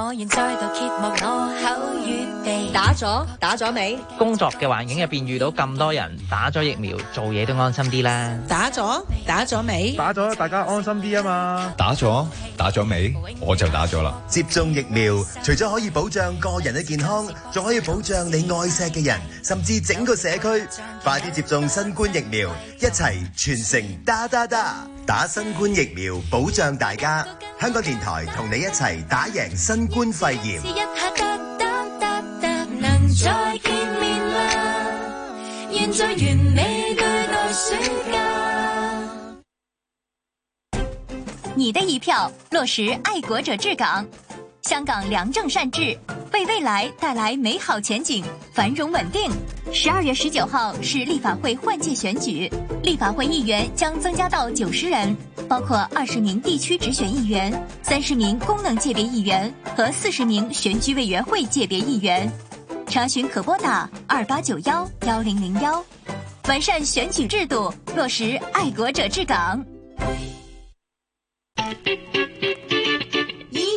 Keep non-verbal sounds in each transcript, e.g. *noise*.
我願再度揭幕我口月地。打咗，打咗未？工作嘅環境入邊遇到咁多人打咗疫苗，做嘢都安心啲啦。打咗，打咗未？打咗，大家安心啲啊嘛。打咗，打咗未？我就打咗啦。接種疫苗，除咗可以保障個人嘅健康，仲可以保障你愛錫嘅人，甚至整個社區。快啲接種新冠疫苗，一齊全城打打打，打新冠疫苗保障大家。香港電台同你一齊打贏新冠肺炎。一下得得得得，能再見面啦！現在完美對待暑假。你的一票，落實愛國者治港。香港良政善治，為未來帶來美好前景、繁榮穩定。十二月十九號是立法會換屆選舉，立法會議員將增加到九十人，包括二十名地區直選議員、三十名功能界別議員和四十名選舉委員會界別議員。查詢可撥打二八九幺幺零零幺。完善選舉制度，落實愛國者治港。衣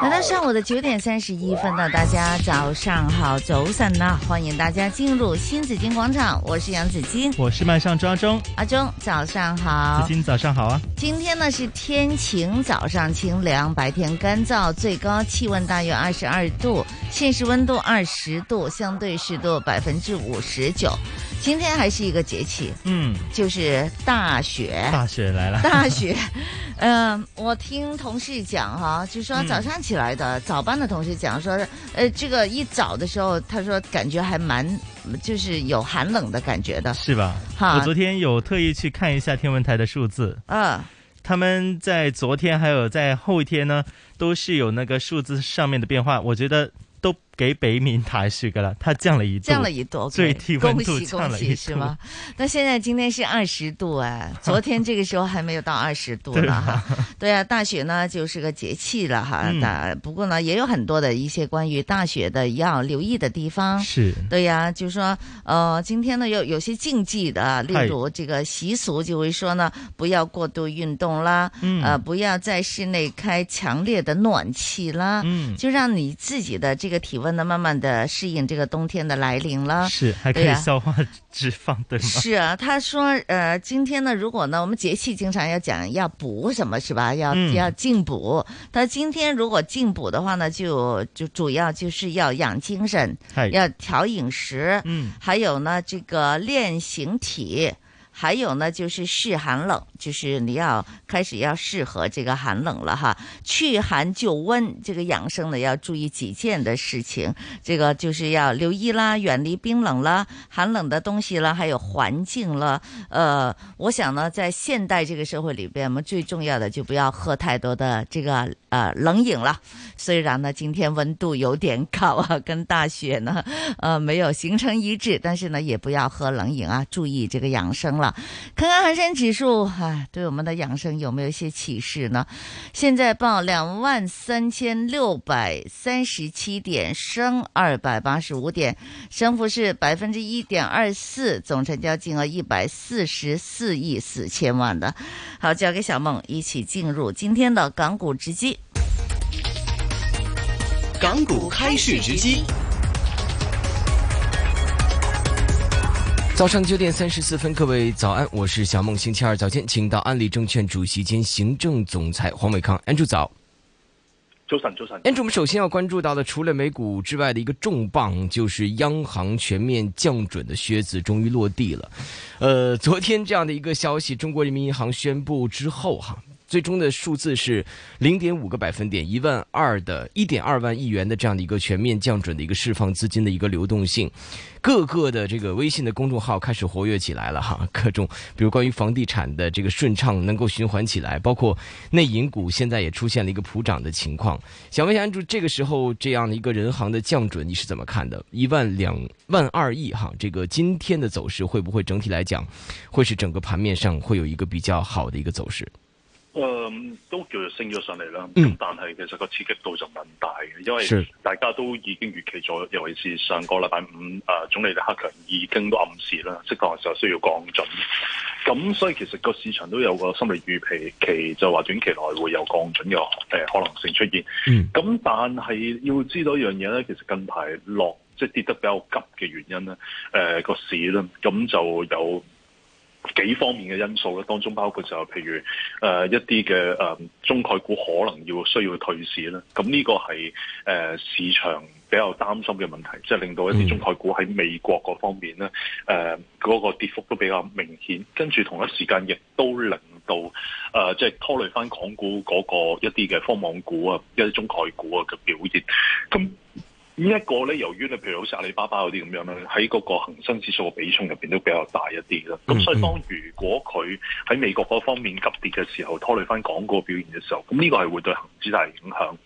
來到上午的九點三十一分呢，大家早上好，早晨呢，歡迎大家進入新紫荊廣場，我是楊子矜，我是麥尚中阿中，阿中早上好，子矜早上好啊。今天呢是天晴，早上清涼，白天乾燥，最高氣溫大約二十二度，現時溫度二十度，相對濕度百分之五十九。今天還是一個節氣，嗯，就是大雪，大雪來了，呃大雪。 *laughs* 嗯、呃，我聽同事講哈，就說早上起來的、嗯、早班的同事講說，呃，這個一早的時候，他說感覺還蠻，就是有寒冷的感覺的， *laughs* 是吧？哈，我昨天有特意去看一下天文台的數字，嗯、啊，他們在昨天還有在後天呢，都是有那個數字上面的變化，我覺得。都給北面台市噶啦，它降了一度，降了一度，最低溫度降了一度，是 *laughs* 嗎？那現在今天是二十度哎，昨天這個時候還沒有到二十度了哈。對啊，大雪呢就是個節氣了哈。那、嗯、不過呢，也有很多的一些關於大雪的要留意的地方。是，對呀、啊，就是說呃，今天呢有有些禁忌的，啊例如這個習俗就會說呢，不要過度運動啦，嗯、呃，不要在室內開強烈的暖氣啦，嗯，就讓你自己的這個。這個體溫呢，慢慢的適應這個冬天的來臨了，是還可以消化 *laughs* 脂肪，對嗎？是啊，他說，呃，今天呢，如果呢，我們節氣經常要講要補什麼，是吧？要、嗯、要進補，但今天如果進補的話呢，就就主要就是要養精神，要調飲食，嗯，還有呢，這個練形體。還有呢，就是適寒冷，就是你要開始要適合這個寒冷了哈。祛寒救溫，這個養生呢要注意幾件的事情，這個就是要留意啦，遠離冰冷啦、寒冷的東西啦，還有環境啦。呃，我想呢，在現代這個社會裏邊，我們最重要的就不要喝太多的這個呃冷飲了。雖然呢，今天溫度有點高啊，跟大雪呢， *laughs* 呃，沒有形成一致，但是呢，也不要喝冷飲啊，注意這個養生了。看看恒生指數，唉，對我們的養生有沒有一些啟示呢？現在報兩萬三千六百三十七點，升二百八十五點，升幅是百分之一點二四，總成交金額一百四十四億四千萬的。好，交給小夢一起進入今天的港股直擊。港股開市直擊。早上九點三十四分，各位早安，我是小夢。星期二早間，請到安利證券主席兼行政總裁黃偉康，Andrew 早。早晨，早晨。 Andrew，我們首先要關注到的，除了美股之外的一個重磅，就是央行全面降準的靴子終於落地了。呃，昨天這樣的一個消息，中國人民銀行宣布之後，哈。最终的数字是零点五个百分点，一万二的一点二万亿元的这样的一个全面降准的一个释放资金的一个流动性，各个的这个微信的公众号开始活跃起来了哈， *laughs* 各种比如关于房地产的这个顺畅能够循环起来，包括内银股现在也出现了一个普涨的情况。想问一下安住，这个时候这样的一个人行的降准你是怎么看的？一万两万二亿哈，这个今天的走势会不会整体来讲会是整个盘面上会有一个比较好的一个走势？誒、呃都叫做升咗上嚟啦，咁、嗯但係其實個刺激度就唔係咁大嘅，因為是大家都已經預期咗，尤其是上個禮拜五誒、總理李克強已經都暗示啦，適當嘅時候需要降準，咁所以其實個市場都有個心理預期，期就話短期內會有降準嘅誒、可能性出現。嗯咁但係要知道一樣嘢咧，其實近排落即係跌得比較急嘅原因咧，誒、個市咧，咁就有。幾方面嘅因素咧，當中包括就係譬如誒、呃一啲嘅誒中概股可能要需要退市啦，咁呢個係誒、呃市場比較擔心嘅問題，即係令到一啲中概股喺美國嗰方面咧誒嗰個跌幅都比較明顯，跟住同一時間亦都令到誒、呃即係拖累翻港股嗰個一啲嘅科網股啊，一啲中概股啊嘅表現，咁。呢一個咧，由於你譬如好似阿里巴巴嗰啲咁樣咧，喺嗰個恒生指數嘅比重入邊都比較大一啲啦。咁所以當如果佢喺美國嗰方面急跌嘅時候，拖累翻港股嘅表現嘅時候，咁呢個係會對恒指帶嚟影響。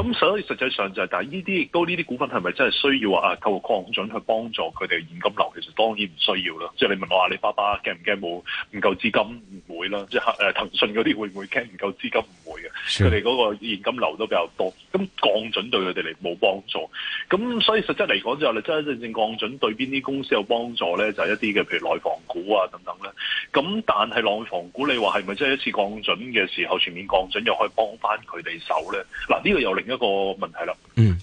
咁所以實際上就係、但係呢啲亦都呢啲股份係咪真係需要話啊透過擴準去幫助佢哋嘅現金流？其實當然唔需要啦。即係你問我阿里巴巴驚唔驚冇唔夠資金？唔會啦。即係誒騰訊嗰啲會唔會驚唔夠資金？唔會嘅。是佢哋嗰個現金流都比較多，咁降準對佢哋嚟冇幫助。咁所以實質嚟講就係你真真正正降準對邊啲公司有幫助咧，就係、一啲嘅譬如內房股啊等等咧。咁但係內房股你話係咪真係一次降準嘅時候全面降準又可以幫翻佢哋手咧？嗱，呢個又另一個問題啦。嗯。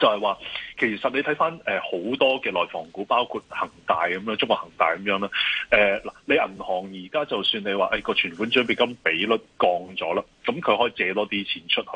就係話，其實你睇翻誒好多嘅內房股，包括恒大咁樣，中國恒大咁樣啦。誒、嗱，你銀行而家就算你話誒個存款準備金比率降咗啦，咁佢可以借多啲錢出去。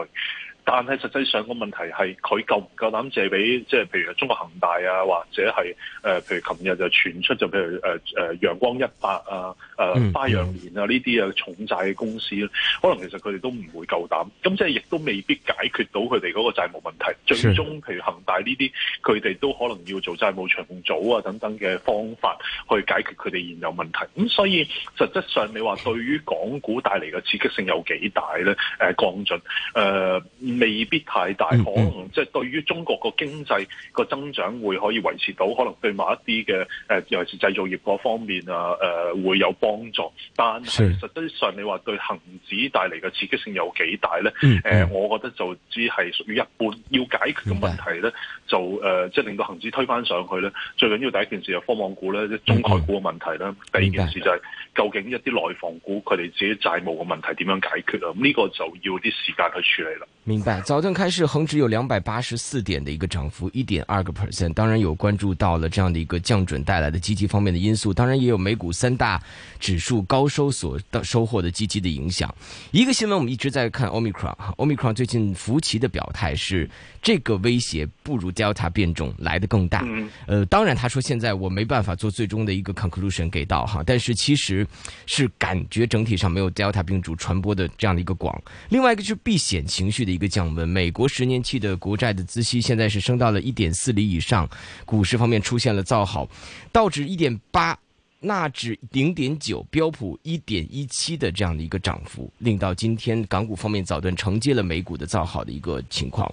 但係實際上個問題係佢夠唔夠膽借俾即係譬如中國恒大啊，或者係誒、譬如琴日就傳出就譬如誒誒、陽光一百啊、誒、嗯花樣年啊呢啲啊重債嘅公司咧，可能其實佢哋都唔會夠膽，咁即係亦都未必解決到佢哋嗰個債務問題。最是終譬如恒大呢啲，佢哋都可能要做債務重組啊等等嘅方法去解決佢哋現有問題。咁所以實質上你話對於港股帶嚟嘅刺激性有幾大咧？誒、降準誒、呃未必太大，可能即係對於中國個經濟個增長會可以維持到，可能對某一啲嘅誒，尤其是製造業嗰方面啊誒、呃、會有幫助。但係是實際上你話對恒指帶嚟嘅刺激性有幾大咧？誒、嗯嗯呃我覺得就只係屬於一般，要解決嘅問題咧，就誒、呃即係令到恒指推返上去咧。最緊要第一件事就科網股咧，即係中概股嘅問題啦。第二件事就係究竟一啲內房股佢哋自己債務嘅問題點樣解決啊？咁呢個就要啲時間去處理啦。明白。早段开市，恒指有两百八十四点的一个涨幅，一点二个 percent。当然有关注到了这样的一个降准带来的积极方面的因素，当然也有美股三大指数高收所的收获的积极的影响。一个新闻我们一直在看 omicron，哈 omicron 最近福奇的表态是这个威胁不如 delta 变种来的更大。嗯呃，当然他说现在我没办法做最终的一个 conclusion 给到哈，但是其实是感觉整体上没有 Delta 病毒传播的这样的一个广。另外一个就是避险情绪的一个降温，美国十年期的国债的孳息现在是升到了一点四厘以上，股市方面出现了造好，道指一点八。纳指零点九，标普一点一七的这样的一个涨幅，令到今天港股方面早段承接了美股的造好的一个情况。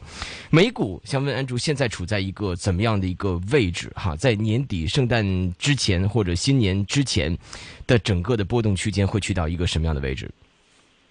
美股想问安竹，现在处在一个怎么样的一个位置？哈，在年底圣诞之前或者新年之前的整个的波动区间会去到一个什么样的位置？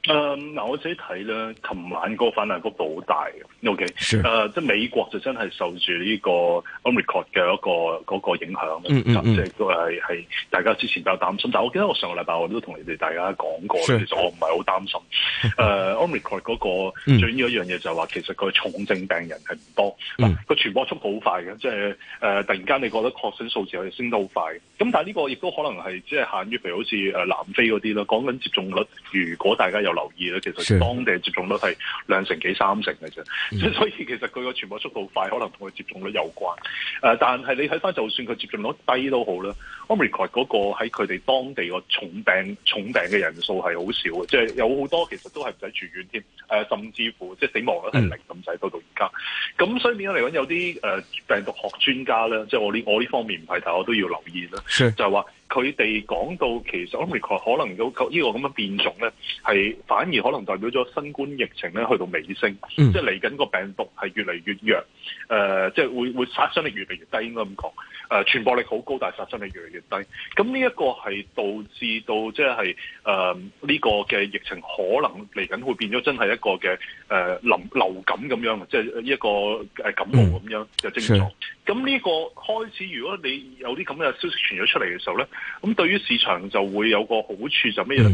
誒嗯嗱、我自己睇咧，琴晚個反彈幅度好大嘅，OK，是誒、即係美國就真係受住呢個 Omicron 嘅一個嗰、個影響啊嗯嗯嗯即係都係係大家之前比較擔心，但係我記得我上個禮拜我都同你哋大家講過，其是實我唔係好擔 *laughs* 心。誒、Omicron 嗰、個嗯最緊要一樣嘢就係話，其實佢重症病人係唔多，嗱、嗯個傳播速度好快嘅，即係誒突然間你覺得確診數字係升得好快，咁呃但係呢個亦都可能係即係限於譬如好似誒南非嗰啲啦，講緊接種率，如果大家有有留意咧，其是實當地接種率係兩成幾三成嘅啫， *laughs* 所以其實佢個傳播速度快，可能同佢接種率有關。誒、但係你睇翻，就算佢接種率低都好啦，Omicron 嗰個喺佢哋當地個重病重病嘅人數係好少嘅，即係有好多其實都係唔使住院添，誒、呃甚至乎即係死亡率係零咁滯到到而家。咁所以變咗嚟講，有啲誒、呃病毒學專家咧，即係我呢我呢方面唔係，但我都要留意啦，是就係話。佢哋講到其實 Omicron 可能有個呢個咁嘅變種咧，係反而可能代表咗新冠疫情咧去到尾聲，嗯即係嚟緊個病毒係越嚟越弱，誒、呃即係會會殺傷力越嚟越低，應該咁講。誒、傳播力好高，但係殺傷力越嚟越低。咁呢一個係導致到即係誒呢個嘅疫情可能嚟緊會變咗真係一個嘅誒、呃流流感咁樣，即係一個誒感冒咁樣嘅症嗯狀。咁呢個開始，如果你有啲咁嘅消息傳咗出嚟嘅時候咧，咁對於市場就會有個好處就咩咧？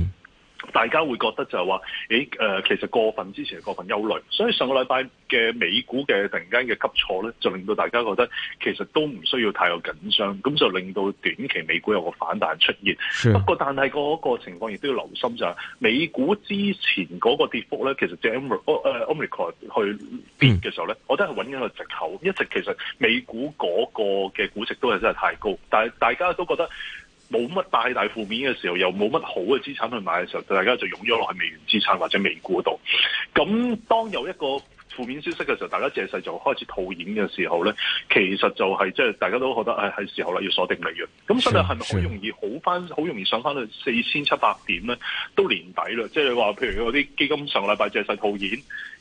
大家會覺得就係話，誒、呃其實過分之前係過分憂慮，所以上個禮拜嘅美股嘅突然間嘅急挫咧，就令到大家覺得其實都唔需要太過緊張，咁就令到短期美股有個反彈出是現。不過但係嗰個情況亦都要留心就係、美股之前嗰個跌幅咧，其實借 Omicron 呃 Omicron 去跌嗯嘅時候咧，我都係揾緊個藉口，一直其實美股嗰個嘅估值都係真係太高，但係大家都覺得。冇乜大大負面嘅時候，又冇乜好嘅資產去買嘅時候，大家就湧咗落去美元資產或者美股度。咁當有一個負面消息嘅時候，大家借勢就開始套現嘅時候咧，其實就係即係大家都覺得誒係時候啦，要鎖定利潤。咁所以係咪好容易好翻，好容易上翻去四千七百點咧？都年底啦，即係你話譬如有啲基金上個禮拜借勢套現，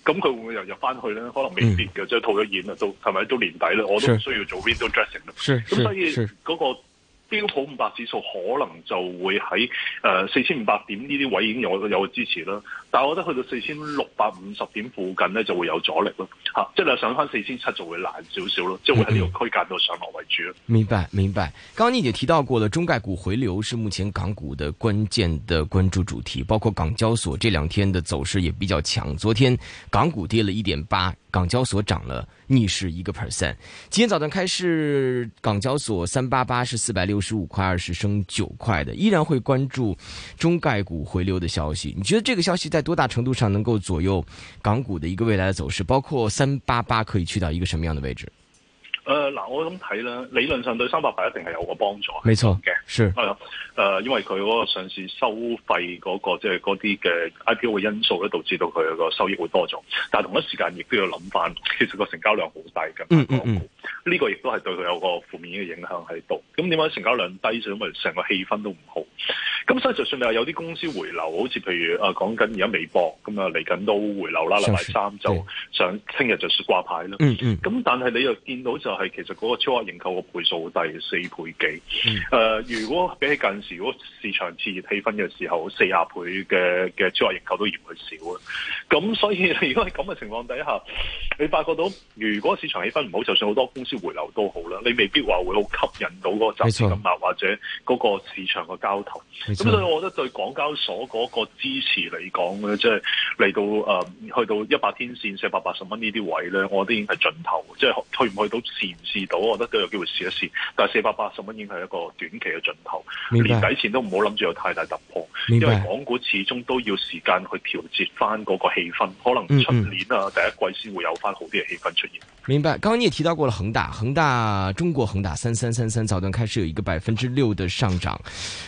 咁佢會唔會又入翻去咧？可能未必嘅，即係套咗現啦，都係咪都年底啦？我都唔需要做 window dressing 啦。是咁所以是嗰個標普五百指數可能就會喺誒四千五百點呢啲位已經有有支持啦，但係我覺得去到四千六百五十點附近咧就會有阻力咯，嚇、即係你上翻四千七就會難少少咯，即係會嗯喺呢個區間度上落為主咯。明白，明白。刚刚你已经提到过了，中概股回流是目前港股的关键的关注主题，包括港交所这两天的走势也比较强。昨天港股跌了一点八，港交所涨了逆势一个 percent。今天早段开市，港交所三八八是四百六十五块二十升九块的，依然会关注中概股回流的消息。你觉得这个消息在多大程度上能够左右港股的一个未来的走势？包括三八八可以去到一个什么样的位置？誒呃嗱、我咁睇啦，理論上對三百八一定係有個幫助。沒錯嘅，是係啦，誒、因為佢嗰個上市收費嗰、個即係嗰啲嘅 IPO 嘅因素咧，導致到佢個收益會多咗。但係同一時間亦都要諗翻，其實個成交量好低㗎。嗯嗯。嗯呢個亦都係對佢有個負面嘅影響喺度。咁點解成交量低就因為成個氣氛都唔好。咁所以就算你話有啲公司回流，好似譬如誒講緊而家微博咁啊嚟緊都回流啦，禮拜三就上聽日就掛牌啦。嗯嗯咁但係你又見到就係其實嗰個超額認購嘅倍數好低，四倍幾。嗯誒、如果比起近時，如果市場熾熱氣氛嘅時候，四十倍嘅嘅超額認購都嫌佢少啊。咁所以如果喺咁嘅情況底下，你發覺到如果市場氣氛唔好，就算好多公司回流都好啦，你未必話會好吸引到嗰個集資金額或者嗰個市場嘅交投。冇咁錯所以我覺得對港交所嗰個支持嚟講咧，即係嚟到誒、呃去到一百天線四百八十蚊呢啲位咧，我覺得已經係盡頭，即係去唔去到試唔試到，我覺得都有機會試一試。但係四百八十蚊已經係一個短期嘅盡頭，明白年底前都唔好諗住有太大突破，明因白為港股始終都要時間去調節翻嗰個氣氛，可能嗯出嗯年啊第一季先會有翻好啲嘅氣氛出現。明白，刚刚你也提到过了恒大，恒大中国恒大三三三三早段开始有一个百分之六的上涨。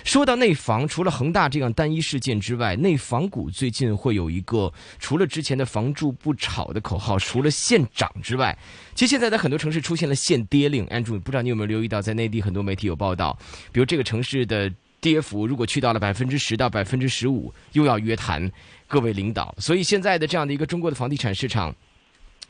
说到内房，除了恒大这样单一事件之外，内房股最近会有一个除了之前的“房住不炒”的口号，除了限涨之外，其实现在在很多城市出现了限跌令。Andrew，不知道你有没有留意到，在内地很多媒体有报道，比如这个城市的跌幅如果去到了百分之十到百分之十五，又要约谈各位领导。所以现在的这样的一个中国的房地产市场。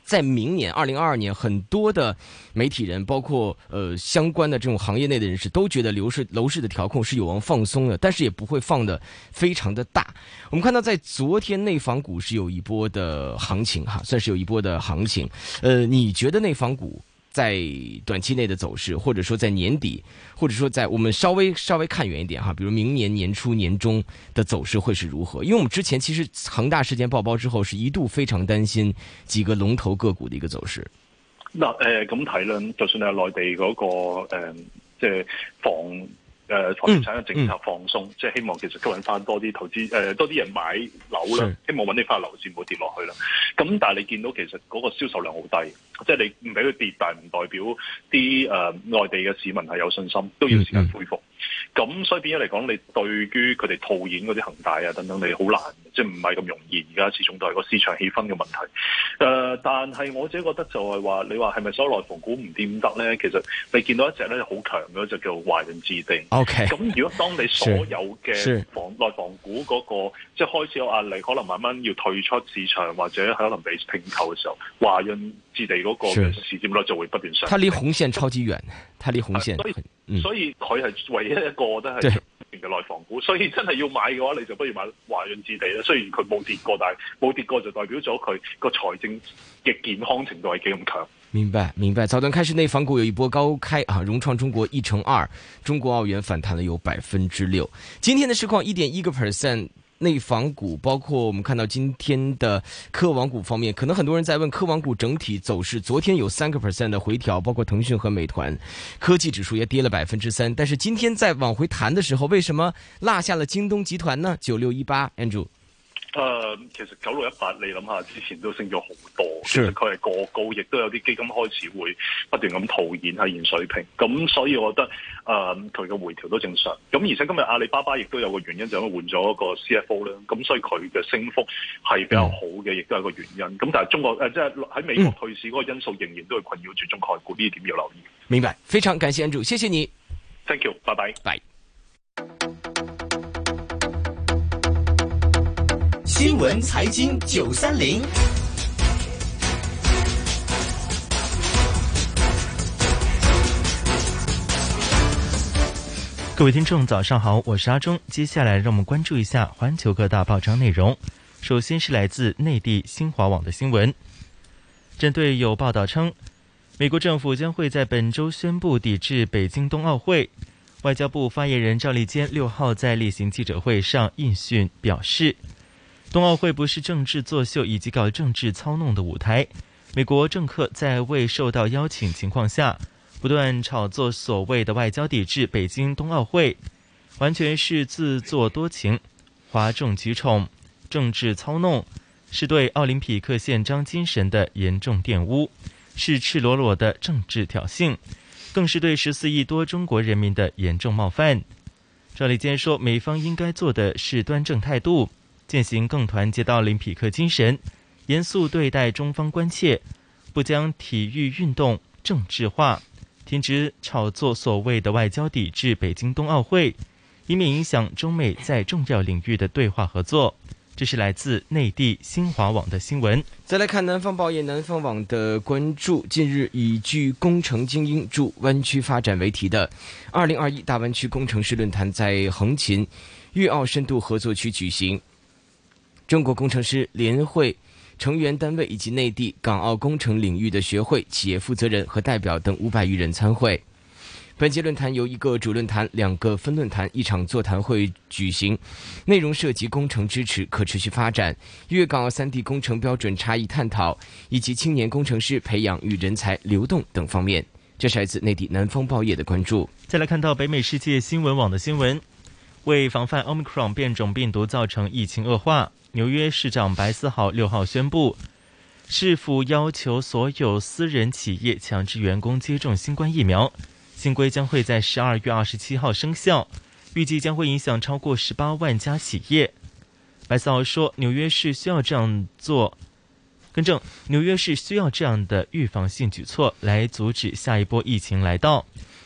在明年二零二二年，很多的媒体人，包括呃相关的这种行业内的人士，都觉得楼市楼市的调控是有望放松的，但是也不会放的非常的大。我们看到在昨天内房股是有一波的行情哈，算是有一波的行情。呃，你觉得内房股在短期内的走势，或者说在年底，或者说在我们稍微稍微看远一点哈，比如明年年初、年中的走势会是如何？因为我们之前其实恒大事件爆煲之后，是一度非常担心几个龙头个股的一个走势。呃嗱誒咁睇啦，就算你係內地嗰、個、誒即係房誒房嗯地呃產嘅政策放鬆，即係希望其實吸引翻多啲投資誒、呃多啲人買樓啦是，希望揾你翻樓市唔好跌落去啦。咁但係你見到其實嗰個銷售量好低，即係你唔俾佢跌，但係唔代表啲誒、呃、內地嘅市民係有信心，嗯都要時間恢復。咁所以變咗嚟講，你對於佢哋套現嗰啲恒大啊等等，你好難，即係唔係咁容易。而家始終都係個市場氣氛嘅問題。誒、但係我自己覺得就係話，你話係咪所有內房股唔掂得咧？其實你見到一隻咧好強嘅就叫華潤置地。 OK 咁如果當你所有是嘅房內房股嗰、個即係開始有壓力，可能慢慢要退出市場或者可能被拼購嘅時候，華潤置地嗰個嘅是市佔率就會不斷上升。它离红线超级远，它离红线所以很嗯，所以佢係唯一一個我覺得對係嘅內房股，所以真係要買嘅話，你就不如買華潤置地啦。雖然佢冇跌過，但係冇跌過就代表咗佢個財政嘅健康程度係幾咁強。明白明白。早段开始内房股有一波高开啊，融创中国一成二，中国澳元反弹了有百分之六。今天的市况一点一个 percent。内房股，包括我们看到今天的科网股方面，可能很多人在问科网股整体走势。昨天有三个 percent 的回调，包括腾讯和美团，科技指数也跌了百分之三。但是今天在往回弹的时候，为什么落下了京东集团呢？九六一八，Andrew，誒、呃其實九六一八你諗下，之前都升咗好多，其是實佢係過高，亦都有啲基金開始會不斷咁套現喺現水平，咁所以我覺得誒佢嘅回調都正常。咁而且今日阿里巴巴亦都有個原因，就因為換咗個 CFO 啦，咁所以佢嘅升幅係比較好嘅，亦都係一個原因。咁但係中國誒、即係呃喺美國退市嗰個因素仍然都係困擾住中概股，呢點要留意。明白。非常感谢 Andrew，谢谢你。 Thank you，拜拜。拜。新闻财经九三零，各位听众，早上好，我是阿忠。接下来让我们关注一下环球各大报章内容。首先是来自内地新华网的新闻，针对有报道称，美国政府将会在本周宣布抵制北京冬奥会。外交部发言人赵立坚六号在例行记者会上应讯表示，冬奥会不是政治作秀以及搞政治操弄的舞台。美国政客在未受到邀请情况下，不断炒作所谓的外交抵制北京冬奥会，完全是自作多情、哗众取宠、政治操弄，是对奥林匹克宪章精神的严重玷污，是赤裸裸的政治挑衅，更是对十四亿多中国人民的严重冒犯。赵立坚说，美方应该做的是端正态度，践行更团结的奥林匹克精神，严肃对待中方关切，不将体育运动政治化，停止炒作所谓的外交抵制北京冬奥会，以免影响中美在重要领域的对话合作。这是来自内地新华网的新闻。再来看南方报业南方网的关注，近日以“聚工程精英助湾区发展”为题的二零二一大湾区工程师论坛在横琴粤澳深度合作区举行。中国工程师联会成员单位以及内地、港澳工程领域的学会、企业负责人和代表等五百余人参会。本届论坛由一个主论坛、两个分论坛、一场座谈会举行，内容涉及工程支持、可持续发展、粤港澳三地工程标准差异探讨，以及青年工程师培养与人才流动等方面。这是来自内地南方报业的关注。再来看到北美世界新闻网的新闻，为防范 Omicron 变种病毒造成疫情恶化，纽约市长白思豪六号宣布，市府要求所有私人企业强制员工接种新冠疫苗，新规将会在十二月二十七号生效，预计将会影响超过十八万家企业。白思豪说，纽约市需要这样做，更正，纽约市需要这样的预防性举措来阻止下一波疫情来到。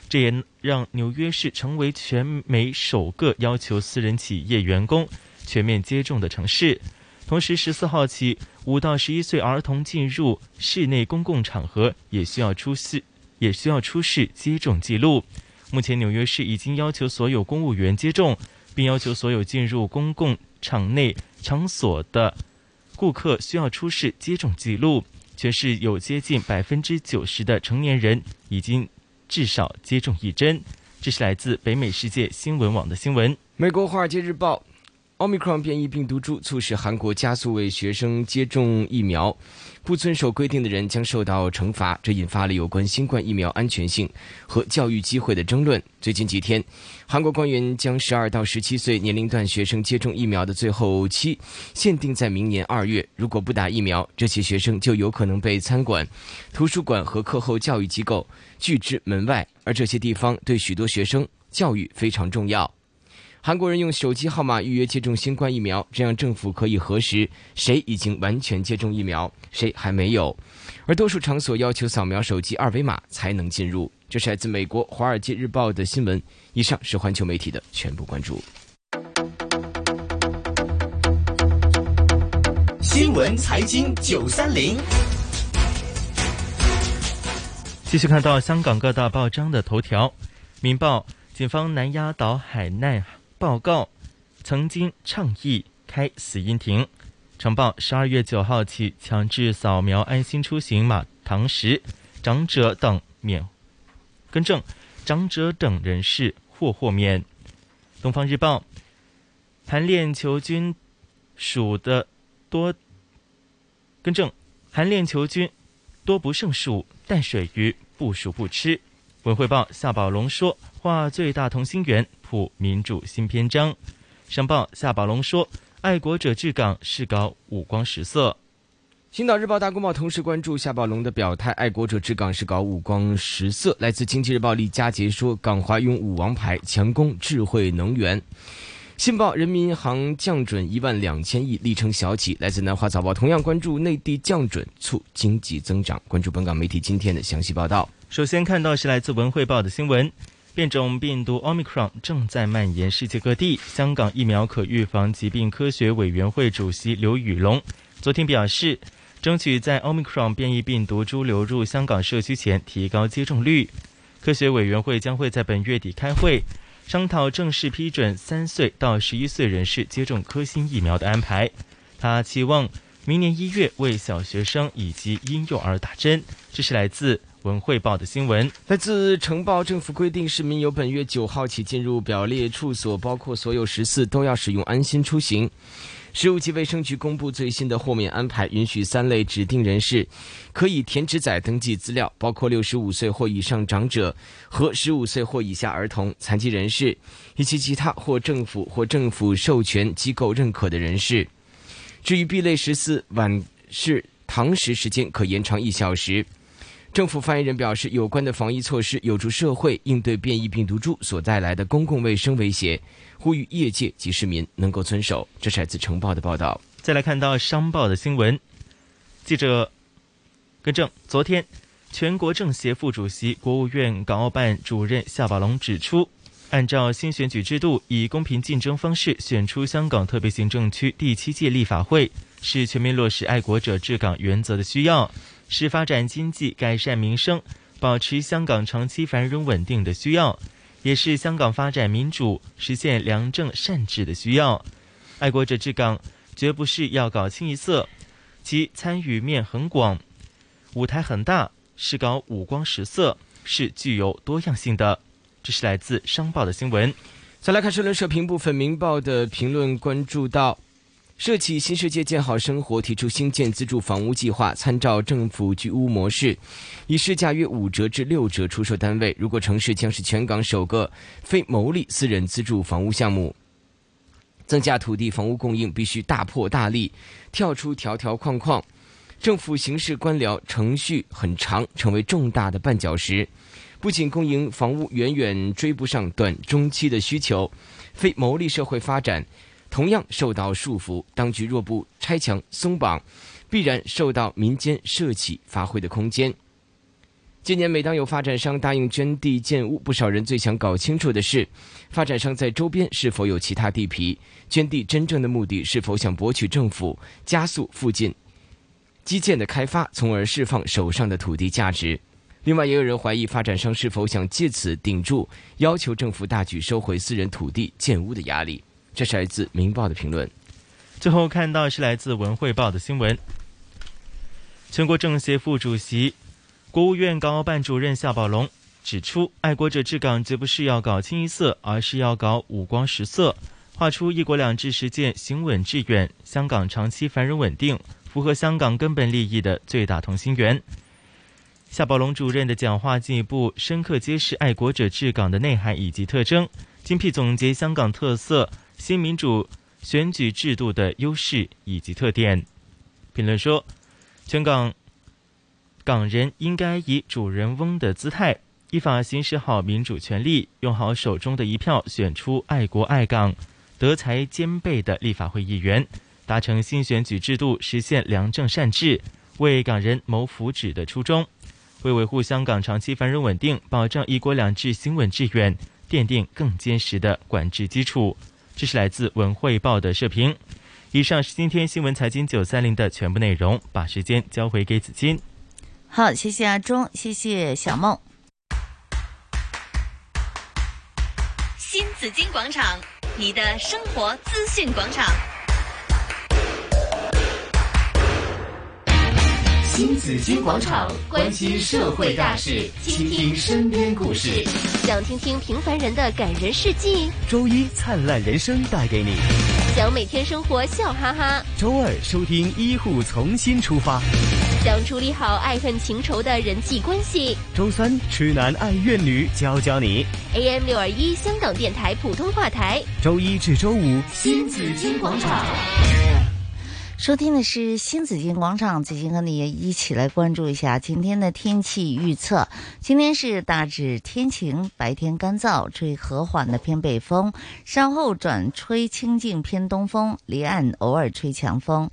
这也让纽约市成为全美首个要求私人企业员工全面接种的城市。同时，十四号起，五到十一岁儿童进入室内公共场合也需要出示，也需要出示接种记录。目前，纽约市已经要求所有公务员接种，并要求所有进入公共场内场所的顾客需要出示接种记录。全市有接近百分之九十的成年人已经至少接种一针。这是来自北美世界新闻网的新闻。美国《华尔街日报》 Omicron 变异病毒株促使韩国加速为学生接种疫苗，不遵守规定的人将受到惩罚。这引发了有关新冠疫苗安全性和教育机会的争论。最近几天，韩国官员将十二到十七岁年龄段学生接种疫苗的最后期限定在明年二月。如果不打疫苗，这些学生就有可能被餐馆、图书馆和课后教育机构拒之门外。而这些地方对许多学生教育非常重要。韩国人用手机号码预约接种新冠疫苗，这样政府可以核实谁已经完全接种疫苗，谁还没有。而多数场所要求扫描手机二维码才能进入。这是来自美国《华尔街日报》的新闻。以上是环球媒体的全部关注。新闻财经九三零，继续看到香港各大报章的头条，《明报》警方南丫岛海难报告，曾经倡议开死因庭。晨报十二月九号起强制扫描安心出行码堂食，长者等免更正，长者等人士或豁免。《东方日报》韩练球军数的多更正，韩链球菌多不胜数，淡水鱼不熟不吃。文汇报夏宝龙说：“化最大同心圆，谱民主新篇章。”商报夏宝龙说：“爱国者治港是搞五光十色。”青岛日报、大公报同时关注夏宝龙的表态，爱国者治港是搞五光十色。来自经济日报李佳杰说，港华拥五王牌，强攻智慧能源。信报，人民银行降准一万两千亿，力撑小企。来自南华早报，同样关注内地降准促经济增长，关注本港媒体今天的详细报道。首先看到是来自文汇报的新闻，变种病毒 Omicron 正在蔓延世界各地。香港疫苗可预防疾病科学委员会主席刘宇龙昨天表示，争取在 Omicron 变异病毒株流入香港社区前提高接种率。科学委员会将会在本月底开会，商讨正式批准三岁到十一岁人士接种科兴疫苗的安排。他期望明年一月为小学生以及婴幼儿打针。这是来自文汇报的新闻。来自城报，政府规定市民由本月九号起进入表列处所，包括所有十四，都要使用安心出行。食物及卫生局公布最新的豁免安排，允许三类指定人士可以填纸仔登记资料，包括六十五岁或以上长者和十五岁或以下儿童、残疾人士，以及其他或政府或政府授权机构认可的人士。至于 B 类十四晚市堂食时间可延长一小时。政府发言人表示，有关的防疫措施有助社会应对变异病毒株所带来的公共卫生威胁，呼吁业界及市民能够遵守。这是来自《城报》的报道。再来看到商报的新闻，记者更正，昨天全国政协副主席、国务院港澳办主任夏宝龙指出，按照新选举制度，以公平竞争方式选出香港特别行政区第七届立法会，是全面落实爱国者治港原则的需要，是发展经济、改善民生、保持香港长期繁荣稳定的需要，也是香港发展民主、实现良政善治的需要。爱国者治港绝不是要搞清一色，其参与面很广，舞台很大，是搞五光十色，是具有多样性的。这是来自商报的新闻。再来看社论社评部分，《明报》的评论关注到。社企新世界建好生活提出新建自住房屋计划，参照政府居屋模式，以市价约五折至六折出售单位。如果城市将是全港首个非牟利私人自住房屋项目。增加土地房屋供应必须大破大立，跳出条条框框。政府行事官僚程序很长，成为重大的绊脚石。不仅公营房屋远远追不上短中期的需求，非牟利社会发展。同样受到束缚，当局若不拆墙松绑，必然受到民间社企发挥的空间。今年每当有发展商答应捐地建屋，不少人最想搞清楚的是，发展商在周边是否有其他地皮，捐地真正的目的是否想博取政府加速附近基建的开发，从而释放手上的土地价值。另外，也有人怀疑发展商是否想借此顶住要求政府大举收回私人土地建屋的压力。这是来自《明报》的评论。最后看到是来自《文汇报》的新闻。全国政协副主席、国务院港澳办主任夏宝龙指出，爱国者治港绝不是要搞清一色，而是要搞五光十色，画出“一国两制”实践行稳致远、香港长期繁荣稳定、符合香港根本利益的最大同心圆。夏宝龙主任的讲话进一步深刻揭示爱国者治港的内涵以及特征，精辟总结香港特色新民主选举制度的优势以及特点。评论说，全港港人应该以主人翁的姿态，依法行使好民主权利，用好手中的一票，选出爱国爱港、德才兼备的立法会议员，达成新选举制度实现良政善治、为港人谋福祉的初衷，为维护香港长期繁荣稳定、保障“一国两制”行稳致远奠定更坚实的管制基础。这是来自《文汇报》的社评。以上是今天新闻财经九三零的全部内容，把时间交回给子金。好，谢谢阿忠，谢谢小梦。新紫金广场，你的生活资讯广场。新紫金广场关心社会大事，倾听身边故事。想听听平凡人的感人事迹，周一灿烂人生带给你，想每天生活笑哈哈，周二收听医护从新出发，想处理好爱恨情仇的人际关系。周三痴男爱怨女教教你， AM 六二一香港电台普通话台，周一至周五新紫金广场。收听的是新紫金广场，紫金和你一起来关注一下今天的天气预测。今天是大致天晴，白天干燥，吹和缓的偏北风，稍后转吹清劲偏东风，离岸偶尔吹强风。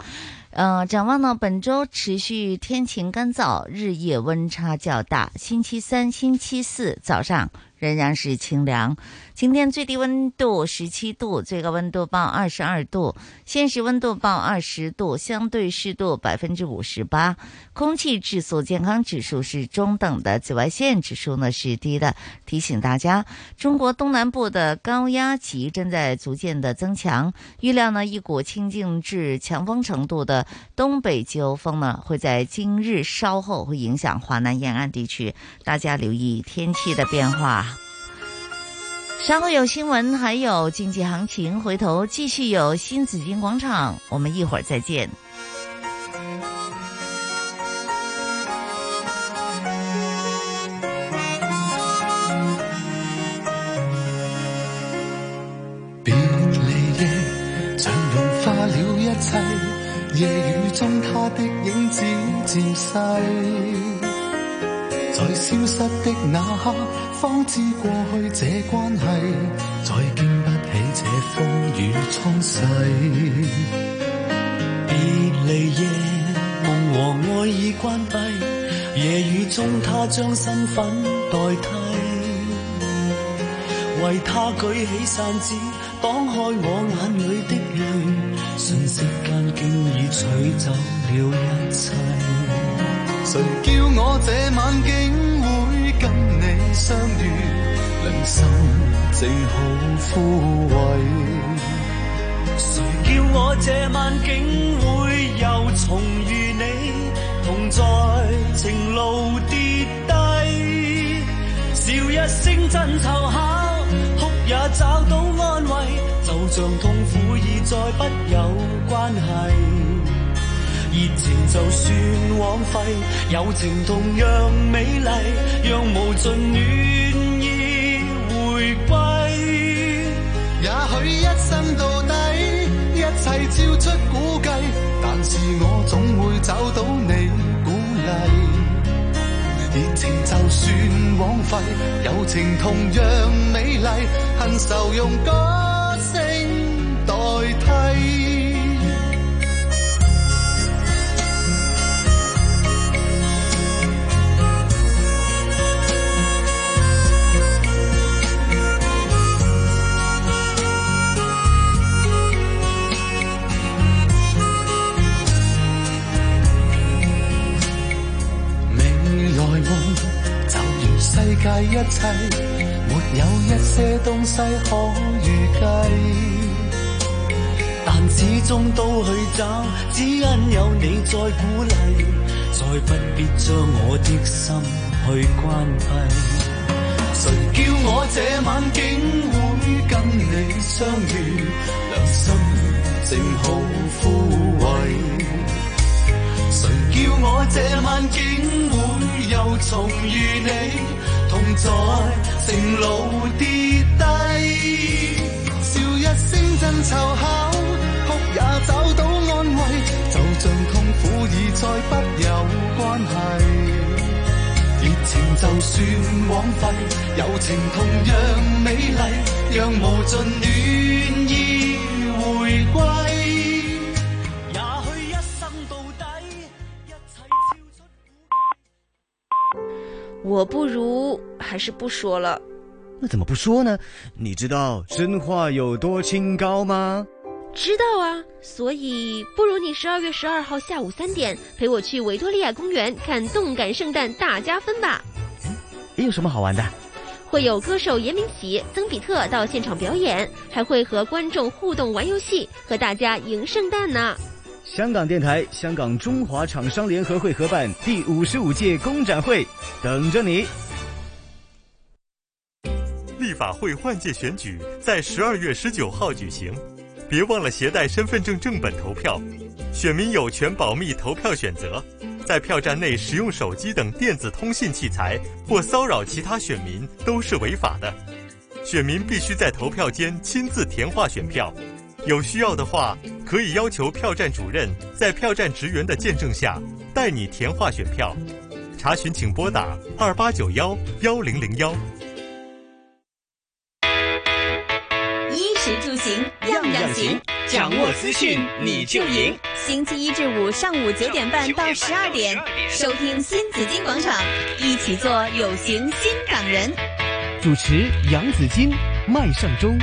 呃，展望呢，本周持续天晴干燥，日夜温差较大。星期三、星期四早上仍然是清凉。今天最低温度十七度，最高温度报二十二度，现实温度报二十度，相对湿度百分之五十八，空气质素健康指数是中等的，紫外线指数呢是低的。提醒大家，中国东南部的高压脊正在逐渐的增强，预料呢一股清劲至强风程度的东北季候风呢会在今日稍后会影响华南沿岸地区，大家留意天气的变化。稍后有新闻，还有经济行情，回头继续有新紫金广场，我们一会儿再见。别离夜，像融化了一切。夜雨中，他的影子渐逝。在消失的那刻，方知過去這關係，再經不起這風雨沖逝。別離夜，夢和愛已關閉，夜雨中他將身份代替，為他舉起散紙，擋開我眼裏的淚，瞬息間經已取走了一切。誰叫我這晚竟會跟你相遇？良心正好枯萎，誰叫我這晚竟會又重遇你，同在情路跌低，笑一聲真湊巧，哭也找到安慰，就像痛苦已再不有關係。熱情就算枉費，友情同樣美麗，讓無盡暖意回歸。也許一生到底，一切超出估計，但是我總會找到你鼓勵。熱情就算枉費，友情同樣美麗，恨愁用歌聲代替。明來夢就如世界一切，沒有一些東西可預計。但始終都去找，只因有你在鼓勵，再不必將我的心去關閉。誰叫我這晚竟會跟你相遇，良心正好枯萎。谁叫我這晚竟會又重遇你，同在情路跌低，笑一聲真湊巧，哭也找到安慰，就像痛苦已再不有關係。熱情就算枉費，友情同樣美麗，讓無盡暖意回歸。也許一生到底，一切超出。我不如还是不说了。那怎么不说呢？你知道生化有多清高吗？知道啊，所以不如你十二月十二号下午三点陪我去维多利亚公园看动感圣诞大加分吧。也哎有什么好玩的？会有歌手严明启、曾比特到现场表演，还会和观众互动玩游戏，和大家迎圣诞呢。香港电台、香港中华厂商联合会合办第五十五届工展会，等着你。立法会换届选举在十二月十九号举行，别忘了携带身份证正本投票。选民有权保密投票选择，在票站内使用手机等电子通信器材或骚扰其他选民都是违法的。选民必须在投票间亲自填话选票，有需要的话可以要求票站主任在票站职员的见证下带你填话选票。查询请拨打二八九幺幺零零幺。衣食住行样样行，掌握资讯你就赢。星期一至五上午九点半到十二点，收听新紫金广场，一起做有型新港人。主持杨紫金，麦上中。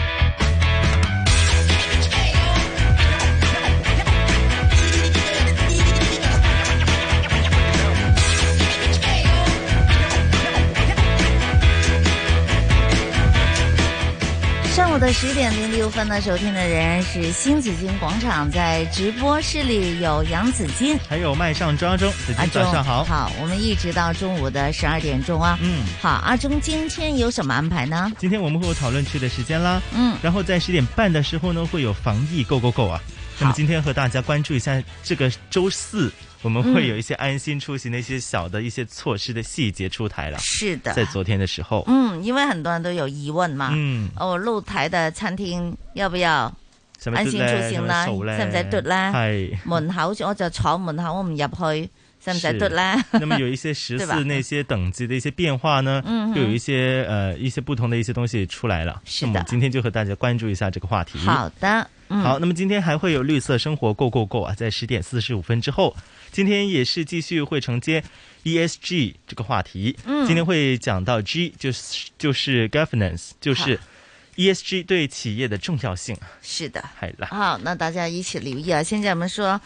上午的十点零六分呢，收听的仍然是新紫金广场，在直播室里有杨紫金，还有麦上庄中，紫阿金忠早上好。好，我们一直到中午的十二点钟啊。嗯，好，阿忠今天有什么安排呢？今天我们会有讨论区的时间啦。嗯，然后在十点半的时候呢，会有防疫 Go Go Go 啊。那么今天和大家关注一下这个周四，我们嗯会有一些安心出行的一些小的一些措施的细节出台了。嗯是的在昨天的时候，嗯，因为很多人都有疑问嘛。嗯哦，露台的餐厅要不要使唔使安心嘟出咧行使唔使掃咧使唔使嘟咧？係門口我就坐門口，我唔入去，使唔使是嘟咧？ *laughs* *laughs* 那么有一些十对吧四那些等级的一些变化呢嗯，哼又有一些呃一些不同的一些东西出来了。是的，今天就和大家关注一下这个话题。好的，嗯，好，那么今天还会有绿色生活 Go Go Go 啊，在十点四十五分之后，今天也是继续会承接 ESG 这个话题。嗯今天会讲到 G 就是就是 governance，就是好 ESG 对企业的重要性。啊是的，系啦，好，那大家一起留意啊！现在我们说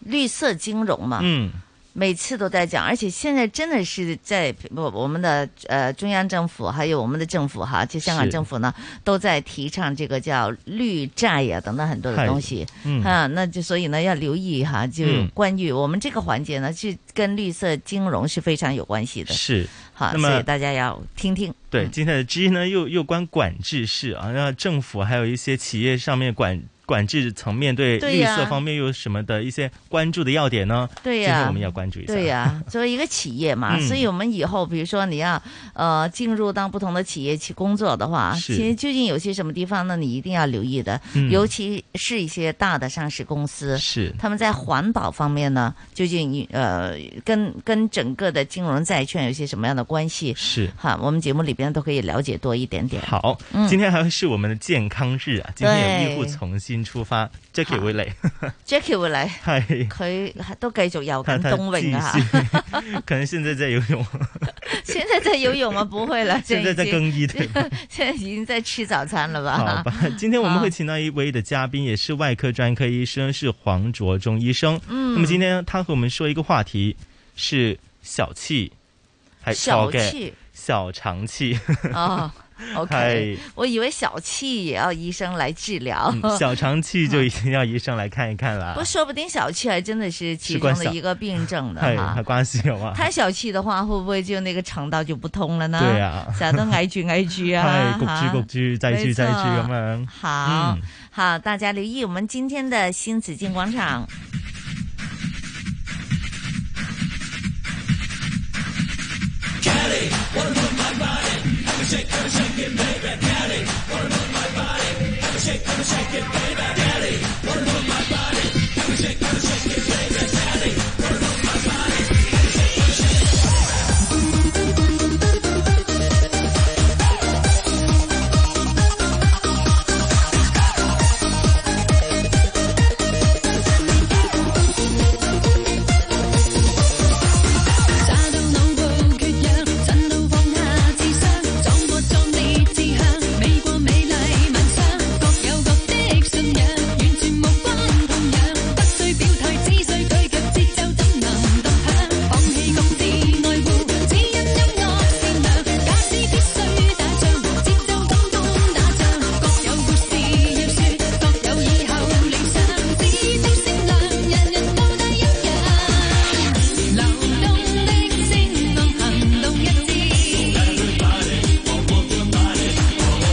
绿色金融嘛，嗯，每次都在讲，而且现在真的是在我我们的呃中央政府还有我们的政府哈，就香港是政府呢，都在提倡这个叫绿债呀、等等很多的是东西，嗯啊，那就所以呢要留意哈，就嗯关于我们这个环节呢，是跟绿色金融是非常有关系的，是好，那么所以大家要听听，对，今天的 G 呢又又关管制式啊，那政府还有一些企业上面管管制层面对对绿呀色方面又有什么的一些关注的要点呢？对呀今天我们要关注一下。对呀、作为一个企业嘛，嗯所以我们以后比如说你要呃进入到不同的企业去工作的话，是其实究竟有些什么地方呢？你一定要留意的，嗯尤其是一些大的上市公司，是他们在环保方面呢，究竟呃跟跟整个的金融债券有些什么样的关系？是哈，我们节目里边都可以了解多一 *laughs* 点点。好，嗯今天还是我们的健康日啊！今天有医护重新出发，Jackie 会嚟， ，Jackie 会嚟，係佢都繼續游緊他冬泳啊，他继续 *laughs* 可能现在在游泳， *laughs* 现在在游泳吗？不会了，现在在已经更衣对吧 *laughs* 现在已经在吃早餐了 *laughs* 吧？好吧。今天我们会请到一位的嘉宾，也是外科专科医生，是黄卓忠医生。嗯那么今天他和我们说一个话题是小气，还小嘅氣小肠气。 *laughs* 哦， OK，我 *laughs* 以为小气也要医生来治疗，嗯小肠气啊就已经要医生来看一看了不，，说不定小气还真的是其是关中小的一个病症的系哈系。关系有啊，太小气的话，会不会就那个肠道就不通了呢？对啊成日都挨住挨住啊，系哈焗住焗住，制住制住咁樣。好、嗯好，大家留意我们今天的新紫金广场。打到腦部缺氧，震到放下智商，撞過撞你志向，美過美麗晚上，各有各的信仰，完全無關痛癢，不需表態，只需對腳節奏怎能獨享？放棄各自愛護，只因音樂善良，假使必須打仗，節奏通通打仗，各有故事要説，各有以後理想，只得善良，人人都得一樣，流動的聲浪，行動一致。搖動的影像，行動一致，快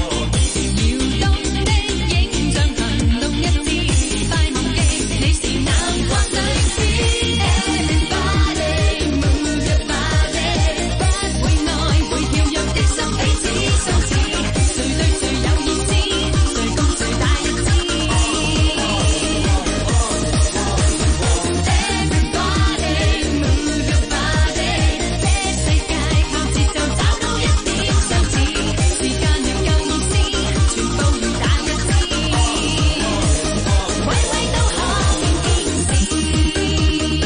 忘記你是南國女子。Everybody move your body，不會愛會跳躍的心彼此相似，誰對誰有意思，誰共誰大日子。Everybody move your body，這世界靠節奏找到一點相似，時間仍夠意思，全部如大日子，位位都可見天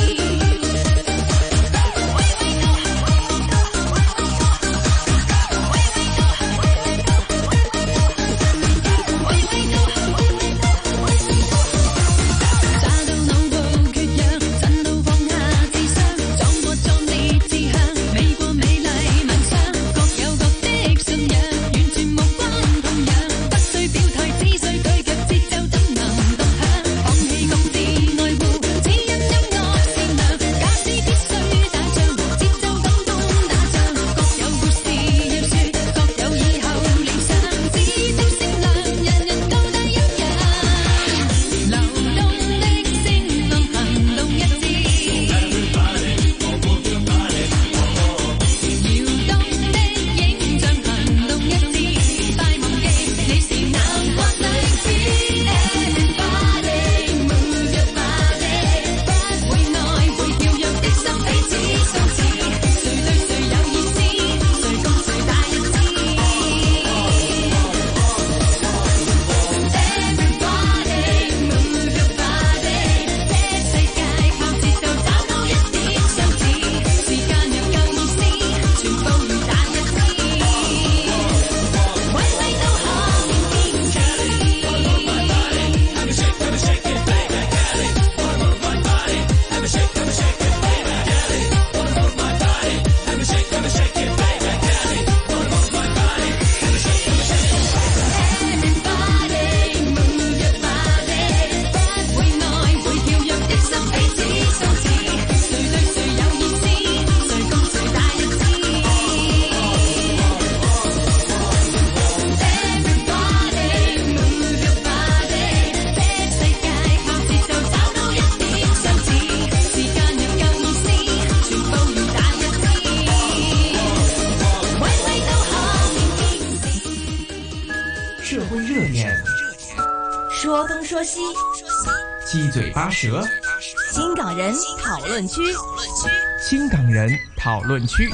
使。打到腦部缺氧，震到放下智商，撞過撞你志向，美過美麗晚上，各有各的信仰，完全無關痛癢，不需表態，只需對腳節奏怎能獨享？放棄各自愛護，只因音樂善良，假使必須打仗，節奏通通打仗，各有故事要説，各有以後理想，只得善良，人人都得一樣。流動的聲浪，行動一致。搖動的影像，行動一致，快忘記你是南國女子。Everybody move your body，不會愛會跳躍的心彼此相似，誰對誰有意思，誰共誰大日子。Everybody move your body，這世界靠節奏找到一點相似，時間又夠意思，全部如大日子，位位都可見天使。Everybody move your body，不會愛會跳躍的心彼此相似，誰對誰有意思，誰共誰大日子。Everybody move your body，這世界靠節奏找到一點相似，時間又夠意思，全部如大日子，位位都可見天使。社会热点，说东说西，七嘴八舌，新港人讨论区。新港人讨论区。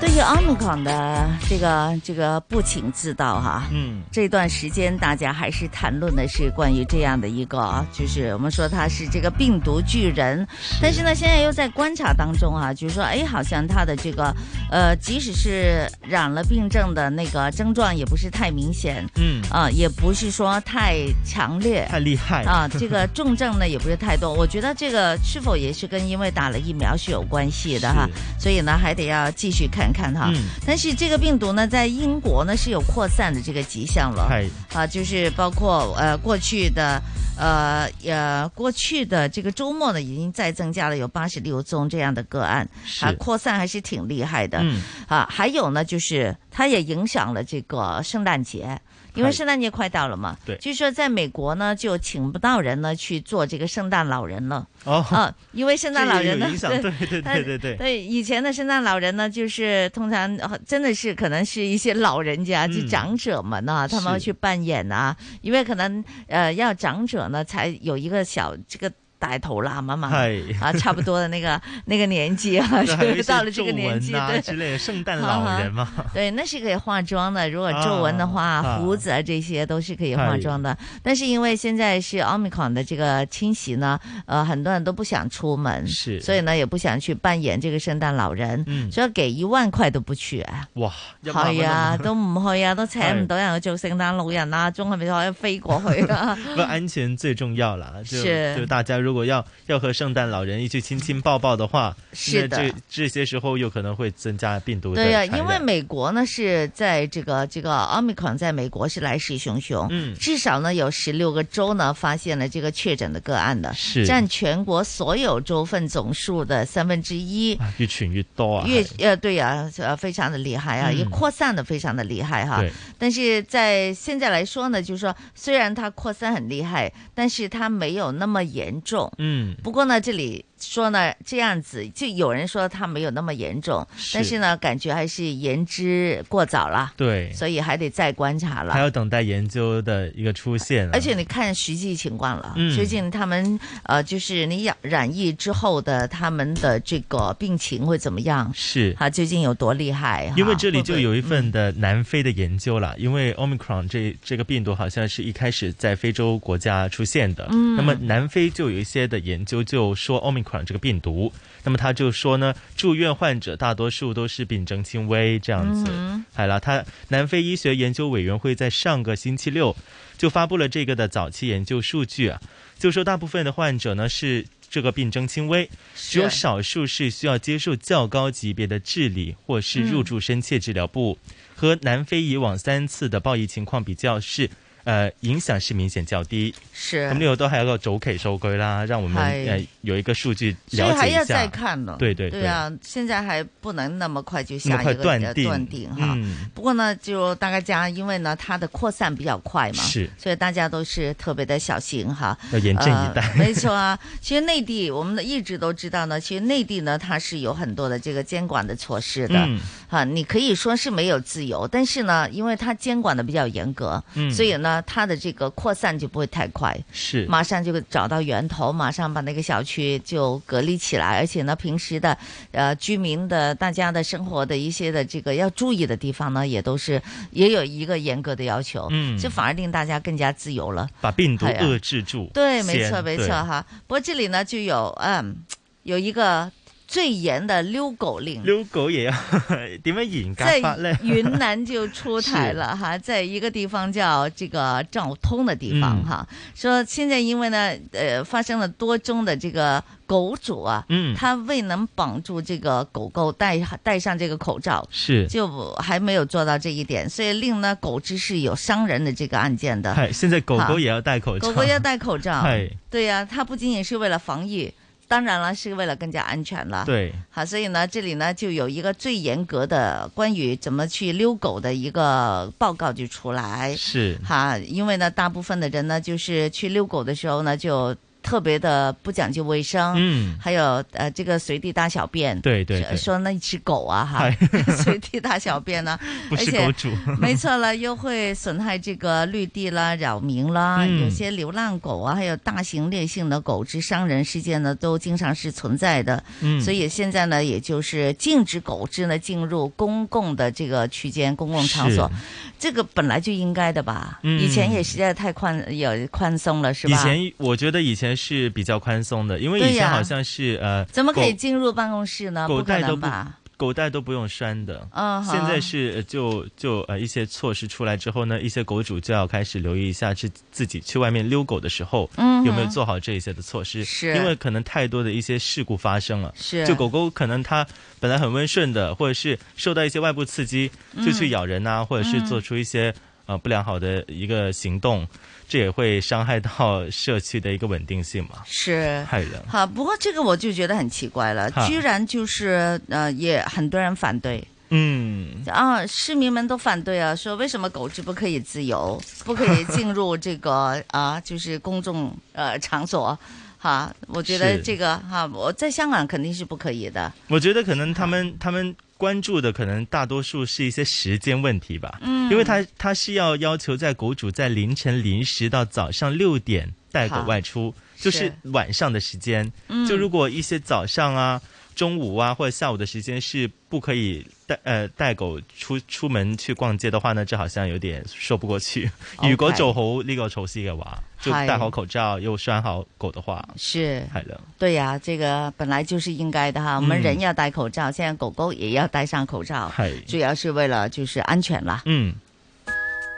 都有 Omicron 的这个这个不请自到哈、嗯，这段时间大家还是谈论的是关于这样的一个啊，就是我们说它是这个病毒巨人，但是呢，现在又在观察当中啊，就是说，哎，好像它的这个呃，即使是染了病症的那个症状也不是太明显，嗯啊，也不是说太强烈，太厉害啊，这个重症呢也不是太多，我觉得这个是否也是跟因为打了疫苗是有关系的哈，所以呢还得要继续看看哈。嗯但是这个病毒呢，在英国呢是有扩散的这个迹象了，係啊，就是包括呃过去的呃呃过去的这个周末呢，已经再增加了有八十六宗这样的个案，是啊，扩散还是挺厉害的，嗯啊，还有呢就是它也影响了这个圣诞节。因为係圣诞节快到了嘛，对据说在美国呢，就请不到人呢去做这个圣诞老人了。哦啊，因为圣诞老人呢这个有，影响对对他对对对对，以前的圣诞老人呢，就是通常呃真的是可能是一些老人家，就长者们呢，他们会是去扮演啊，因为可能呃要长者呢才有一个小这个。大头喇嘛嘛係，啊，差不多的那个那个年纪啊，对 *laughs* 还有一是 *laughs* 些到了这个皱年纹纪，啊对之类的圣诞老人嘛啊 *laughs* 对，那是可以化妆的。如果皱纹的话，啊哎胡子啊这些都是可以化妆的。但是因为现在是 Omicron 的这个侵袭呢，呃，很多人都不想出门，是所以呢也不想去扮演这个圣诞老人，嗯所以给一萬塊都不去啊。哇，一萬蚊係啊，都唔去啊，都請係唔到人去做聖誕老人哎啊，仲係咪可以飛過去 *laughs* 啊？不安全最重要啦，就是就大家如果要要和圣诞老人一起亲亲抱抱的话，是的那这这些时候有可能会增加病毒的对呀、传因为染美国呢是在这个这个 Omicron 在美国是来势汹汹，嗯至少呢有十六个州呢发现了这个确诊的个案的，是占全国所有州份总数的三分之一。越传越多啊，越呃对呀、呃非常的厉害啊，嗯也扩散的非常的厉害哈对。但是在现在来说呢，就是说虽然它扩散很厉害，但是它没有那么严重。嗯不过呢，这里说呢这样子，就有人说它没有那么严重，是但是呢，感觉还是言之过早了。对所以还得再观察了。还要等待研究的一个出现啊、而且你看实际情况了，嗯最近他们呃，就是你染染疫之后的他们的这个病情会怎么样？是啊，究竟有多厉害？因为哈这里就会不会嗯有一份的南非的研究了，因为 Omicron 这这个病毒好像是一开始在非洲国家出现的，嗯那么南非就有一些的研究就说 Omicron 这个病毒，那么他就说呢，住院患者大多数都是病症轻微这样子，嗯系啦，他南非医学研究委员会在上个星期六就发布了这个的早期研究数据啊，就说大部分的患者呢是这个病征轻微，只有少数是需要接受较高级别的治理或是入嗯住深切治疗部。和南非以往三次的暴疫情况比较是。呃，影响是明显较低，是咁呢個都係一個早期數據啦，讓我們係呃有一個數據所以了还解一要下。再看呢。對對对啊，现在还不能那么快就那下么一快个呃断定断定哈。嗯不过呢，就大家因为呢它的扩散比较快嘛，是所以大家都是特别的小心哈。要严阵以待呃没错啊，其实内地我们一直都知道呢，其实内地呢它是有很多的这个监管的措施的。嗯啊，你可以说是没有自由，但是呢，因为它监管的比较严格，嗯所以呢，它的这个扩散就不会太快。是马上就找到源头，马上把那个小区就隔离起来，而且呢，平时的呃居民的大家的生活的一些的这个要注意的地方呢，也都是也有一个严格的要求，嗯这反而令大家更加自由了。把病毒哎呀遏制住。对，没先错，没错对哈。不过这里呢，就有嗯有一个最严的遛狗令。遛狗也要 *laughs* 點樣嚴格在法咧？ *laughs* 云南就出台了哈，在一个地方叫这个昭通的地方嗯哈，说现在因为呢，呃，发生了多宗的这个狗主啊，嗯他未能绑住这个狗狗戴戴上这个口罩，是就还没有做到这一点，所以令呢狗只是有伤人的这个案件的。係現哎在狗狗哈也要戴口罩，，狗狗要戴口罩 *laughs* 係对呀、它不仅仅是为了防疫，当然了，是为了更加安全了。对，好，所以呢，这里呢就有一个最严格的关于怎么去遛狗的一个报告就出来。是哈，因为呢，大部分的人呢，就是去遛狗的时候呢，就特别的不讲究卫生，嗯还有呃这个随地大小便，对对说对，说那只狗啊哈， *laughs* 随地大小便呢 *laughs* 不而是且狗主 *laughs* 没错了，又会损害这个绿地啦、扰民啦，嗯有些流浪狗啊，还有大型烈性的狗只伤人事件呢，都经常是存在的，嗯所以现在呢，也就是禁止狗只呢进入公共的这个区间、公共场所是，这个本来就应该的吧，嗯以前也实在太宽也宽松了，是吧？以前我觉得以前是比较宽松的，因为对以前呀好像是呃，怎么可以狗进入办公室呢？狗啊不可带都能不吧？狗带都不用拴的，嗯好现在是呃就就呃一些措施出来之后呢，一些狗主就要开始留意一下自自己去外面溜狗的时候，嗯哼有没有做好这一些的措施，是因为可能太多的一些事故发生了，是就狗狗可能它本来很温顺的，或者是受到一些外部刺激就去嗯咬人呐、或者是嗯做出一些呃不良好的一个行动，这也会伤害到社区的一个稳定性嘛，是害人，好，不过这个我就觉得很奇怪了哈，居然就是呃，也很多人反对。嗯。啊，市民们都反对啊，说为什么狗只不可以自由，不可以进入这个 *laughs* 啊，就是公众呃场所，哈，我觉得是这个哈，我在香港肯定是不可以的，我觉得可能他们他们关注的可能大多数是一些时间问题吧，嗯因为他他是要要求在狗主在凌晨零时到早上六点带狗好外出，就是晚上的时间，嗯就如果一些早上啊。中午啊，或者下午的时间是不可以带呃带狗出出門去逛街的話呢，就好像有點說不過去。 OK 如果做好呢個措施嘅話，就係戴好口罩又拴好狗的話，是係啦。对呀、这个本来就是应该的哈，我们嗯人要戴口罩，现在狗狗也要戴上口罩是，主要是为了就是安全啦。嗯。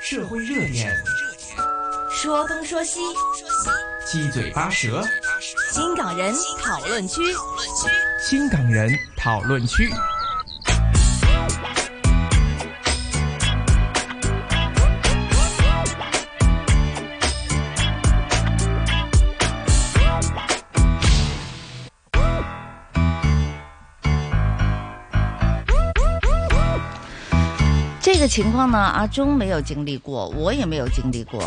社会热点，说东说西，七嘴八舌，新港人讨论区。新港人讨论区。这个情况呢，阿忠没有经历过，我也没有经历过，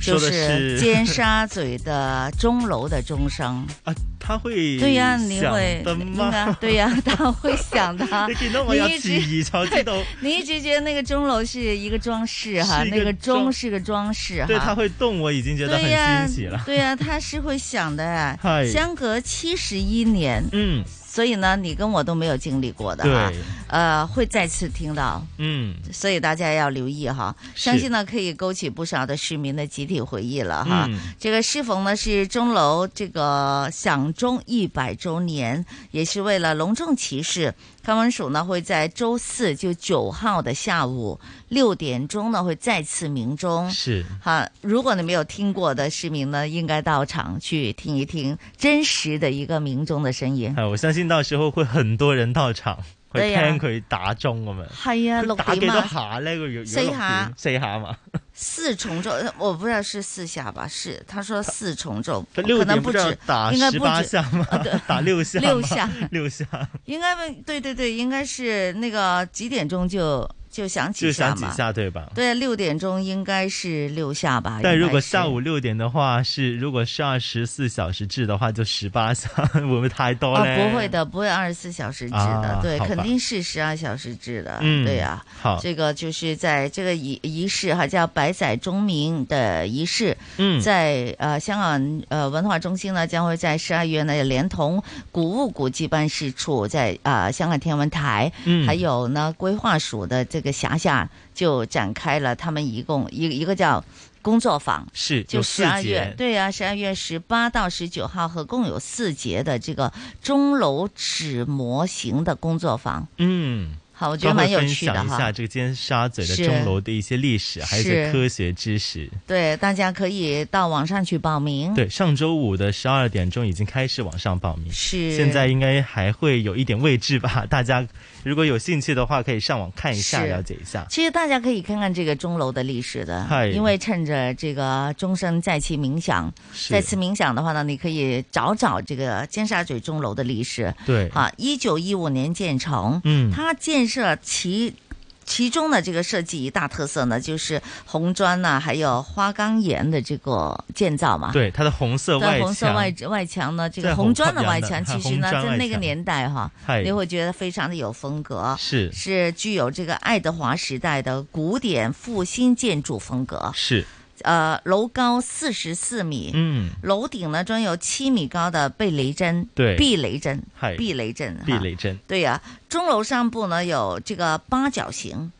就说的是 *laughs* 尖沙咀的钟楼的钟声。啊他会对呀、你会想的应吗该对呀、 *laughs* 他会想的。 *laughs* 你見到我有一直遲疑就知道 *laughs* 你一直觉得那个钟楼是一个装饰哈，是一个那个钟装是个装饰哈。对，它会动，我已经觉得对呀很新奇了。对呀、他是会想的哎嗨。相隔七十一年，嗯，所以呢，你跟我都没有经历过的哈对，呃，会再次听到。嗯，所以大家要留意哈，是相信呢可以勾起不少的市民的集体回忆了哈。嗯这个适逢呢是钟楼这个响钟一百周年，也是为了隆重其事，康文署呢会在周四就九号的下午六点钟呢会再次鸣钟。是哈，如果你没有听过的市民呢，应该到场去听一听真实的一个鸣钟的声音。哎，我相信到时候会很多人到場，去對呀聽佢打鐘咁樣。係啊佢六打幾點多啊下呢？佢如四下，四下嘛。四重奏，呃我不知道是四下吧？是他说四重奏，他 *laughs* 六可能點不止是要，打应该十不八止下嘛啊对， *laughs* 打六下嘛，六下， *laughs* 六下，应该问对对对，应该是那个几点钟就就响就几下想几嘛？下对吧？对，六点钟应该是六下吧？但应该如果是下午六點的話，是如果是二十四小時制的話，就十八下， *laughs* 會唔會太多哦，咧？不会的，不会二十四小时制的，啊对，好吧肯定是十二小时制的，嗯对呀、好这个就是在这个仪仪式哈，叫百载钟鸣的仪式，嗯在呃香港呃文化中心呢，将会在十二月呢，连同古物古迹办事处，在啊、呃香港天文台，嗯还有呢规划署的这个辖下，就展开了他们一共一一个叫。工作坊是就有十四二节月，对啊，十二月十八到十九号，合共有四节的这个钟楼纸模型的工作坊。嗯，好，我觉得蛮有趣的分享一下哈。这个尖沙咀的是钟楼的一些历史，还有一些是科学知识。对，大家可以到网上去报名。对，上周五的十二点钟已经开始往上报名，是现在应该还会有一点位置吧？ *laughs* 大家如果有兴趣的话，可以上网看一下，是了解一下。其实大家可以看看这个钟楼的历史的嗨，因为趁着这个钟声再次鸣响，是再次鸣响的话呢，你可以找找这个尖沙咀钟楼的历史。对啊，一九一五年建成，嗯它建设其。其中呢，这个设计一大特色呢，就是红砖呐、还有花岗岩的这个建造嘛。对，它的红色在外啊红色墙，外外墙呢，这在个红红砖的墙外的墙，哈其实红呢，砖在外那个墙年代哈嗨，你会觉得非常的有风格，是是具有这个爱德华时代的古典复兴建筑风格。是，呃，楼高四十四米，嗯，楼顶呢装有七米高的避雷针，对避雷针嗨，避雷针，哈避雷针，对呀、钟楼上部呢有这个八角形，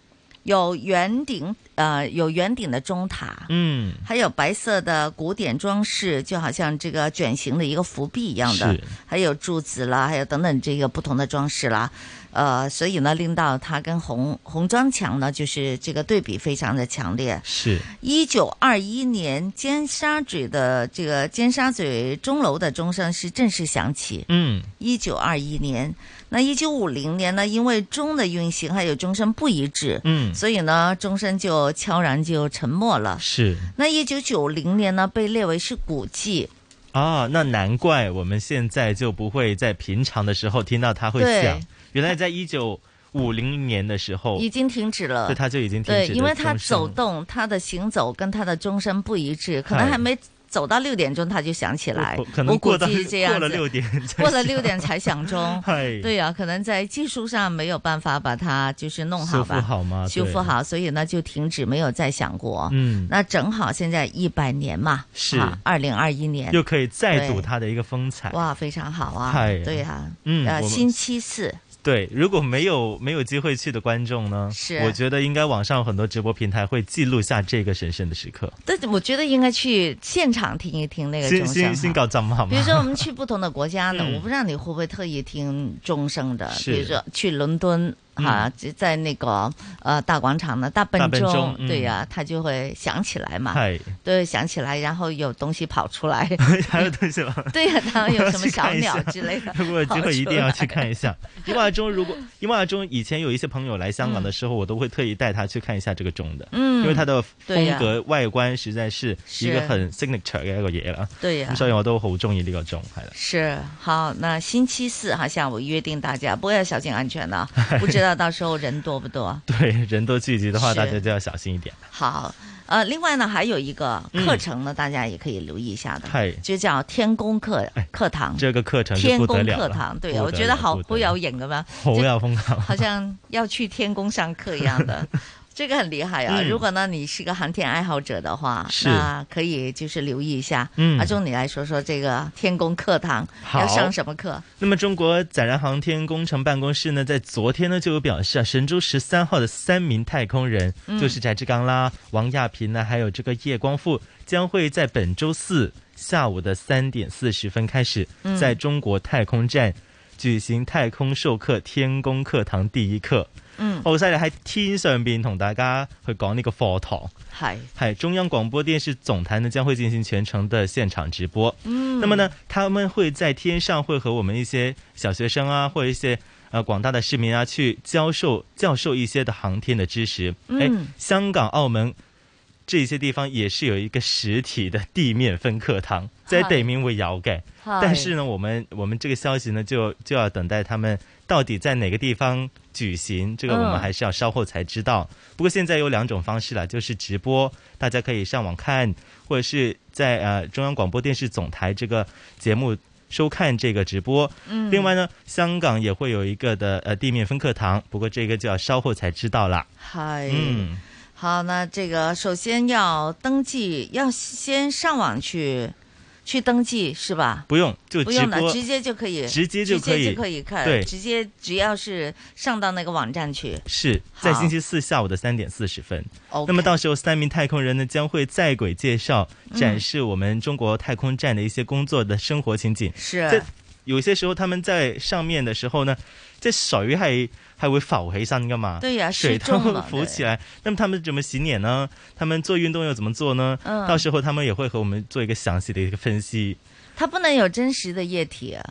有圆顶，呃，有圆顶的钟塔，嗯，还有白色的古典装饰，就好像这个卷形的一个浮壁一样的是，还有柱子啦，还有等等这个不同的装饰啦，呃，所以呢，令到它跟红红砖墙呢，就是这个对比非常的强烈。是一九二一年，尖沙咀的这个尖沙咀钟楼的钟声是正式响起。嗯，一九二一年，那一九五零年呢？因为钟的运行还有钟声不一致，嗯所以呢，钟声就悄然就沉没了。是那一九九零年呢，被列为是古迹，啊，那难怪我们现在就不会在平常的时候听到它会对响。原来在一九五零年的时候，已经停止了。哦对它就已经停对，止因了为它钟声走动，它的行走跟它的钟声不一致，可能嗨还没走到六点钟，它就响起来不。可我能估过到计是这样过了子六点才过了响，六点才响钟 *laughs* 嗨对呀、啊可能在技术上没有办法把它就是弄好吧，修复好吗对修复好，所以呢就停止，没有再响过。嗯那正好现在一百年嘛，是二零二一年，又可以再睹对它的一个风采。哇，非常好啊嗨，对呀、嗯呃我，们星期四对，如果没有没有机会去的观众呢，是我觉得应该网上很多直播平台会记录下这个神圣的时刻。但是我觉得应该去现场听一听那个先钟先声先哈。搞咱们好吗？比如说，我们去不同的国家呢，嗯我不知道你会不会特意听钟声的。是嗯比如说去伦敦哈，就在那个呃大广场的大大笨笨钟钟，嗯对呀，它就会响起来嘛。 *laughs* 嗨，对，响起来，然后有东西跑出 *laughs* 来。还有东西吗？ *laughs* 对呀，当然有什么去小看一下鸟之类的。我跑之后一出定要来去看一下。伊万钟，如果伊万钟以前有一些朋友来香港的时候，我都会特意带他去看一下这个钟的，嗯因为它的对风呀格外觀實在是一是個很 signature 嘅一個嘢啦。對呀咁所以我都好中意呢個鐘係啦。是好，那星期四哈下午约定大家，不过要小心安全 *laughs* 呢、不知道到时候人多不多。对，人多聚集的話，是大家就要小心一点。好，呃，另外呢，还有一个嗯课程呢，大家也可以留意一下的，係就叫天宫课课堂。这个課程就天哎不得宫了课了堂，对不我得觉得了 *laughs* 好不得好有瘾咁样，好有風格。好像要去天宫上课一样 *laughs* 的。这个很厉害啊！嗯如果呢，你是个航天爱好者的话，是那可以就是留意一下。嗯阿忠，你来说说这个天宫课堂好要上什么课？那么，中国载人航天工程办公室呢，在昨天呢就有表示啊，神舟十三号的三名太空人，嗯就是翟志刚啦、王亚平呢，还有这个叶光富，将会在本周四下午的三点四十分开始，嗯在中国太空站举行太空授课天宫课堂第一课。哦嗯好哦犀利喺天上边同大家去講呢個課堂。系系中央广播电视总台呢将会进行全程的现场直播。嗯那么呢，他们会在天上会和我们一些小学生啊，或者一些呃广大的市民啊，去教授教授一些的航天的知识。嗯诶香港、澳门这些地方也是有一个实体的地面分课堂，在嗨地面会有嘅。嗨但是呢，我们我们这个消息呢，就就要等待他们到底在哪个地方举行，这个我们嗯还是要稍后才知道。不过现在有两种方式了，就是直播，大家可以上网看，或者是在呃中央广播电视总台这个节目。收看这个直播，嗯另外呢，香港也会有一个的呃地面分课堂，不过这个就要稍后才知道啦。系。嗯，好，那这个首先要登记，要先上网去去登记是吧？不用就不直用播，了，直接就可以，直接就可直以接就可以看，对直接只要是上到那个网站去，是在好星期四下午的三点四十分。 OK 那么到时候三名太空人呢将会在轨介绍，嗯展示我们中国太空站的一些工作的生活情景。是在有些时候他们在上面的时候呢，即係水係係會浮起身噶嘛？對呀水失它重會了浮起来。那么他们怎么洗脸呢？他们做运动又怎么做呢？嗯到时候他们也会和我们做一个详细的一个分析。它不能有真实的液体啊、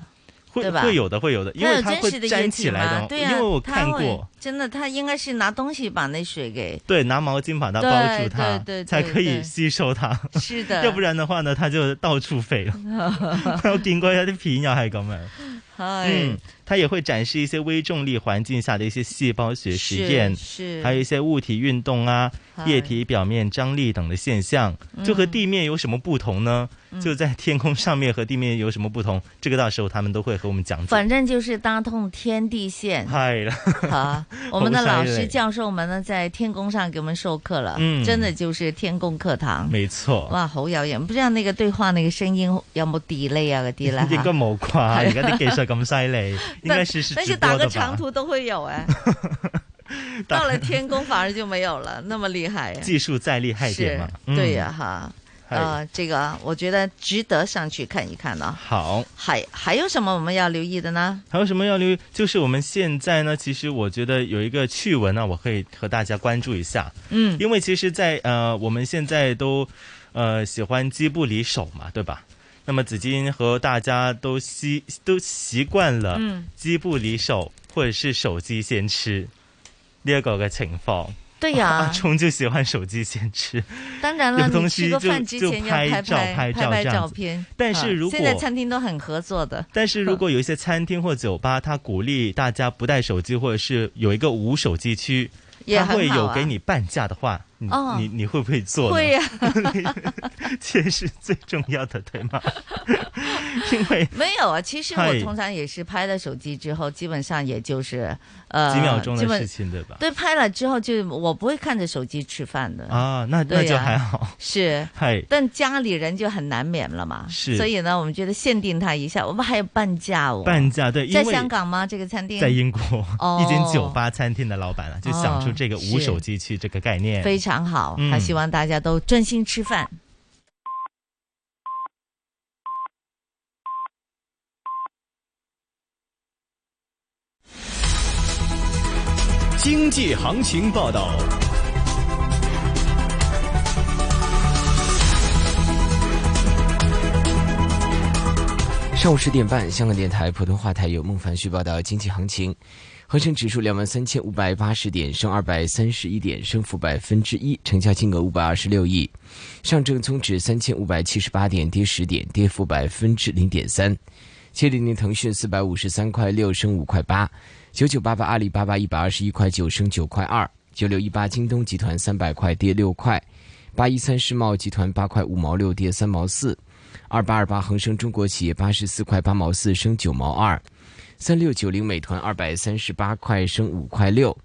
会对吧？会有的，会有的，因为它它有真会实的液粘体起来吗？的，对因呀、为我它看会过，，真的，它应该是拿东西把那水 *laughs* 给对，拿毛巾把它包住它，对对对对才可以对吸收它。是的 *laughs* 要不然的話 *laughs* 呢，它就到處飛啦。我見過有啲片又係咁樣。係嗯，它也会展示一些微重力环境下的一些细胞学实验，是是还有一些物体运动啊、哎液体表面张力等的现象，就和地面有什么不同呢？嗯就在天空上面和地面有什么不同？这个到时候他们都会和我 *laughs* 们讲解。反正就是搭通天地线。系啦， *laughs* 好，我们的老师教授们呢，在天宫上给我们授课了，嗯真的就是天宫课堂。没错，哇，好有型！不知道那個對話那個聲音有冇 delay *laughs* 啊嗰啲咧？應該冇啩？而家啲技術咁犀利，應該 *laughs* 但試試但直是打播個的長吧？途都會有 *laughs* 哎、到了天宫反而就沒有了， *laughs* 那麼厲害。技術再厲害一點嘛是，嗯對呀、哈，呃，這个我覺得值得上去看一看呢、好。还还有什么我们要留意的呢？还有什么要留意？就是我们现在呢，其实我觉得有一个趣闻呢、啊我可以和大家关注一下。嗯因为其实在，呃，我们现在都呃喜欢机不离手嘛，对吧？那么紫金和大家都习都习惯了嗯机不离手，或者是手机先吃呢一个嘅情况。对呀阿聪就喜欢手机先吃。当然了，有你东吃西过就饭之就前要拍拍照拍拍照拍这样照子片。但是啊如现在果餐厅都很合作的，但是如果有一些餐厅或酒吧，它鼓励大家不带手机，或者是有一个无手机区，也它很好啊会有给你半价的话，你、哦你你会不会做呢？会 *laughs* 呀、这是最重要的，对吗？因为 *laughs* 没有啊，其实我嗨通常也是拍了手机之后，基本上也就是 *laughs* 呃几秒钟的基本事情对吧对，拍了之后就我不会看着手机吃饭的啊，那那对就呀还好， *laughs* 是，嗨，但家里人就很难免了嘛。是所以呢，我们觉得限定他一下，我们还有半价哦。半价对，因在为香港吗？这个餐厅在英国、哦一间酒吧餐厅的老板啊，就想出这个无手机区这个概念，非常好，嗯他希望大家都专心吃饭。经济行情报道。上午十点半，香港电台普通话台有孟凡旭报道经济行情。恒生指数两万三千五百八十点，升二百三十一点，升幅百分之一，成交金额五百二十六亿。上证综指三千五百七十八点，跌十点，跌幅百分之零点三。七零零腾讯四百五十三块六升五块八，九九八八阿里巴巴一百二十一块九升九块二，九六一八京东集团三百块跌六块，八一三世贸集团八块五毛六跌三毛四，二八二八恒生中国企业八十四块八毛四升九毛二，三六九零美团二百三十八块升五块六。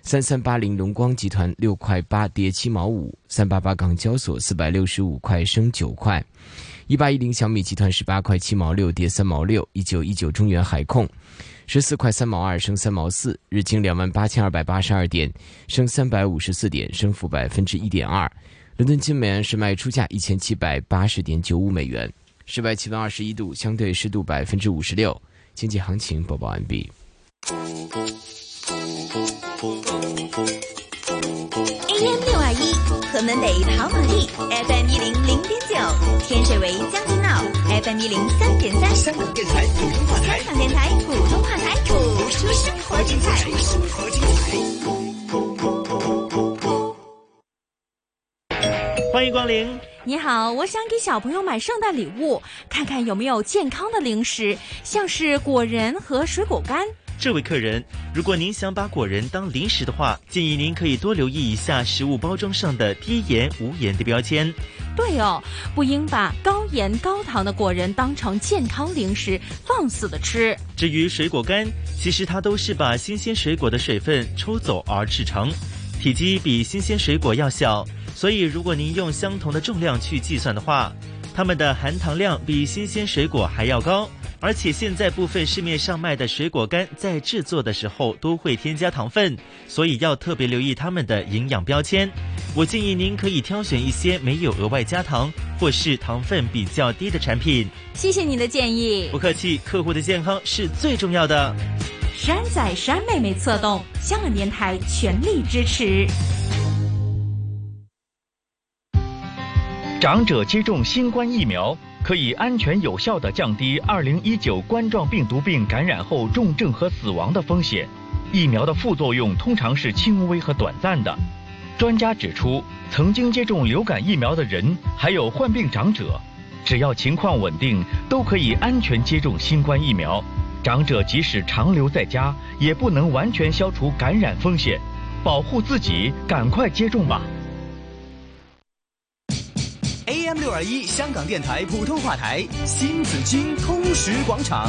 三三八零龙光集团六块八跌七毛五，三八八港交所四百六十五块升九块，一八一零小米集团十八块七毛六跌三毛六，一九一九中原海控十四块三毛二升三毛四，日经两万八千二百八十二点升三百五十四点，升幅百分之一点二。伦敦金美元是卖出价一千七百八十点九五美元，室外气温二十一度，相对湿度百分之五十六。经济行情播报完毕。 AM 六二一，河门北跑马地，FM 一零零点九，天水围将军澳，FM 一零三点三。香港电台普通话台，香港电台普通话台，谱出生活精彩。生活精彩。欢迎光临。你好，我想给小朋友买圣诞礼物，看看有没有健康的零食，像是果仁和水果干。这位客人，如果您想把果仁当零食的话，建议您可以多留意一下食物包装上的低盐、无盐的标签。对哦，不应把高盐高糖的果仁当成健康零食放肆的吃。至于水果干，其实它都是把新鲜水果的水分抽走而制成，体积比新鲜水果要小，所以如果您用相同的重量去计算的话，它们的含糖量比新鲜水果还要高。而且现在部分市面上卖的水果干在制作的时候都会添加糖分，所以要特别留意它们的营养标签。我建议您可以挑选一些没有额外加糖或是糖分比较低的产品。谢谢你的建议。不客气，客户的健康是最重要的。石安仔、石安妹妹策动，香港电台全力支持。长者接种新冠疫苗可以安全有效地降低2019冠状病毒病感染后重症和死亡的风险。疫苗的副作用通常是轻微和短暂的。专家指出，曾经接种流感疫苗的人，还有患病长者，只要情况稳定，都可以安全接种新冠疫苗。长者即使长留在家，也不能完全消除感染风险。保护自己，赶快接种吧。 AM 六二一香港电台普通话台新紫金通识广场。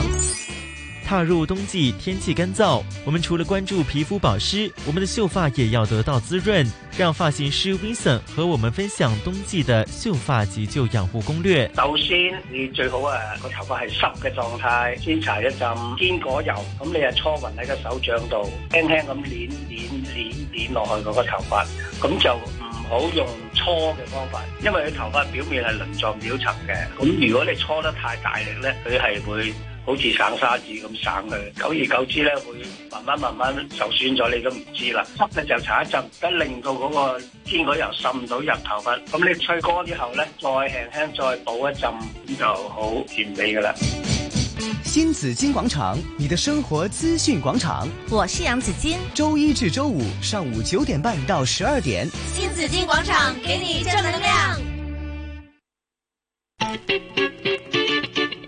踏入冬季，天气干燥，我们除了关注皮肤保湿，我们的秀发也要得到滋润。让发型师 Vincent 和我们分享冬季的秀发急救养护攻略。首先你最好啊個頭髮係濕嘅狀態，先搽一陣堅果油，咁你啊搓勻喺個手掌度，輕輕咁捻捻捻捻落去嗰個頭髮，咁就唔好用搓嘅方法，因為佢頭髮表面係鱗狀表層嘅，咁如果你搓得太大力咧，佢係會。好似省沙子咁省佢，久而久之咧會慢慢慢慢受損咗，你都唔知啦。濕嘅就搽一陣，得令到嗰個天嗰油滲到入頭髮，咁你吹乾之後咧，再輕輕再補一陣，咁就好甜美噶啦。新紫金广场，你的生活资讯广场。我是杨子金。周一至周五上午九点半到十二点，新紫金广场给你正能量。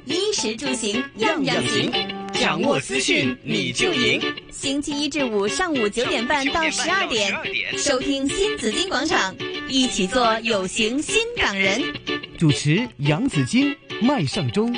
衣食住行样样行，掌握资讯你就赢。星期一至五上午九点半到十二点，收听新紫金广场，一起做有型新港人。主持杨紫金、麦尚中。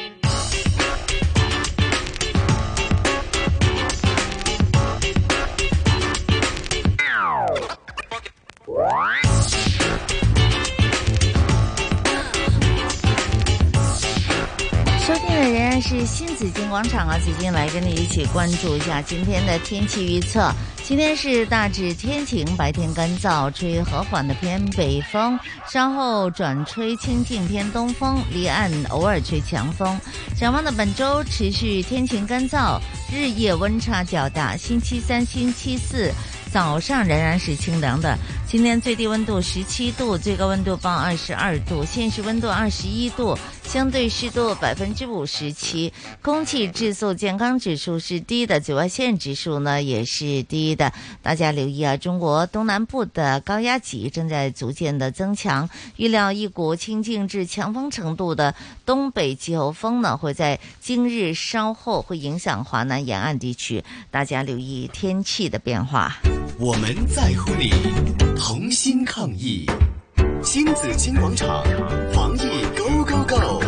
收听的仍然是新紫金广场啊，紫金来跟你一起关注一下今天的天气预测。今天是大致天晴，白天干燥，吹和缓的偏北风，稍后转吹清劲偏东风，离岸偶尔吹强风。展望的本周持续天晴干燥，日夜温差较大。星期三、星期四早上仍然是清凉的。今天最低温度十七度，最高温度报二十二度，现实温度二十一度，相对湿度百分之五十七，空气质素健康指数是低的，紫外线指数呢也是低的。大家留意啊，中国东南部的高压脊正在逐渐的增强，预料一股清劲至强风程度的东北季候风呢会在今日稍后会影响华南沿岸地区，大家留意天气的变化。我们在乎你，同心抗疫。新紫金广场，防疫 Go Go Go！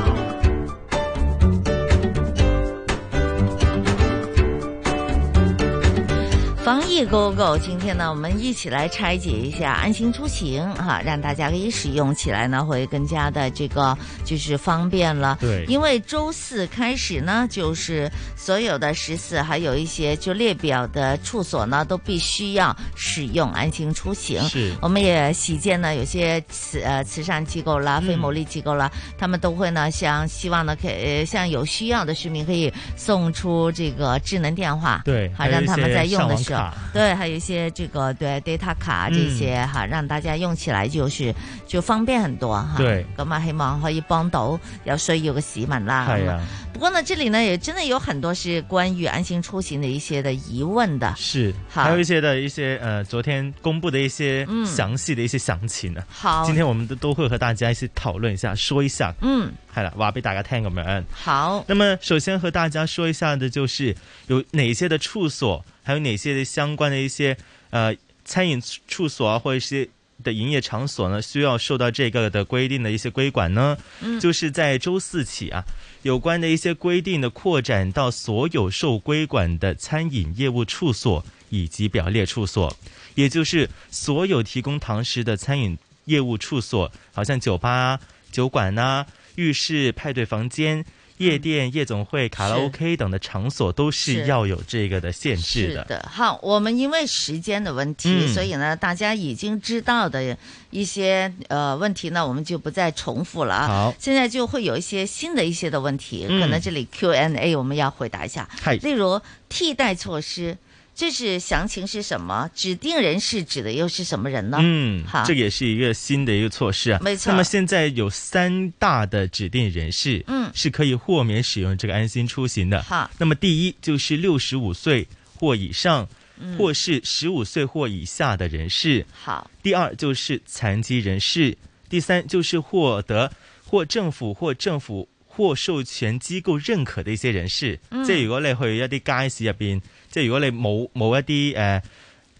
防疫 Go Go，今天呢，我们一起来拆解一下安心出行哈、让大家可以使用起来呢，会更加的这个就是方便了。对因为周四开始呢，就是所有的十四还有一些就列表的处所呢，都必须要使用安心出行。是我们也喜见呢，有些慈呃慈善机构嗯啦、非牟利机构啦，他们都会呢，像希望呢，可以呃向有需要的市民可以送出这个智能电话，对好还有让一他们些在用上的网时候卡，对，还有一些这个对 data 卡这些嗯哈，让大家用起来就是就方便很多哈。對咁啊，希望可以幫到有需要嘅市民啦。係咁啊不過呢，這裡呢也真的有很多是關于安心出行的一些的疑問的。是，好还有一些的一些呃，昨天公布的一些嗯详细的一些详情嗯呢、好今天我们都都会和大家一起讨论一下，说一下，嗯，系啦，话俾大家听咁样。好，那么首先和大家说一下的就是有哪些的处所，还有哪些的相关的一些呃餐饮处所啊，或者是。的营业场所呢，需要受到这个的规定的一些规管呢，嗯就是在周四起啊，有关的一些规定的扩展到所有受规管的餐饮业务处所以及表列处所，也就是所有提供堂食的餐饮业务处所，好像酒吧、啊、酒馆呐、浴室、派对房间、夜店、夜总会、卡拉是 OK 等的场所，都是是要有这个的限制是的，好，我们因为时间的问题，嗯所以呢，大家已经知道的一些呃问题呢，我们就不再重复了啊。好现在就会有一些新的一些的问题，嗯可能这里 Q&A 我们要回答一下嗨，例如替代措施。这是详情是什么？指定人士指的又是什么人呢？嗯好，，这也是一个新的一个措施啊。没错那么现在有三大的指定人士，嗯是可以豁免使用这个安心出行的。好那么第一就是六十五岁或以上，嗯或是十五岁或以下的人士。好，第二就是残疾人士，第三就是获得或政府或政府。獲授權機構認可的一些人士，嗯即係如果你去一啲街市入邊，即係如果你冇冇一啲誒、呃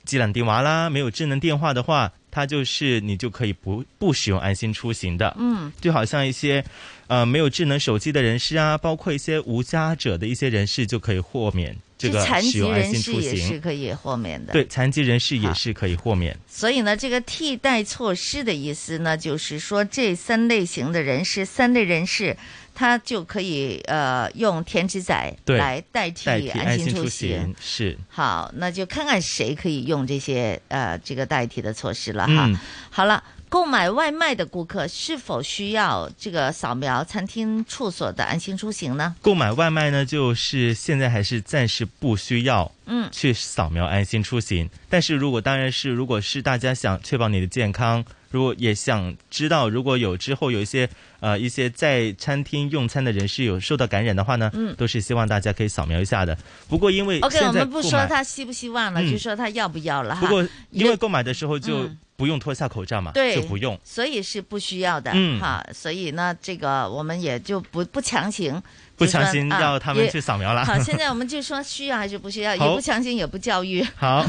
智能電話啦，沒有智能電話的話，它就是你就可以不不使用安心出行的。嗯就好像一些呃沒有智能手機的人士啊，包括一些无家者的一些人士就可以豁免这是个残使疾用安人心士出也是行。可以豁免的。对，残疾人士也是可以豁免。所以呢，这个替代措施的意思呢，就是说这三类型的人士，三类人士他就可以呃用填纸仔对，来代替安心心出行。是。好，那就看看谁可以用这些呃这个代替的措施了哈。嗯好了，购买外卖的顾客是否需要这个扫描餐厅处所的安心出行呢？购买外卖呢，就是现在还是暂时不需要，嗯去扫描安心出行。但是如果当然是，如果是大家想确保你的健康，如果也想知道，如果有之后有一些呃一些在餐厅用餐的人士有受到感染的话呢，嗯都是希望大家可以扫描一下的。不过因为 OK，我现在们不购说买他希不希望了，嗯就说他要不要了哈。不过因为购买的时候就嗯不用脱下口罩嘛，对，就不 *laughs* 用。所以是不需要的，嗯哈，所以呢，这个我们也就不不强行，不就说强行啊要他们也去扫描了好，现在我们就说需要还是不需要，也 *laughs* 好不强行，也不教 *laughs* 育。好，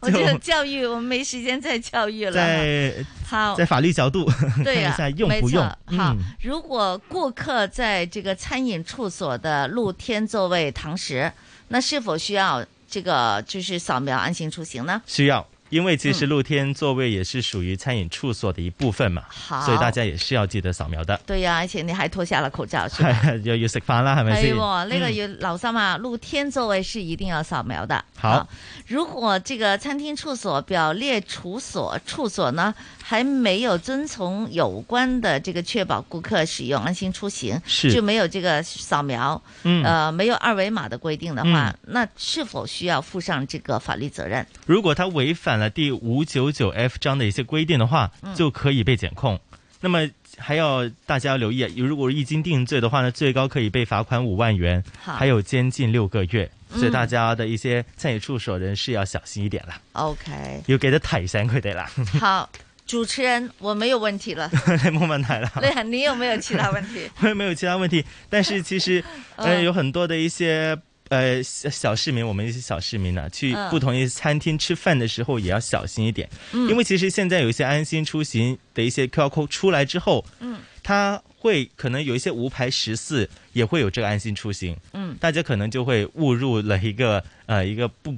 我觉得教育我们没时间再教 *laughs* 育了哈。在好在法律角度 *laughs* 看对一呀、下用没不用错。好嗯，如果顾客在这个餐饮处所的露天座位堂食，那是否需要这个就是扫描安心出行呢？需要，因为其嗯实露天座位也是属于餐饮处所的一部分嘛，好所以大家也是要记得扫描的。对呀、而且你还脱下了口罩，是吧？ *laughs* 哎係又要食飯啦，係咪系先？喎，呢個嗯要留心啊！露天座位是一定要掃描的。好，如果这个餐厅处所表列处所处所呢，还没有遵从有关的这个确保顾客使用安心出行，是就没有这个扫描，嗯呃，没有二维码的规定的话，嗯那是否需要负上这个法律责任？如果他违反了第五九九 F 章的一些规定的话，嗯就可以被检控。那么还要大家要留意，如果一经定罪的话呢，最高可以被罚款五万元，好还有监禁六个月。嗯所以大家的一些餐饮处所人士要小心一点啦， OK，要記得提醒佢哋啦。 *laughs* 好，主持人，我没有问题了。你冇問題啦。那你有没有其他问 *laughs* 题？我也没有其他问题。*laughs* 但是其实，呃，嗯有很多的一些呃小小市民，我们一些小市民呢、啊去嗯不同一些餐厅吃饭的时候也要小心一点，嗯因为其实现在有一些安心出行的一些 QR code 出来之后，嗯它会可能有一些无牌十四也会有这个安心出行，嗯大家可能就会误入了一个呃一个不。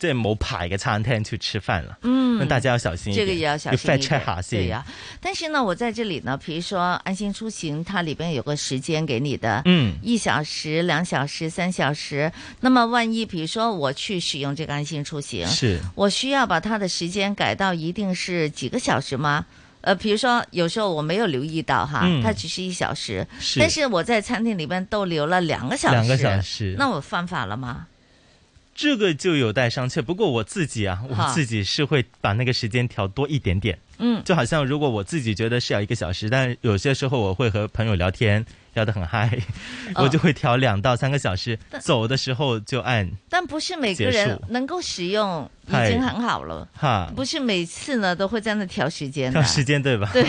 即系冇牌嘅餐廳去吃飯啦，嗯那大家要小心一这點，个也要小心要一 fact 点 check 下先，对呀、但是呢，我在这里呢，比如说安心出行，它里边有个时间给你的，嗯一小时、两小时、三小时。那么万一比如说我去使用这个安心出行，是我需要把它的时间改到一定是几个小时吗？呃，比如说有时候我没有留意到哈，嗯它只是一小时，是但是我在餐厅里边逗留了两个小时，两个小时那我犯法了吗？这个就有待商榷。不过我自己啊，哈我自己是会把那个时间调多一点点。嗯就好像如果我自己觉得是要一个小时，但有些时候我会和朋友聊天，聊得很嗨，哦我就会调两到三个小时但。走的时候就按但不是每个结人束能够使用，已嗨经很好了。哈不是每次呢都会在那调时间的调。时间，对吧？对、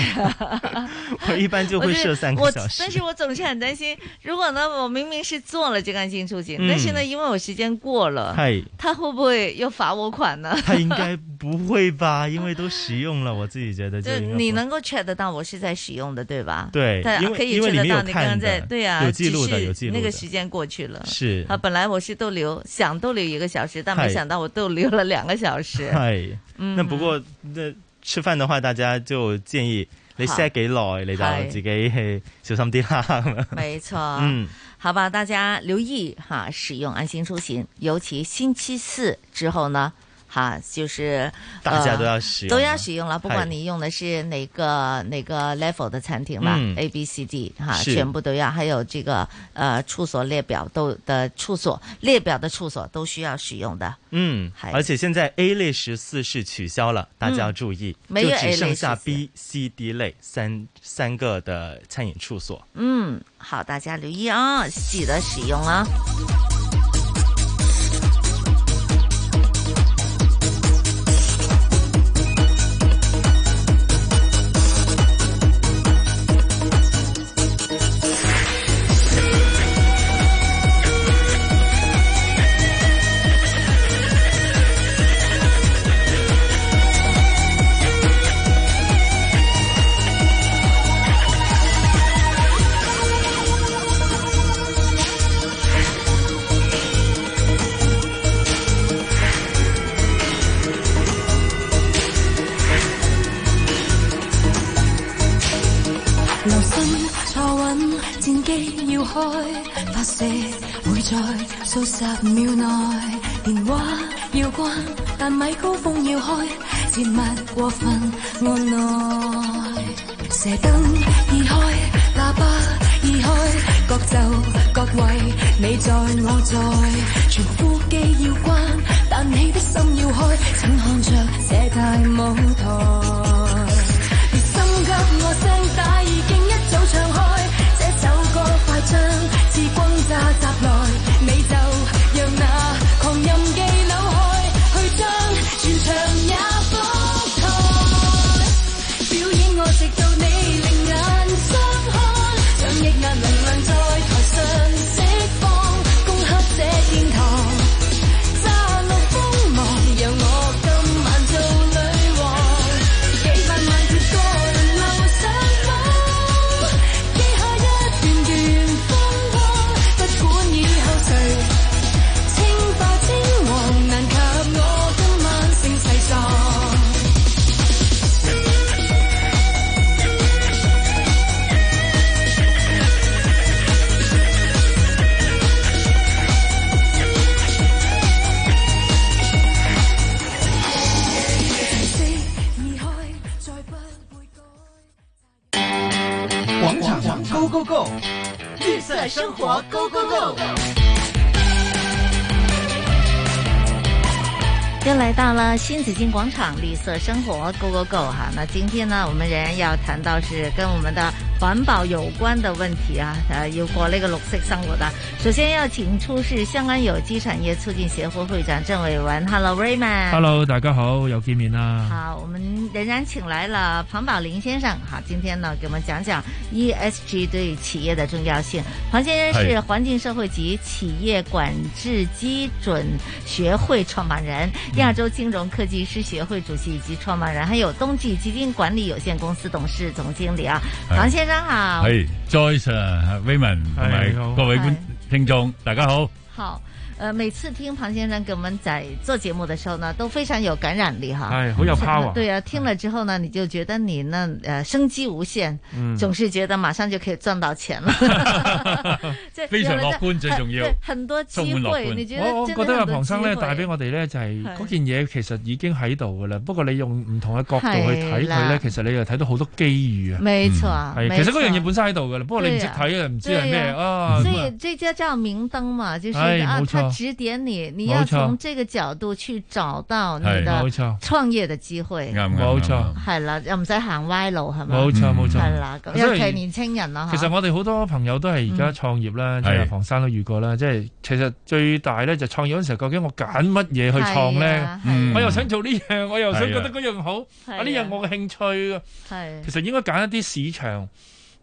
我一般就我会是设三个我小时但。是我总是很担心，如果呢我明明是做了这个安心出行，嗯但是呢因为我时间过了，嗨他会不会又罚我款呢？ *laughs* 他 *laughs* 应该不会吧？因为都使用了，我自己觉得就就应该你不能够 check 得到我是在使用的，对吧？对他因为可以因为 check 你得没有到你刚刚看在的对呀、有记录的只是有记录那个的时间过去了，是啊，本来我是逗留，想逗留一个小时，但没嗨想到我逗留了两个小时。系，嗯那不過那吃飯的話，大家就建議你好 set 幾耐，你係就自己係小心啲 *laughs* 啦。咁樣没错，嗯，好吧，大家留意哈，使用安心出行，尤其星期四之后呢，哈，就是大家呃都要使用都了要使用了，不管你用的是哪个哪个 level 的餐厅啦、嗯 a B、C、D 哈，是全部都要，还有这个呃处所列表都的处所列表的处所都需要使用的。嗯，而且現在 A 類十四是取消了，大家要注意，沒嗯有就 A 類只剩下14 B、C、D 類三三個的餐飲處所。嗯，好，大家留意啊、记得使用啊。戰機要開，發射會在數十秒內。電話要關，但米高峰要開，切勿過分按耐。射燈已開，喇叭已開，各就各位，你在我在。傳呼機要關，但你的心要開，請看着這大舞台。別心急，我聲帶已經一早唱開，這首歌快將至轟炸襲來，你就讓那狂任記扭開，去將全場也覆蓋。表演我直到你另眼相看，將抑壓能量在台上釋放，攻克這天堂。揸路鋒芒，讓我今晚做女王。幾百萬條個人路上方，記下一段段風光。不管以後誰稱霸稱王，難及我今晚盛世壯。广场 Go Go Go，绿色生活 Go Go Go。又来到了新紫金广场绿色生活 Go Go Go 哈，那今天呢，我们仍然要谈到是跟我们的环保有关的问题啊，呃，要过那个绿色生活的。首先要请出是香港有机产业促进协会会长郑伟文，Hello Raymond。 Hello，大家好，又见面啦。好，我们仍然请来了庞宝林先生，好，今天呢给我们讲讲 ESG 对企业的重要性。庞先生是是环境社会及企业管制基准学会创办人，亚洲金融科技师学会主席以及创办人，还有冬季基金管理有限公司董事总经理啊。是庞先生好，系 Joyce 啊 Raymond 同埋你好各位观係听众，大家好。好，呃，每次听庞先生给我们在做节目的时候呢，都非常有感染力哈，哎好有 power 对啊，听了之后呢，你就觉得你呢，呃，生机无限，嗯总是觉得马上就可以赚到钱 *laughs* 了， *laughs* 即係非常樂觀有了最重要對很多机充滿樂会，觀你觉得我我真覺的得阿很多龐機生咧帶會。俾我哋咧就係係嗰件嘢其實已經喺度噶啦，不過你用唔同嘅角度去睇係佢啦咧，其實你又睇到好多機遇啊。沒錯啊嗯係沒其實嗰樣錯嘢本身喺度噶啦，不過你唔識睇啊，唔知係咩對呀啊。所咁啊以这叫叫明灯嘛，就是哎啊冇，他錯指點你，你冇要錯从这个角度去找到你係的冇錯創業嘅機會。啱啱冇錯啱係啦，又唔使行歪路係咪？冇錯冇錯係啦，咁所以尤其係年青人啦。其實我哋好多朋友都係而嗯家創業啦，即係阿係龐生都遇過啦。即係其實最大咧就創業嗰陣時候，究竟我揀乜嘢去創嗯係咧啊係啊？我又想做呢樣，我又想係覺啊得嗰樣好，係啊呢樣我嘅興趣啊。係其實應該揀一啲市場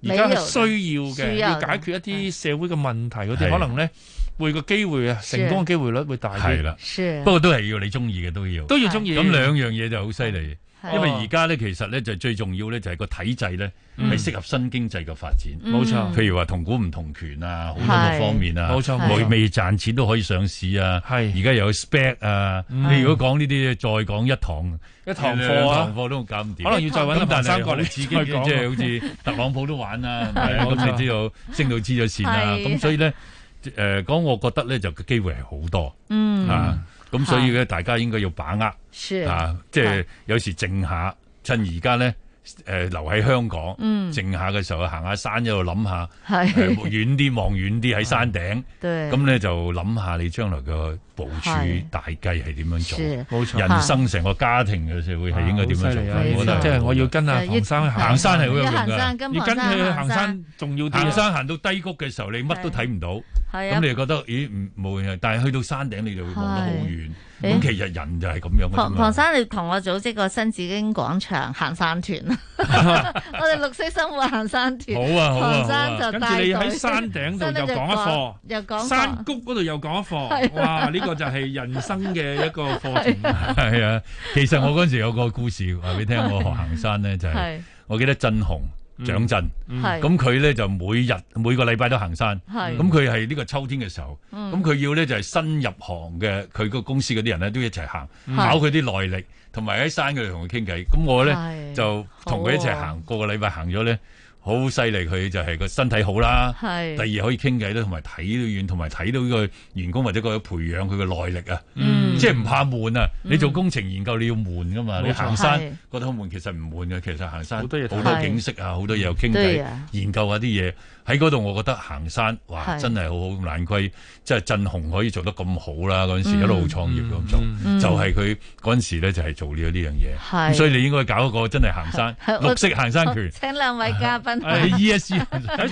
你而家係有需要需嘅，要要嘅解決一啲社會嘅問題嗰啲，係可能咧會個機會啊，是成功嘅機會率會大啲。係啦是不過都係要你中意嘅都要，都要鍾意咁兩樣嘢就好犀利，係因為而家咧其實咧就最重要咧就係個體制咧嗯係適合新經濟嘅發展，嗯冇錯譬如話同股唔同權啊，好多係個方面啊，冇錯未冇錯未賺錢都可以上市啊，而家又有 spec 啊，嗯你如果講呢啲再講一堂一堂課啊兩堂課都搞唔掂，可能要再搵咁但阿彭生係過好嚟刺激嘅，再講即係好似特朗普都玩 *laughs* 啊，係咪係冇咁錯你知道升到黐咗線啦，係咁所以咧。誒講，我覺得咧就個機會係好多，嗯啊，咁所以咧大家應該要把是握，啊，即係有時靜下，趁而家咧誒留喺香港，嗯靜下嘅時候行下山，一路諗下，哎係 *laughs* 誒哎遠啲望遠啲喺山頂，對咁咧就諗下你將來嘅部署係大計係點樣做是，冇錯人生成個家庭嘅社會係應該點樣做，啊好犀利啊我覺得即係我要跟阿呃要行龐生去行山係好有要用行山㗎跟，要龐生去行山重要啲啊行山行到低谷嘅時候，你乜都睇唔到，係啊咁你就覺得咦唔冇嘢，但係去到山頂你就會望得好遠。係咁其實人就係咁啊樣嘅啫龐嘛龐生，你同我組織個新紫荊廣場行山 *laughs* 團，我哋綠色生活行山團。好啊好龐啊好啊生就跟帶住你隊喺山頂 *laughs* 度山頂又就講一課又講課山谷嗰度又講 *laughs* 一係課，啊哇！呢個就係人生嘅一個課程。 *laughs* 係啊，其實我嗰陣時有個故事話俾你聽，我學行山咧就係係，我記得振雄蔣振，嗯咁係佢咧就每日每個禮拜都行山，係咁佢係呢個秋天嘅時候，嗯咁佢要咧就係新入行嘅佢個公司嗰啲人咧都一齊行，嗯考佢啲耐力，同埋喺山嗰度同佢傾偈。咁我咧係就同佢一齊好啊行，個個禮拜行咗咧。好犀利，佢就係個身體好啦。係第二可以傾偈啦，同埋睇到遠，同埋睇到呢個員工或者佢培養佢嘅耐力啊。嗯即係唔怕悶啊！嗯你做工程研究你要悶噶嘛？冇錯你行山係覺得好悶，其實唔悶嘅。其實行山好多嘢睇多景色啊，好多嘢又傾對偈啊，研究下啲嘢。喺嗰度我覺得行山哇，係真係好好蘭規，即係振雄可以做得咁好啦。嗰陣時嗯一路創業咁嗯做，就係佢嗰陣時咧就係做呢呢樣嘢。係咁所以你應該搞一個真係行山綠色行山拳。请两位嘉 E 宾。哎 *laughs* *laughs* ESG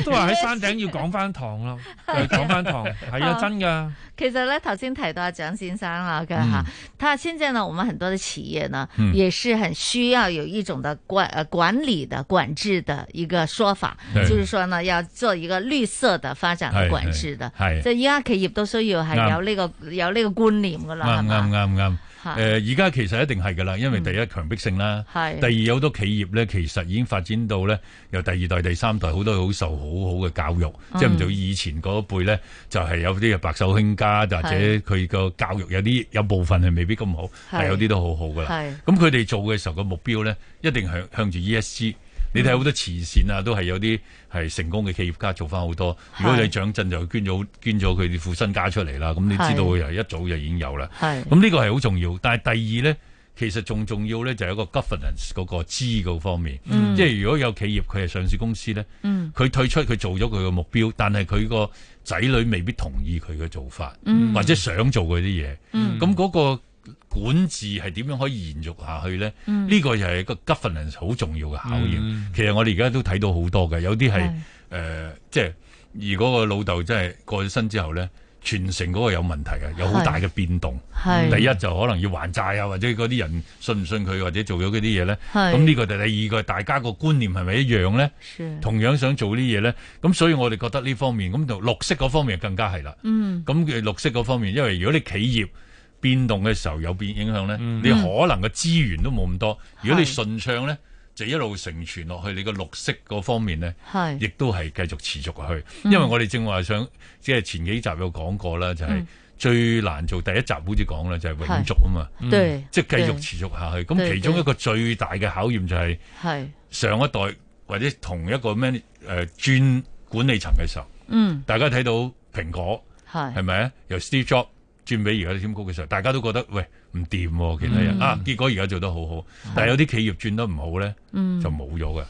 都話喺山頂要講翻堂咯，係啊講翻堂係啊，真㗎。其實咧，頭先提到蔣先生啦，跟嗯哈，他現在呢，我們很多的企業呢，嗯也是很需要有一種的管呃管理的管制的一個說法，對就是說呢，要做一個綠色的發展的管制的係係，係即係依家企業都需要係有呢、個有呢個觀念噶啦，係啱嘛？啱啱啱。嚇嗯誒而家其實一定係㗎啦，因為第一強迫性啦，係第二有好多企業咧，其實已經發展到咧，由第二代、第三代好多好受好好嘅教育，嗯即係唔到以前嗰一輩咧，就係有啲係白手興家，或者係佢個教育有啲有部分係未必咁好，但係有啲都好好㗎啦係。咁佢哋做嘅時候個目標咧，一定向向住 ESG。你睇好多慈善啊，都係有啲係成功嘅企業家做翻好多。如果係你獎振就捐咗捐咗佢哋副身家出嚟啦，咁你知道係佢由一早就已經有啦。係咁呢個係好重要，但係第二呢，其實仲重要呢，就係一個 governance 嗰個知嗰方面，嗯即係如果有企業佢係上市公司呢，嗯佢退出佢做咗佢嘅目標，但係佢個仔女未必同意佢嘅做法，嗯或者想做佢啲嘢，嗯咁嗰、個管治係點樣可以延續下去呢？嗯呢、個又係一個 governance 好重要嘅考驗。嗯其實我哋而家都睇到好多嘅，有啲係係誒，即係如果個老豆真係過咗身之後呢，傳承嗰個有問題嘅，有好大嘅變動。係第一就可能要還債啊，或者嗰啲人信唔信佢，或者做咗嗰啲嘢咧。係咁呢個就第二個，大家個觀念係咪一樣咧是？同樣想做呢啲嘢咧，咁所以我哋覺得呢方面，咁就綠色嗰方面更加係啦。嗯咁嘅綠色嗰方面，因為如果你企業變動嘅時候有變影響咧，你可能個資源都冇咁多。如果你係順暢咧，就一路承傳落去，你個綠色嗰方面咧係，亦都係繼續持續落去。嗯因為我哋正話想，即係前幾集有講過啦，就係嗯最難做第一集好似講啦，就係永係續啊嘛，嗯對即係繼對續持續下對去。咁其中一個最大嘅考驗就係係上一代或者同一個咩誒轉管理層嘅時候，嗯大家睇到蘋果。係係咪啊？由 Steve Jobs 轉俾而家 Tim Cook 嘅時候，大家都覺得喂唔掂喎，其他人、嗯啊，結果而家做得好好，但係有啲企業轉得唔好咧，嗯就冇咗嘅。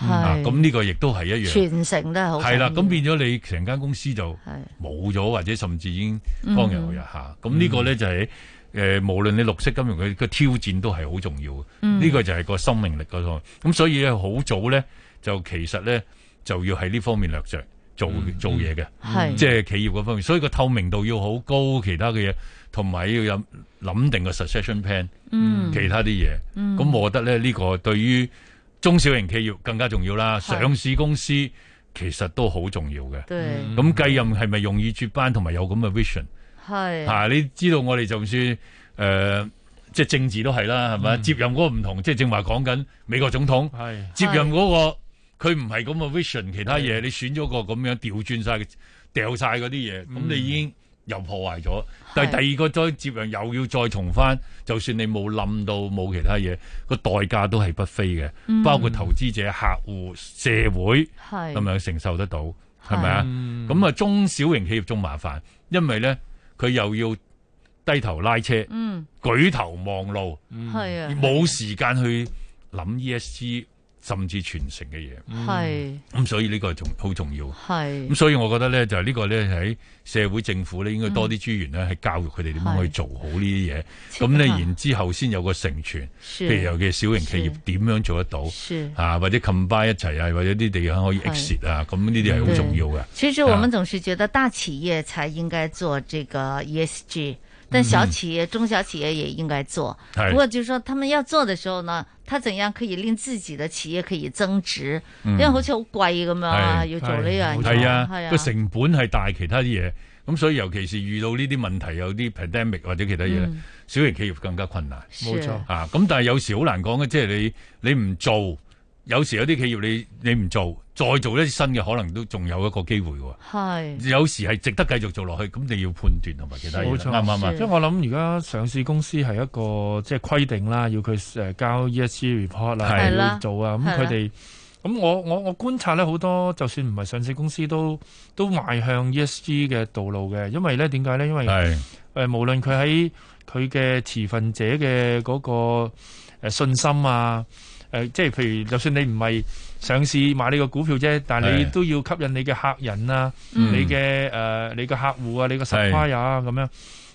係啊咁呢個亦都係一樣。傳承都係好係啦，緊咁變咗你成間公司就冇咗，或者甚至已經嗯光油日下。咁呢個咧就係誒，無論你綠色金融佢個挑戰都係好重要嘅。嗯呢個就係個生命力嗰度。咁所以咧，好早咧就其實咧就要喺呢方面略著做做嘢嗯係嘅，即係企業嗰方面。所以個透明度要好高，其他嘅嘢同埋要有諗定個 succession plan，嗯其他啲嘢。嗯咁我覺得咧呢個對於中小型企業更加重要啦，係上市公司其實都好重要嘅。對咁繼任係咪容易接班，同埋有咁嘅 vision 係嚇、啊你知道我哋就算誒、呃即係政治都係啦，係咪、接任嗰個唔同，即係正話講緊美國總統係接任嗰、個，佢唔係咁嘅 vision，其他嘢你選咗個咁樣調轉晒，掉晒嗰啲嘢，咁、你已經又破壞咗。但係第二個再接任又要再重翻，就算你冇冧到冇其他嘢，個代價都係不菲嘅，嗯包括投資者、客戶、社會係咁樣承受得到，係咪啊？嗯咁啊，中小型企業仲麻煩，因為咧佢又要低頭拉車，嗯舉頭望路，係啊冇時間去諗 ESG 甚至傳承嘅嘢，嗯係咁所以呢個仲好重要。係咁所以我覺得咧，就係呢個咧喺社會政府咧，應該多啲資嗯源咧，係教育佢哋點樣去做好呢啲嘢。咁咧，啊然之後先有個成傳，是譬如尤其小型企業是點樣做得到是啊，或者 combine 一齊啊，或者啲地方可以係嗯 exit 啊，咁呢啲係好對重要嘅。其实我啊们总是觉得大企业才应该做这个 ESG，但小企业、中小企业也应该做。是哎不过就是说他们要做的时候呢，他怎样可以令自己的企业可以增值？嗯因哎为好似好贵咁樣啊，要做呢樣嘢，係係啊，啊個成本係大其他啲嘢，咁所以尤其是遇到呢啲問題，有啲 pandemic 或者其他嘢咧嗯，小型企業更加困難。是冇錯啊，咁但係有時好難講嘅，即係你你唔做，有時有啲企業你你唔做，再做一啲新嘅，可能都仲有一個機會喎。係有時係值得繼續做落去，咁你要判斷同埋其他嘢，冇錯，啱唔啱啊？即係我諗而家上市公司係一個即係規定啦，要佢誒交 ESG E report 啦，係啦要做啊。係咁啦佢哋咁我我我觀察咧好多，就算唔係上市公司都都邁向 ESG 嘅道路嘅，因為咧點解咧？因為誒、呃、無論佢喺佢嘅持份者嘅嗰、個、呃、信心啊，誒、即係譬如就算你唔係上市買呢個股票啫，但係你係都要吸引你嘅客人啊，嗯你嘅誒、呃你嘅客戶啊，你嘅 supplier 啊咁樣。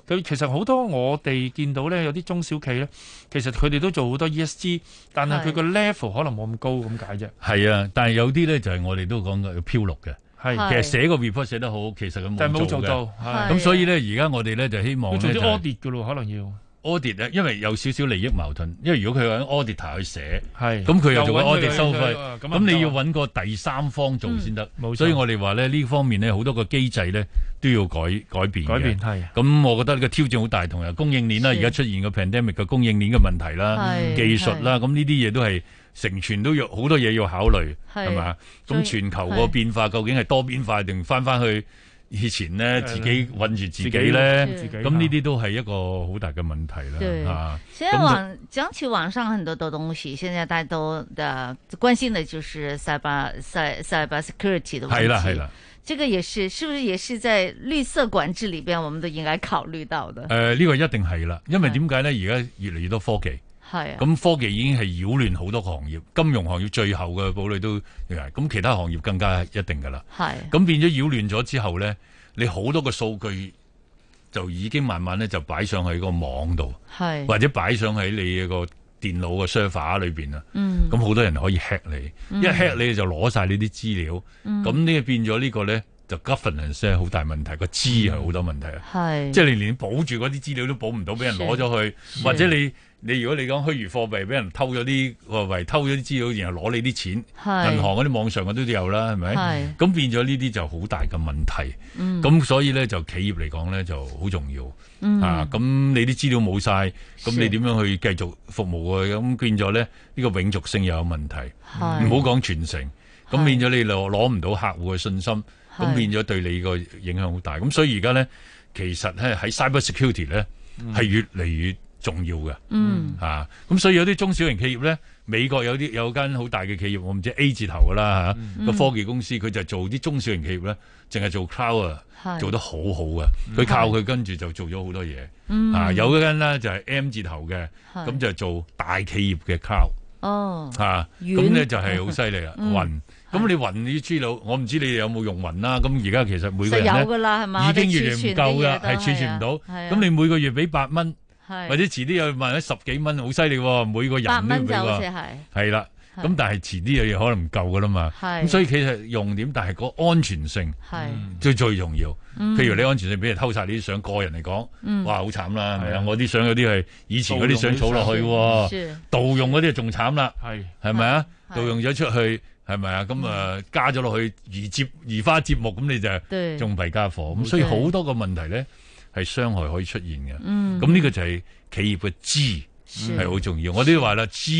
佢其實好多我哋見到咧，有啲中小企咧，其實佢哋都做好多 ESG，但係佢個 level 可能冇咁高咁解啫。係啊，但係有啲咧就係我哋都講嘅漂綠嘅。係其實寫個 report 寫得好，其實佢但係冇冇做做到到。係咁所以咧，而家我哋咧就希望要做啲 audit 嘅咯，可能要 audit 咧，因為有少少利益矛盾。因為如果佢揾 auditor 去寫，係咁佢又做又揾緊佢 audit 收費佢佢，咁啊嗯咁你要揾個第三方做先得。冇錯所以我哋話咧呢方面咧好多個機制咧都要改改變嘅。改變係咁我覺得呢個挑戰好大，同埋供應鏈啦，是而家出現個 pandemic 嘅供應鏈嘅問題啦係、技術啦，咁呢啲嘢都係成全都要好多嘢要考慮，係係嘛？所以咁全球個變化究竟係多變化定翻翻去以前係呢？啦自己韞住呃自己自呢？己自己咁呢啲都係一個好大嘅問題对啦。啊，现在网讲起网上很多的东西，现在大家都的关心的就是 cyber cy cyber security 的问题。係啦係啦。这个也是，是不是也是在绿色管制里边，我们都应该考虑到的？誒呢個一定係啦，因為點解呢？而家越嚟越多科技。係啊，咁科技已經係擾亂好多行業，金融行業最後嘅堡壘都咁其他行業更加一定㗎啦。係咁變咗擾亂咗之後咧，你好多個數據就已經慢慢咧就擺上去個網度，係或者擺上喺你個電腦嘅 server 裏邊啊。嗯咁好多人可以 hack 你，嗯一 hack 你就攞晒呢啲資料，嗯咁呢、變咗呢個咧就 governance 咧好大問題，個知係好多問題啊。係即係你連保住嗰啲資料都保唔到，俾人攞咗是去，或者你你如果你講虛擬貨幣，俾人偷咗啲貨幣，偷咗啲資料，然後攞你啲錢，銀行係嗰啲網上嘅都有啦，係咪？係咁變咗呢啲就好大嘅問題。嗯咁、所以咧就企業嚟講咧就好重要。嗯啊，咁你啲資料冇晒，咁是你點樣去繼續服務佢？咁變咗咧呢、呢個永續性又有問題。唔係好講傳承，咁變咗你攞攞唔到客戶嘅信心，係咁變咗對你個影響好大。咁所以而家咧，其實咧喺 cyber security 咧係越嚟越重要嘅。嗯啊，咁所以有啲中小型企業咧，美國有啲有間好大嘅企業，我唔知 A 字頭噶啦嗯嚇，個、科技公司佢就做啲中小型企業咧，淨係做 cloud 啊，係做得好好啊，佢靠佢跟住就做咗好多嘢。嗯啊，有一間咧就係 M 字頭嘅，係咁就做大企業嘅 cloud。哦，啊，遠咁咧就係好犀利啦，嗯雲。咁你雲呢啲資料，我唔知你哋有冇用雲啦。咁而家其實每個人實呢有㗎啦係嘛已經越嚟越唔夠我哋儲存嘅嘢都係啊㗎，係儲存唔到。係啊咁你每個月俾八蚊，係或者遲啲又賣咗十幾蚊，好犀利喎！每個人都八要蚊俾就好似喎係。係啦，係咁但係遲啲又可能唔夠㗎啦嘛。係咁所以其實用點，但係個安全性係最最重要。嗯譬如你安全性俾人偷晒呢啲相，個人嚟嗯講，哇好慘啦，係咪係啊啊？我啲相有啲係以前嗰啲相儲落去盜用啲喎相，盜用嗰啲就仲慘啦，係係咪啊？盜用咗出去係咪啊？嗯咁啊加咗落去移接移花接木，咁你對就仲弊家伙。冇咁所以錯好多個問題咧係傷害可以出現嘅。嗯咁呢個就係企業嘅知是係好重要。我都話啦，知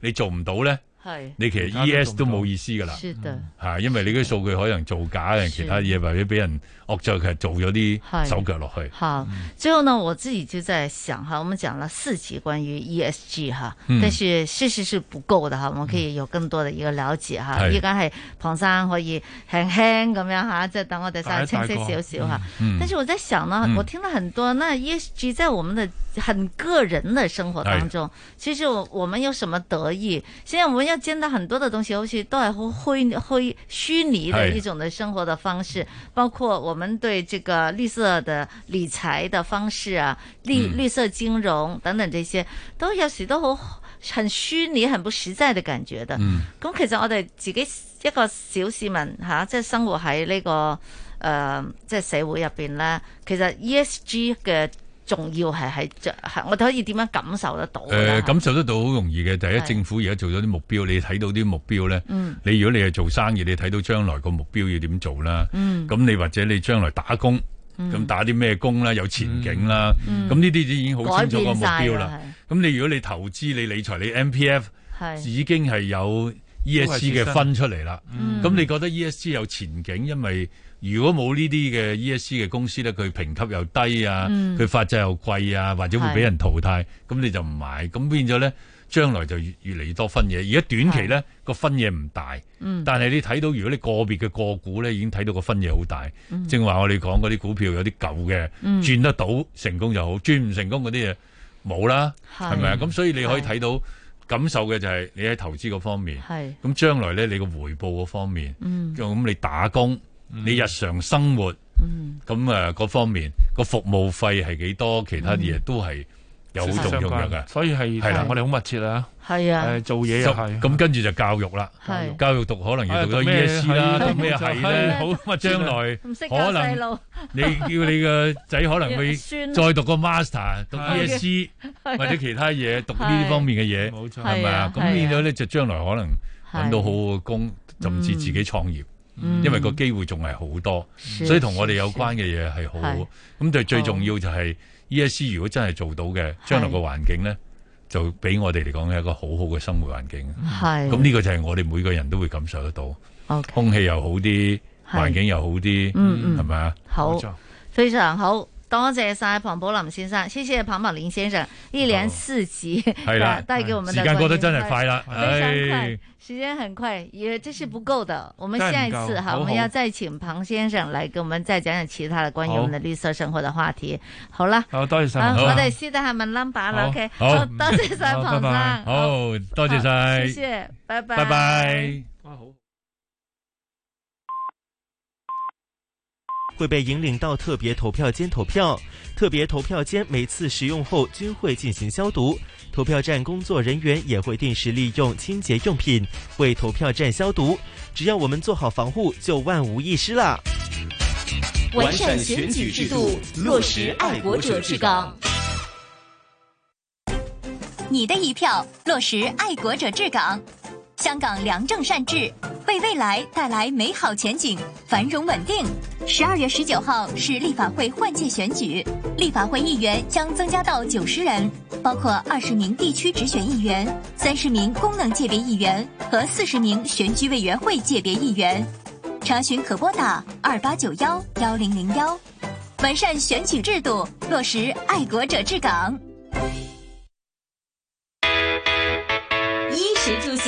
你做唔到咧係，你其實其他都做 ES 唔都到冇意思㗎啦。嗯是的嚇，啊因為你啲數據可能造假嘅，其他嘢或者俾人惡作劇做咗啲係手腳落去。好，最后呢，我自己就在想哈，我们讲了四集关于 ESG 哈，嗯但是事實是不夠的哈，我們可以有更多的一個了解哈。嗯係依家係龐生可以輕輕咁樣哈，即係等我哋稍微清大一晰大個少少哈。嗯嗯但是我在想呢，嗯我聽了很多，那 ESG 在我們的很個人的生活當哎中，其實我我們有什麼得意？現在我們要見到很多的東西，尤其都係好虛虛虛擬的係一種的生活的方式，包括我們對這個綠色的理財的方式啊，綠、嗯綠色金融等等這些，都有時都好很虛擬、很不實在的感覺的。嗯咁其實我哋自己一個小市民嚇、即係生活喺呢、個誒、呃即係社會入邊咧，其實 ESG 嘅重要係喺係我哋可以點樣感受得到誒、咧？嚇呃感受得到好容易嘅，第係一政府而家做咗啲目標，你睇到啲目標咧，嗯你如果你係做生意，你睇到將來個目標要點做啦，咁、嗯你或者你將來打工，咁、嗯打啲咩工啦，有前景啦，嗯咁呢啲已經好清楚個目改標變晒啦啦。咁你如果你投資、你理財、你 M P F，係已經係有 E S G 嘅分出嚟啦嗯。咁、你覺得 E S G 有前景？因為如果冇呢啲嘅 E S G 嘅公司咧，佢評級又低啊，嗯佢、法制又貴啊，或者會俾人淘汰，咁你就唔買。咁變咗咧，將來就越越嚟越多分野。而家短期呢個分野唔大，嗯但係你睇到如果你個別嘅個股呢已經睇到個分野好大嗯。正話我哋講嗰啲股票有啲舊嘅嗯轉得到成功就好，轉唔成功嗰啲嘢冇啦，係係咪啊？咁所以你可以睇到感受嘅就係你喺投資嗰方面係，咁將來呢你個回報嗰方面，嗯咁你打工，嗯你日常生活。嗯咁誒嗰方面個服務費係幾多，其他嗯嘢都係有好重要嘅，所以係係啦同我哋好密切啊。係啊誒做嘢又係咁咁跟住就教育啦係，教育讀可能要讀哎咗讀咩 ESC 啦，係讀咩係咧，冇錯好將來唔識教可細路能你叫你個仔 *laughs* 可能會酸再讀個 master，讀係 ESC 係或者其他嘢，讀呢係方面嘅嘢，冇錯係咪啊？係啊咁變咗咧就將來可能揾到好好嘅工，甚至自己創業。嗯因為個機會仲係好多，是所以同我哋有關嘅嘢係好是好。咁就最重要就係 ESC 如果真係做到嘅，將來個環境呢，就俾我哋嚟講係一個好好嘅生活環境。係咁呢個就係我哋每個人都會感受得到 OK，空氣又好啲，是環境又好啲，嗯嗯係咪啊？好冇錯非常好，多謝晒龐寶林先生，謝謝龐寶林先生一連四集係 *laughs* 啦嗯帶給我们的時間過得真係關於快啦非常快唉，時間很快，也這是不夠的。我們嗯真係唔下一次夠哈，好我們好要再請龐先生來跟我們再講講其他的關於我們的綠色生活的話題。好啦，好多謝晒啊好我啊哋私底下問 number 啦好，OK，好好多謝晒好龐生，好，多謝晒，謝謝，拜拜，拜拜。会被引领到特别投票间投票。特别投票间每次使用后均会进行消毒，投票站工作人员也会定时利用清洁用品为投票站消毒。只要我们做好防护，就万无一失啦。完善选举制度，落实爱国者治港。你的一票落实爱国者治港。香港良政善治，为未来带来美好前景、繁荣稳定。十二月十九号是立法会换届选举，立法会议员将增加到九十人，包括二十名地区直选议员、三十名功能界别议员和四十名选举委员会界别议员。查询可拨打二八九幺幺零零幺。完善选举制度，落实爱国者治港。衣食住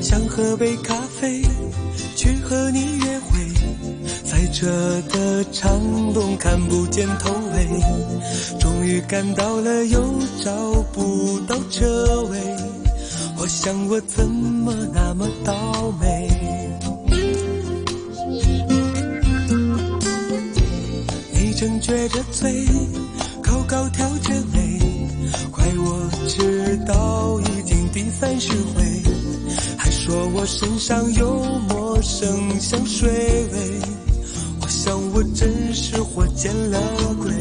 想喝杯咖啡，去和你约会，在这个长冬看不见头尾，终于赶到了又找不到车位，我想我怎么那么倒霉？你正撅着嘴，高高挑着眉，怪我知道已经第三十回。还说我身上有陌生香水味，我想我真是活见了鬼。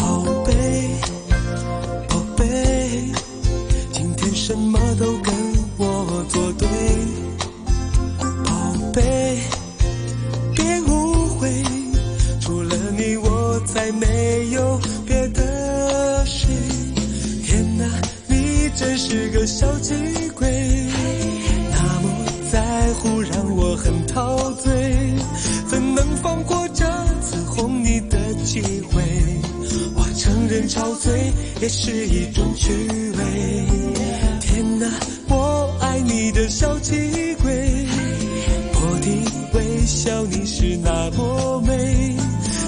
宝贝，宝贝，今天什么都跟我作对。宝贝，别误会，除了你我再没有别的谁。天哪，你真是个小气鬼，那么在乎让我很陶醉，怎能放过这次哄你的机会？我承认潮醉也是一种趣味。天哪，我爱你的小气鬼，我的微笑你是那么美，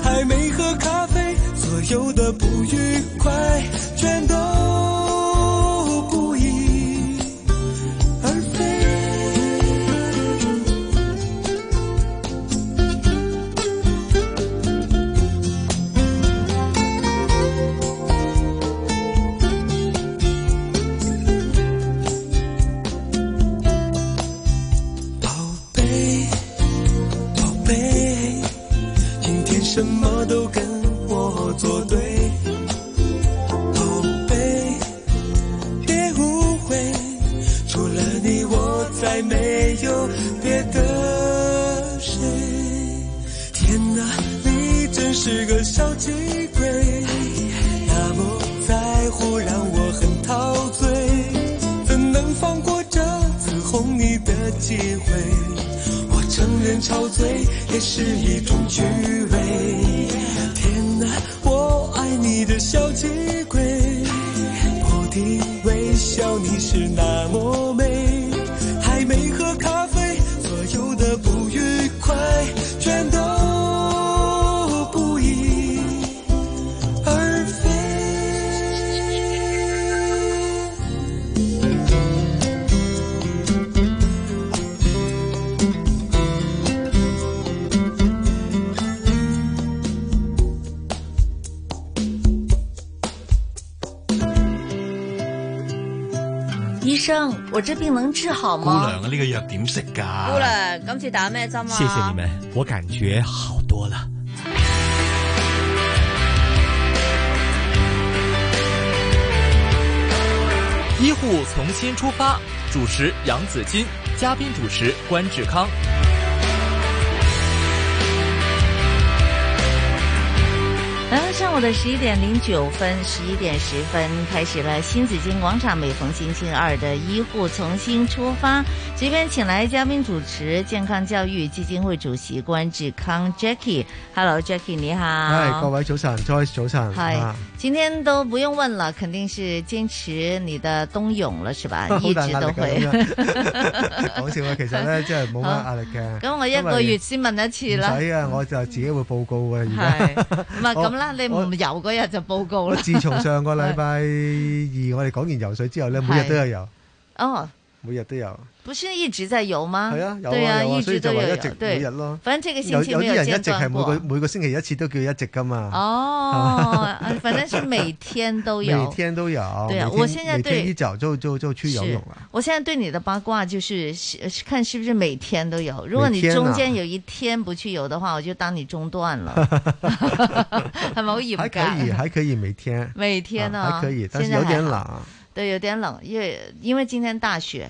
还没喝咖啡，所有的不愉快全都不翼而飞。什么都跟我作对。后背，别误会，除了你我再没有别的谁。天哪，你真是个小气鬼，那么在乎让我很陶醉，怎能放过这次哄你的机会？我承认潮醉也是一种趣味。天哪，我爱你的小气鬼，不停微笑你是那么美，还没喝咖啡，所有的不愉快全都不翼而飞。醫生，我這病能治好姑娘嗎？啊，呢個藥點食啊㗎？姑娘，今次打咩針啊？谢谢你们，我感觉好多了。医护从新出发，主持杨紫金，嘉宾主持关志康。来到嗯上午的十一点零九分，十一点十分开始了新紫金广场每逢星期二的医护从新出发。这边请来嘉宾主持健康教育基金会主席关志康 Jackie。Hello Jackie，你好。系各位早晨，Joyce 早晨，嗨啊今天都不用问了，肯定是坚持你的冬泳了，是吧？ *laughs* 好一大直壓力都㗎會。咁樣講笑啊，其實咧真係冇乜壓力 *laughs* 嘅。咁我一個月先問一次因為啦 *laughs* 唔。使啊，我就自己會報告嘅。而 *laughs* 係家唔係咁啦，你唔游嗰日就報告啦。自從上個禮拜二我哋講完游水之後咧，每日都有游， *laughs* 哦，每日都有。不是一直在游 *laughs* 嗎？係啊，有啊對啊啊，有啊，一所以直就都話有一游直每對日咯。反正這個星有期有沒啲人一間直係斷每過個。每個星期一次都叫一直噶嘛。啊哦，反正是每天都有每。天都有。对啊每天我現在每對天一早就就就去游是泳了。我现在对你的八卦就是是是看是不是每天都有。如果你每天啊中間有一天不去游的話，我就當你中斷了， *laughs* 係咪好嚴 *laughs* 还格？可以，还可以每天。每天呢、啊还可以，但是現在有点還好冷。啊，对，有点冷，因为因为今天大雪。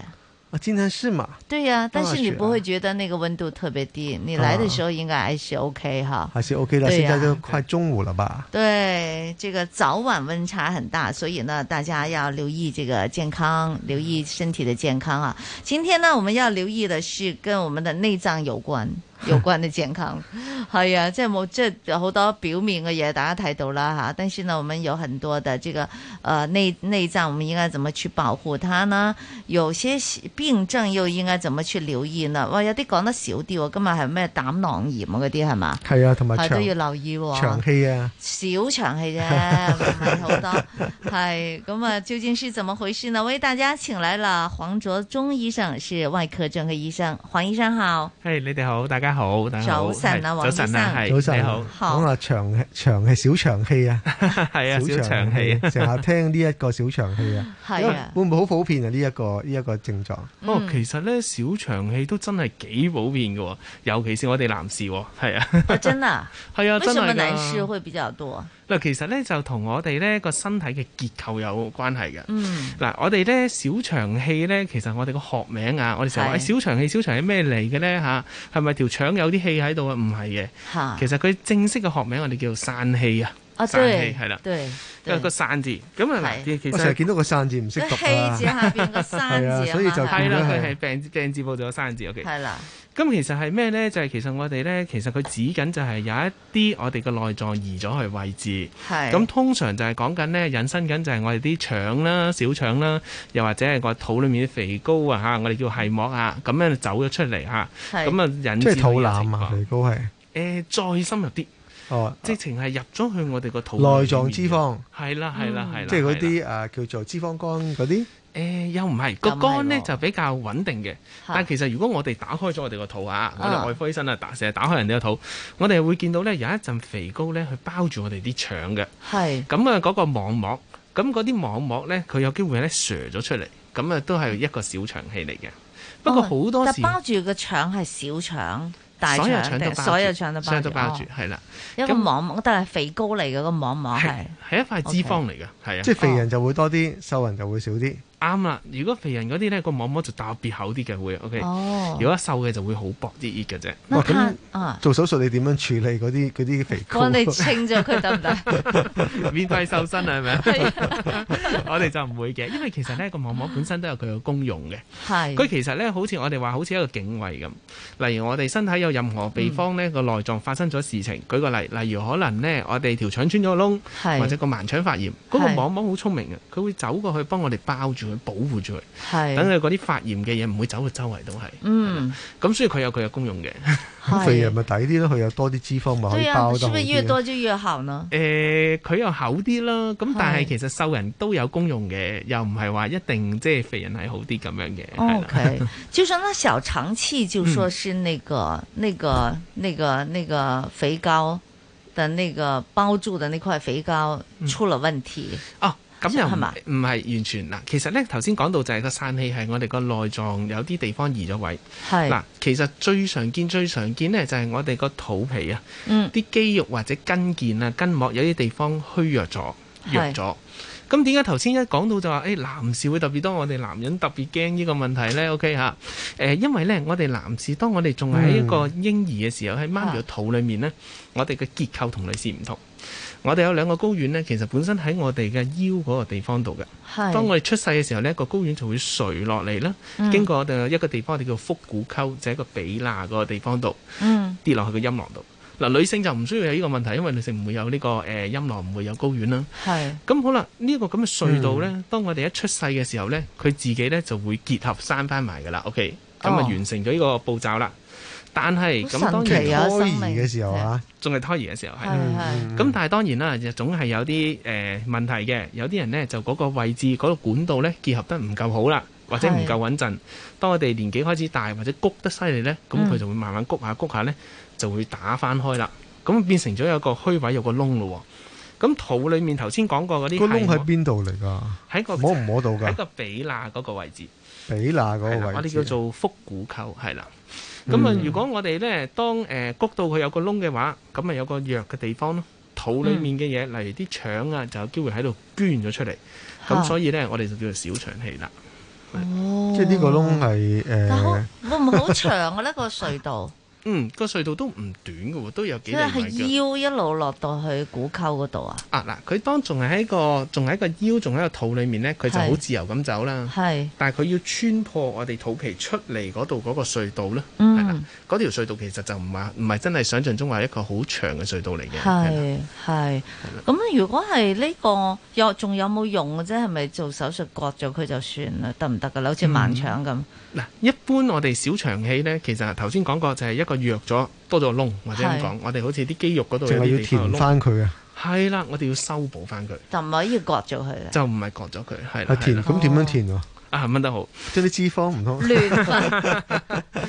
啊今天是吗？对呀、但是你大雪啊不会觉得那个温度特别低，你来的时候应该还是 OK 哈。还是 OK 的，对现呀在就快中午了吧？对，这个早晚温差很大，所以呢，大家要留意这个健康，留意身体的健康啊。今天呢，我们要留意的是跟我们的内脏有关。有关的健康，系啊，即系冇即系好多表面嘅嘢，大家睇到啦吓。但是呢，我们有很多的这个呃内内脏，我们应该怎么去保护它呢？有些病症又应该怎么去留意呢？哇，有啲讲得少啲喎，今日系咩胆囊炎啊嗰啲系嘛？系啊，同埋係長都要留意喎長氣啊，小場 *laughs* 戲啫，唔係好多。係咁啊，究竟是怎麼回事呢？為大家請來了黃卓忠醫生，是外科專科醫生。黃醫生好，係你哋好，大家好，大家好早晨啊係黃醫生早晨啊，係早晨你啊好， *laughs* 好講下長氣長氣小長氣啊，係啊，小長氣 *laughs* 氣，成日聽呢一個小長氣啊，係啊因為會唔會好普遍啊？呢一個呢一個症狀，哦，其實咧小長氣都真係幾普遍嘅喎，尤其是我哋男士喎，係啊，真啊，係啊，為真什麼係男士㗎。會比較多？ *laughs* 嗱，其實咧就同我哋咧個身體嘅結構有關係嘅。嗯，嗱，我哋咧小腸氣咧，其實我哋個學名啊，我哋成日話係哎小腸氣、小腸氣咩嚟嘅咧嚇？係咪條腸有啲氣喺度啊？唔係嘅，嚇其實佢正式嘅學名我哋叫做散氣啊。啊，散對，氣係啦，對，因為個散字咁啊嗱，其其我成日實見到個散字唔識讀啊，個氣字下邊 *laughs* 個山字啊嘛係啊所以就見到係啦，係佢係病病字報咗散字 OK。係啦，咁其實係咩咧？就係、其實我哋咧，其實佢指緊就係有一啲我哋嘅內臟移咗去位置。係咁通常就係講緊咧，引申緊就係我哋啲腸啦、小腸啦，又或者係個肚裡面啲肥膏啊嚇，我哋叫係膜啊，咁樣走咗出嚟嚇。係咁啊引即致係肚到有腩啊，肥膏係誒再深入啲，哦，直情係入咗去我哋個肚內裡臟面脂肪，係啦係嗯啦係啦，即係嗰係啦。啲誒叫做脂肪肝嗰啲，誒又唔係個肝咧就比較穩定嘅，但係其實如果我哋打開咗我哋個肚啊，我啊哋外科醫生啊，打成日打開人哋個肚，我哋會見到咧有一陣肥膏咧去包住我哋啲腸嘅，係咁啊嗰個網膜，咁嗰啲網膜咧佢有機會咧瀉咗出嚟，咁啊都係一個小腸氣嚟嘅。不過好多哦但時包住個腸係小腸，大所有腸腸都定包所有住腸都所有都包包住住哦係啦。一個咁網膜，但係肥膏嚟嘅個網膜係係一塊脂肪嚟嘅，係啊。即係肥人就會多啲，瘦人就會少啲。啱啦，如果肥人嗰啲咧，個網膜就特別厚啲嘅會，OK。哦如果瘦嘅就會好薄啲啲嘅啫。哇咁 *laughs* 啊，做手術你點樣處理嗰啲嗰啲肥膏？幫你清咗佢得唔得？ *laughs* 免費瘦身係咪啊？ *laughs* 我哋就唔會嘅，因為其實咧個網膜本身都有佢嘅功用嘅。係佢其實咧，好似我哋話，好似一個警衛咁。例如我哋身體有任何地方咧個內臟發生咗事情，舉個例，例如可能咧我哋條腸穿咗個窿，係或者個盲腸發炎，嗰、係個網膜好聰明嘅，佢會走過去幫我哋包住佢，保護住係佢，等佢嗰啲發炎嘅嘢唔會走到周圍都係。嗯，咁所以佢有佢嘅功 *laughs* 用嘅。咁肥人咪抵啲咯，佢有多啲脂肪咪可以對啊，包得是好不是越啲咯。多就越好呢？誒、佢又厚啲啦，咁但係係其實瘦人都有功用嘅，又唔係話一定即係肥人係好啲咁樣嘅。係啦哦 OK，就说那小肠气，就说是那个、那个、那个、那个肥膏的那个包住的那块肥膏出了问题。哦，咁又係唔嘛唔係完全嗱，其實咧頭先講到就係個散氣係我哋個內臟有啲地方移咗位。係嗱，其實最常見最常見咧就係我哋個肚皮啊，嗯啲肌肉或者筋腱啊、筋膜有啲地方虛弱咗、弱係咗。咁點解頭先一講到就話，誒、哎男士會特別多，我哋男人特別驚呢個問題呢 OK 嚇，誒、因為呢，我哋男士當我哋仲喺一個嬰兒嘅時候，喺媽咪嘅肚裡面呢，我哋嘅結構同女士唔同。我哋有兩個睾丸呢，其實本身喺我哋嘅腰嗰個地方度係嘅。當我哋出世嘅時候呢，個睾丸就會垂落嚟啦，嗯經過我哋一個地方，我哋叫腹股溝，就係、一個比罅嗰個地方度。嗯跌落去個陰囊度。嗱，女性就唔需要有呢個問題，因為女性唔會有呢、個誒、呃、陰囊，唔會有睾丸啦。係咁好啦，呢、個咁嘅隧道嗯呢，當我哋一出世嘅時候呢，佢自己呢就會結合生翻埋㗎啦。OK，咁啊哦完成咗呢個步驟啦。但係咁好當神奇然啊生命胎兒嘅時候啊，仲係胎兒嘅時嗯候係係係啦。咁但係當然啦，就總係有啲誒、呃、問題嘅。有啲人呢，就嗰個位置嗰、個管道呢，結合得唔夠好啦，或者唔係夠穩陣。當我哋年紀開始大或者谷得犀利呢，咁佢嗯就會慢慢谷下谷下呢，就會打翻開啦。咁變成咗有個虛位，有個窿咯喎。咁肚裡面頭先講過嗰啲個係窿喺邊度嚟㗎？喺個摸唔摸到㗎喺個比罅嗰個位置，比那嗰個係啊啦，我位哋置啊叫。啊做腹股溝，係啦。咁啊，嗯如果我哋咧當誒谷到佢有個窿嘅話，咁咪有個弱嘅地方咯。肚裡面嘅嗯嘢，例如啲腸啊，就有機會喺度捐咗出嚟。嚇咁所以咧，我哋就叫做小腸氣啦。哦，即係呢個窿係誒呃會唔會好長嘅啊呢個隧道？嗯，個隧道都唔短嘅喎，都有即幾厘米係㗎。腰一路落到去股溝嗰度啊？啊嗱，佢當仲係喺個仲喺個腰，仲喺個肚裡面咧，佢就好係自由咁走啦。係，但係佢要穿破我哋肚皮出嚟嗰度嗰個隧道咧，係啦嗯，嗰條隧道其實就唔係唔係真係想像中話一個好長嘅隧道嚟嘅，係啦係係。咁如果係呢個有仲有冇用嘅啫？係咪做手術割咗佢就算啦？得唔得㗎啦？好似盲腸 *laughs* 咁。嗱，一般我哋小腸氣咧，其實頭先講過就係一個弱咗多咗個窿，或者咁係講，我哋好似啲肌肉嗰度淨有係啲要地方有填窿翻佢啊！係啦，我哋要修補翻佢，就唔可以割咗佢啦。就唔係割咗佢，係啦，係填係啦咁點樣填啊？啊問得好，即係啲脂肪唔通亂翻，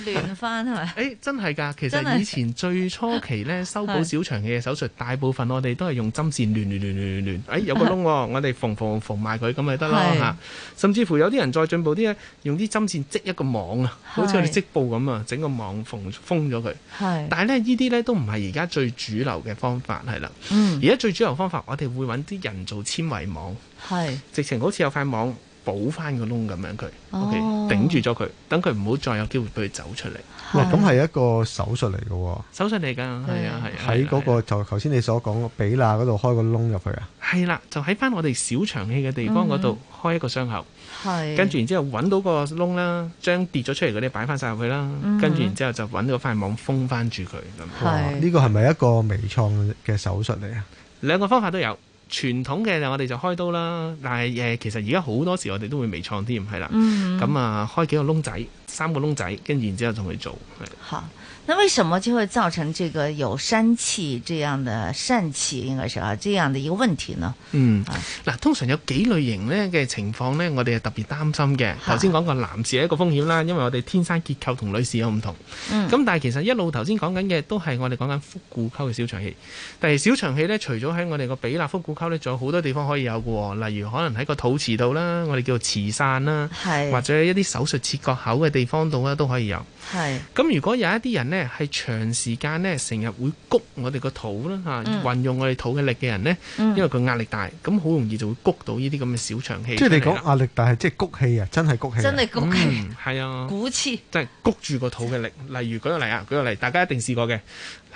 亂翻係咪？誒，真係㗎，其真係實以前最初期咧修係補小腸嘅手術，大部分我哋都係用針線亂亂亂 *laughs* 亂亂亂，誒、哎有個窿喎，我哋縫縫縫埋佢咁咪得咯係嚇。甚至乎有啲人再進步啲咧，用啲針線織一個網啊，好似我哋係織布咁啊，整個網縫封咗佢。係但係咧，呢啲咧都唔係而家最主流嘅方法係啦。嗯而家最主流方法，我哋會揾啲人造纖維網，係直情好似有塊網補翻個窿咁樣佢、哦 o k 頂住咗佢，等佢唔好再有機會俾佢走出嚟。哇！咁係一個手術嚟嘅喎，手術嚟㗎，係啊係啊，係喺啊嗰個就頭先你所講個比那嗰度開個窿入去啊！係啦，就喺翻我哋小腸氣嘅地方嗰度開一個傷口，嗯係。跟住然之後揾到個窿啦，將跌咗出嚟嗰啲擺翻晒入去啦嗯，跟住然之後就揾到塊網封翻住佢哇！咁。呢個係咪一個微創嘅手術嚟啊？兩個方法都有。傳統嘅我哋就開刀啦，但係誒、呃其實而家好多時我哋都會微創添，係啦。嗯咁啊、開幾個窿仔，三個窿仔，跟住然之後同佢做。係好，那為什麼就會造成這個有疝氣這樣的疝氣，應該是啊這樣的一個問題呢？嗯，嗱，通常有幾類型咧嘅情況咧，我哋係特別擔心嘅。頭先講過男士係一個風險啦，因為我哋天生結構同女士有唔同。咁、嗯但係其實一路頭先講緊嘅都係我哋講緊腹股溝嘅小腸氣。但係小腸氣咧，除咗喺我哋個比肋腹股溝咧，仲有好多地方可以有嘅喎，例如可能喺個肚臍度啦，我哋叫做臍散啦，係或者一啲手術切割口嘅地方度咧都可以有。係咁如果有一啲人呢，係長時間呢，成日會谷我哋個肚啦嚇，嗯運用我哋肚嘅力嘅人呢，嗯因為佢壓力大，咁好容易就會谷到呢啲咁嘅小腸氣即係出嚟啦。你講壓力大係即係谷氣啊，真係谷氣啊。 *laughs* 真係谷氣嗯，係啊，鼓氣，即係谷住個肚嘅力。例如舉個例啊，舉個例，大家一定試過嘅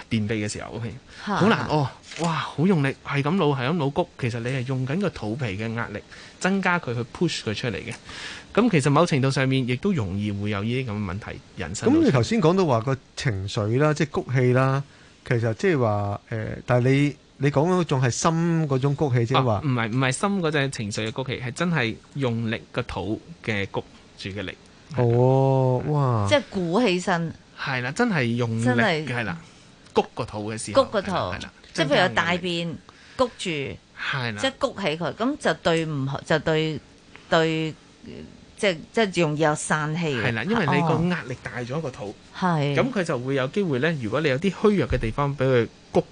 便秘嘅時候，OK，嚇好難哦，哇，好用力，係咁努，係咁努谷，其實你係用緊個肚皮嘅壓力增加佢去 push 佢出嚟嘅。咁其實某程度上面亦都容易會有呢啲咁嘅問題人生。咁你頭先講到話個情緒啦，即係谷氣啦，其實即係話誒，但係你你講嗰種係心嗰種谷氣，即係啊話唔係唔係心嗰隻情緒嘅谷氣，係真係用力個肚嘅谷住嘅力，哦，哇！即係鼓起身，係啦，真係用力真係係啦，谷個肚嘅時谷候，個肚，即係增譬加如大便谷住，即係啦係，谷起佢，咁就對唔好，就對對，即係即係容易有散氣嘅。係啦，因為你個哦壓力大咗個肚，係咁佢就會有機會咧。如果你有啲虛弱嘅地方，俾佢谷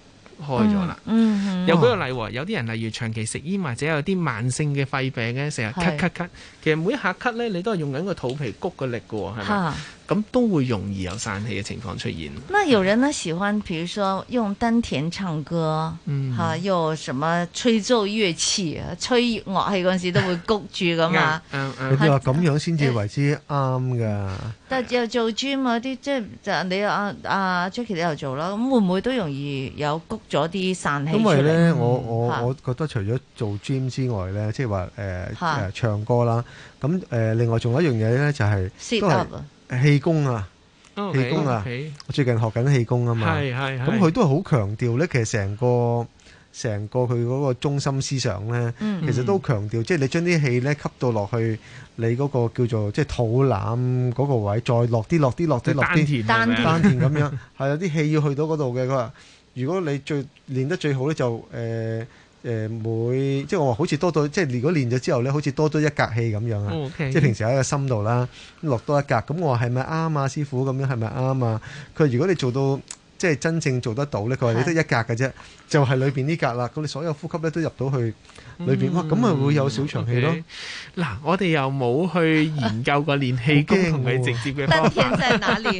開咗啦。嗯，嗯有舉個例喎，有啲人例如長期食煙或者有啲慢性嘅肺病咧，成日咳係咳咳，其實每一下咳咧，你都係用緊個肚皮谷個力嘅喎，係咪哈？咁都會容易有散氣嘅情況出現。那有人呢喜歡，比如說用丹田唱歌，嗯哈、又什麼吹奏樂器，吹樂器嗰陣時都會谷住啊噶嘛。嗯你哋話咁樣先至為之啱㗎。但又做 gym 嗰啲，即係就你啊啊 Jackie 你又做啦，咁會唔會都容易有谷咗啲散氣因出嚟嗯為咧，我我嚇我覺得除咗做 gym 之外咧，即係話誒嚇誒唱歌啦，咁誒、呃另外仲有一樣嘢咧就係、 Sit 都係 up 啊氣功啊。哦氣功啊 OK，OK！我最近學緊氣功啊嘛，係係係咁佢都係好強調咧，其實成個成個佢嗰個中心思想咧，嗯其實都強調，即係你將啲氣咧吸到落去你嗰個叫做即係肚腩嗰個位，再落啲落啲落啲落即啲，係丹田係咪丹田咁樣，係有啲氣要去到嗰度嘅。佢話如果你最練得最好咧，就誒。呃誒、每即係我話好似多咗，即係如果練咗之後咧，好似多咗一格氣咁樣啊！哦，OK 即係平時喺個心度啦，咁落多一格。咁我話係咪啱啊，師傅咁樣係咪啱啊？佢話如果你做到即係真正做得到咧，佢話你得一格嘅啫，就係裏邊呢格啦。咁你所有呼吸咧都入到去裏邊，哇！咁咪會有小腸氣咯。 OK 嗱，我哋又冇去研究過練氣功同佢直接嘅方法。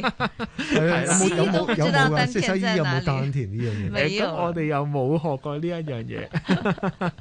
西醫都唔知道係啊有冇有冇有冇啊？丹即田係西醫在有哪冇裡丹田呢樣嘢？誒咁我哋又冇學過呢一樣嘢。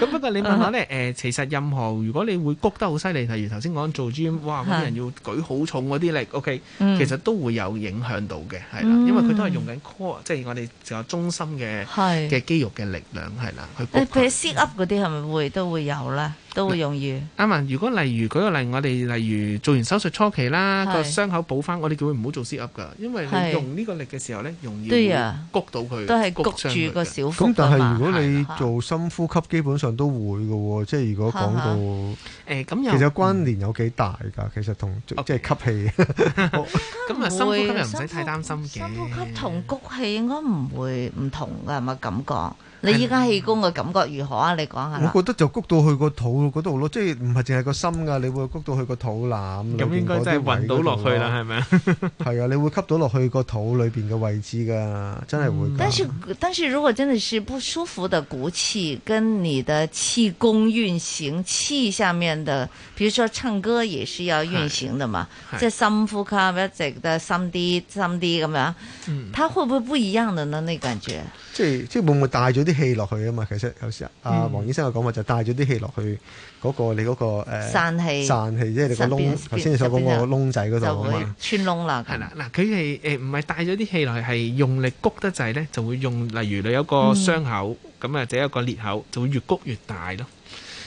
咁不過你問下咧，誒、其實任何如果你會谷得好犀利，例如頭先講做 gym，哇，嗰啲人要舉好重嗰啲力，OK，、嗯其實都會有影響到嘅，係啦，嗯因為佢都係用緊 core，即係我哋就有中心嘅係嘅肌肉嘅力量，係啦，去谷誒譬如 sit up 嗰啲係咪會都會有啦，都會容易。啱啊！如果例如舉個例，我哋例如做完手術初期啦，係個傷口補翻，我哋叫佢唔好做 sit up 㗎，因為係你用呢個力嘅時候咧，容易對會啊谷到佢，都係谷傷住佢個嘅小腹咁但㗎係嘛如果你係做深呼吸，基本上都會嘅喎。即係如果講哈哈到誒咁又其實關聯有幾大㗎？其實同即係吸氣。咁啊，深呼吸又唔使太擔心嘅。深呼吸同谷氣應該唔會唔同㗎，係咪咁講？你依家氣功嘅感覺如何啊？你講下啦。我覺得就谷到去個肚嗰度咯，即係唔係淨係個心㗎，你會谷到去個肚腩裏咁應邊嗰啲位嗰度該咯。真係暈到落去啦，係咪啊？ *laughs* 係啊，你會吸到落去個肚裏邊嘅位置㗎，真係會㗎。嗯但是但是如果真的是不舒服的骨气，跟你的气功运行，气下面的，比如说唱歌也是要运行的嘛，是即系深呼吸，一直的深啲深啲咁样，嗯它会不会不一样的呢？那感觉即係即係會唔會帶咗啲氣落去啊嘛？其實有時阿嗯黃醫生嘅講法就帶咗啲氣落去嗰個你嗰個誒散氣散氣，即係你個上邊窿頭先你所講嗰個窿仔嗰度就啊会嘛。穿窿啦。係啦，嗱，佢係誒唔係帶咗啲氣落去，係用力谷得滯咧，就會用，例如你有個傷口，咁或者有個裂口，就會越谷越大咯。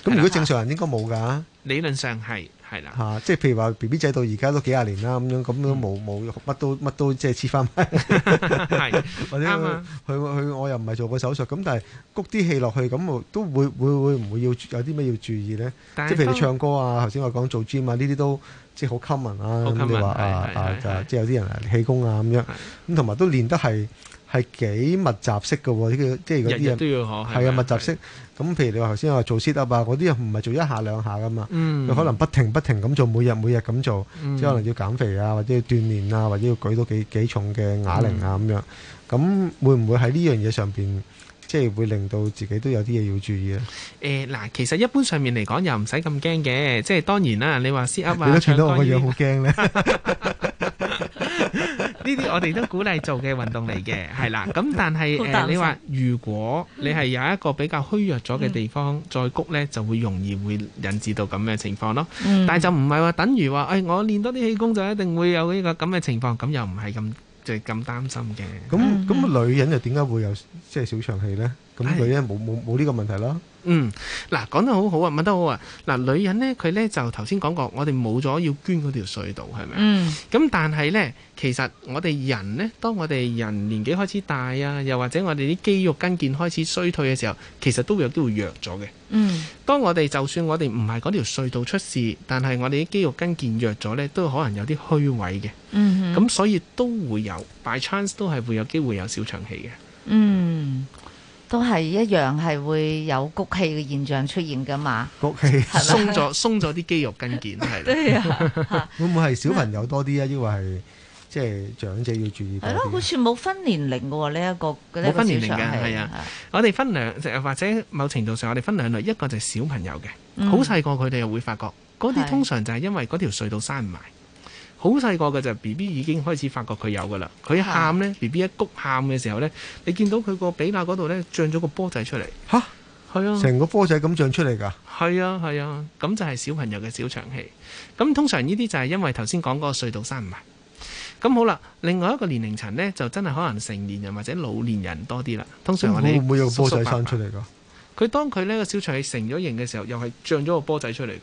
咁如果正常人應該冇㗎理論上係係啦，嚇，即係譬如話 B B 仔到而家都幾廿年啦，咁樣咁都冇冇乜都乜都即係黐翻埋。係或者啱啊。佢佢我又唔係做過手術，咁但係谷啲氣落去，咁我都會會會唔會要有啲咩要注意咧？即但係係譬如當你唱歌啊，頭先我講做 gym 啊，呢啲都即係好 common 啊。好咁你 common，話係啊係啊係，即係有啲人啊氣功啊咁樣，咁同埋都練得係係幾密集式嘅喎，呢個即係嗰啲日日都要學哦係係啊咪密集式。咁譬如你話頭先話做 sit up 啊，嗰啲又唔係做一下兩下噶嘛，嗯佢可能不停不停咁做，每日每日咁做，嗯即係可能要減肥啊，或者要鍛鍊啊，或者要舉到幾幾重嘅啞鈴啊咁樣。咁會唔會喺呢樣嘢上邊即係會令到自己都有啲嘢要注意啊咧？誒嗱，其實一般上面嚟講又唔使咁驚嘅，即係當然啦。你話 sit up 你啊，都見到唱我歌個樣呢好驚咧。呢啲我哋都鼓勵做嘅運動嚟 *laughs* 嘅，係啦。咁但係好誒、擔心你話如果你係有一個比較虛弱咗嘅地方，再谷呢，就會容易會引致到咁嘅情況咯。嗯但係就唔係話等於話，誒、哎我練多啲氣功就一定會有呢個咁嘅情況，咁又唔係咁就咁擔心嘅。咁咁女人又點解會有即係小腸氣咧？咁係女人冇冇冇呢個問題啦。嗯，嗱，講得好好啊，問得好啊。嗱，女人呢，佢呢就頭先講過，我哋冇咗要捐嗰條隧道，係咪？啊嗯。咁但係呢，其實我哋人呢，當我哋人年紀開始大啊，又或者我哋啲肌肉筋腱開始衰退嘅時候，其實都會有機會弱咗嘅。嗯當我哋就算我哋唔係嗰條隧道出事，但係我哋啲肌肉筋腱弱咗呢，都可能有啲虛位嘅。嗯咁所以都會有，by chance 都係會有機會有小腸氣嘅。嗯，都係一樣係會有谷氣嘅現象出現噶 *laughs* 嘛。谷氣係咪鬆咗鬆咗啲肌肉筋腱係 *laughs* 啦。對 *laughs* 啊， *laughs* 會唔會係小朋友多啲啊？抑或係即係長者要注意多係咯，啲？好似冇分年齡嘅喎，呢一個呢冇一個分年小齡腸嘅，氣係啊。我哋分兩，就係或者某程度上我哋分兩類，一個就係小朋友嘅，嗯好細個佢哋又會發覺，嗰啲係通常就係因為嗰條隧道閂唔埋。好細個嘅就 B B 已經開始發覺佢有㗎啦，佢喊呢 B B 一谷喊嘅時候呢，你見到佢個髀罅嗰度呢，漲咗個波仔出嚟，嚇，係啊，成個波仔咁脹出嚟㗎。係啊，係啊，咁就係小朋友嘅小腸氣。咁通常呢啲就係因為頭先講嗰個隧道閂唔埋。咁好啦，另外一個年齡層呢，就真係可能成年人或者老年人多啲啦。通常我咁會哋唔會有叔波叔仔伯生伯出嚟㗎？佢當佢呢個小腸氣成咗形嘅時候，又係漲咗個波仔出嚟㗎。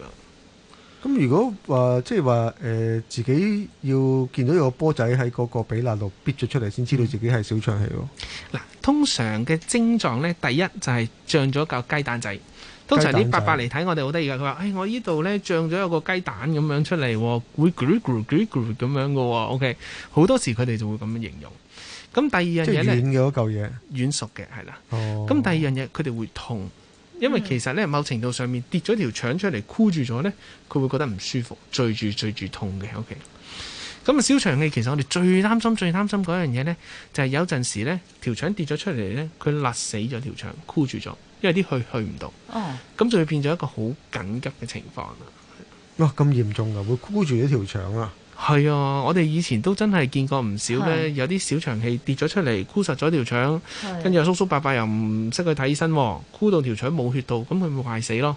咁如果話即係話誒自己要見到有個波仔喺嗰個比罅度逼咗出嚟，先知道自己係小腸氣喎。通常嘅症狀呢，第一就係漲咗嚿雞蛋仔。通常啲雞蛋仔伯伯嚟睇我哋好得意㗎，佢話：，誒、哎我呢度呢漲咗有個雞蛋咁樣出嚟喎，會咕嚕咕嚕咕嚕咕嚕咁樣嘅喎。OK，好多時佢哋就會咁樣形容。咁第二即樣係嘢呢。軟嘅嗰嚿嘢。軟熟嘅係啦。哦。咁第二樣嘢佢哋會痛，因為其實咧某程度上面跌咗條腸出嚟箍住咗咧，佢會覺得唔舒服，聚住聚住痛嘅。OK。咁啊，小腸氣其實我哋最擔心、最擔心嗰樣嘢咧，就係、有陣時咧條腸跌咗出嚟咧，佢勒死咗條腸，箍住咗，因為啲血去唔到，哦，咁就會變咗一個好緊急嘅情況啦。哇，咁嚴重啊㗎，會箍住一條腸啊！係啊，我哋以前都真係見過唔少係咧，有啲小腸氣跌咗出嚟，箍實咗條腸係，跟住有叔叔伯伯又唔識去睇醫生喎，箍到條腸冇血到，咁佢咪壞死咯，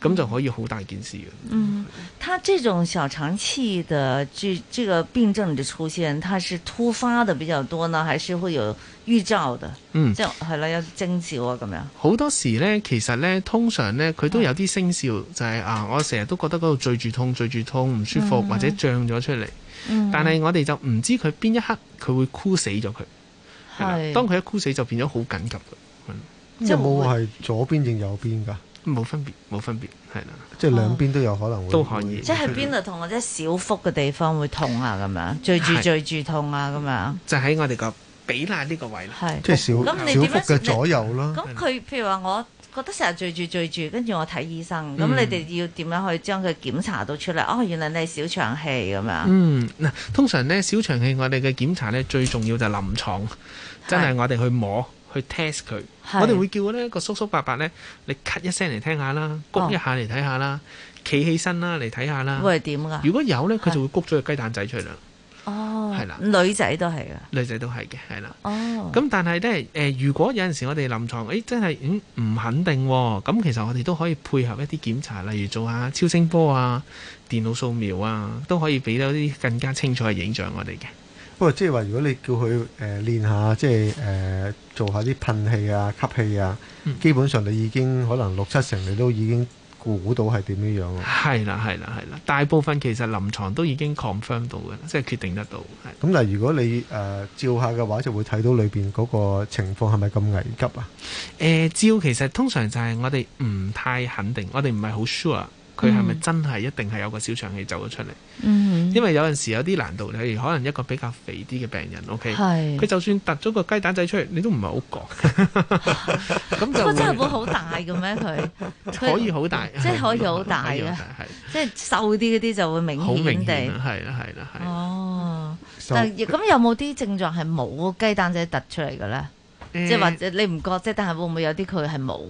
咁嗯就可以好大件事嘅。嗯，他這種小腸氣的这这個病症的出現，它是突發的比較多呢，還是會有預兆的？嗯即係係啦，有徵兆啊咁樣。好多時咧，其實咧，通常咧，佢都有啲聲兆，就係、啊，我成日都覺得嗰度聚住痛、聚住痛，唔舒服、嗯或者脹咗出嚟，嗯但係我哋就唔知佢邊一刻佢會箍死咗佢，係啦係當佢一箍死就變咗好緊急嘅，係啦咁有冇係左邊定右邊㗎？冇分別，冇分別，係啦，即係兩邊都有可能會。都可以。即係邊度痛啊？即係小腹嘅地方會痛啊，咁樣聚住嗯係聚住痛啊，咁樣。就喺我哋個髀罅呢個位啦。係即係小咁你小點樣腹嘅你左右啦。咁佢譬如話，我覺得成日聚住聚住，跟住我睇醫生，咁嗯你哋要點樣去將佢檢查到出嚟？哦，原來你係小腸氣咁樣。嗯，嗱，通常咧小腸氣我哋嘅檢查咧最重要就係臨床，真係我哋去摸去 test 佢，係我哋會叫咧個叔叔伯伯咧，你咳一聲嚟聽下啦，谷一下嚟睇下啦，企起身啦嚟睇下啦，哦會係點啊㗎如果有咧，佢就會谷咗個雞蛋仔出嚟啦，哦，係啦女仔都係噶。女仔都係嘅，係啦。哦，咁但係咧，誒、如果有陣時我哋臨床，誒、真係嗯唔肯定喎、咁其實我哋都可以配合一啲檢查，例如做下超聲波啊、電腦掃描啊，都可以俾到啲更加清楚嘅影像我哋嘅。不過即係話，如果你叫佢誒練下，即係誒做下啲噴氣啊、吸氣啊，嗯基本上你已經可能六七成你都已經估到係點樣樣咯。係啦，係啦，係啦，大部分其實臨床都已經 confirm 到嘅啦，即係決定得到。係咁但係如果你誒、呃照下嘅話，就會睇到裏邊嗰個情況係咪咁危急啊？嗯誒照其實通常就係我哋唔太肯定，我哋唔係好 sure 佢係咪嗯真係一定係有個小腸氣走咗出嚟。嗯因為有陣時有啲難度，例如可能一個比較肥啲嘅病人，OK，係佢就算突咗個雞蛋仔出嚟，你都唔係好覺，咁就咁真係會會好大嘅咩？佢佢 *laughs* 可以好大，即係可以好大可以嘅好大，係即係瘦啲嗰啲就會嗯明好明顯顯啊地。係啦，係啦，係。哦，嗯瘦但係咁有冇啲症狀係冇雞蛋仔突出嚟嘅咧？即係或者你唔覺，即係但係會唔會有啲佢係冇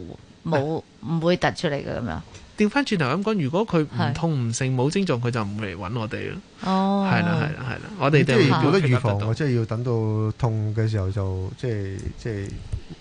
冇唔會突出嚟嘅咁樣？調翻轉頭咁講，如果佢唔痛唔性冇症狀，佢就唔會嚟揾我哋咯。哦，係啦係啦係啦，我哋即就會係冇得預評估防得喎，即係要等到痛嘅時候就即係即係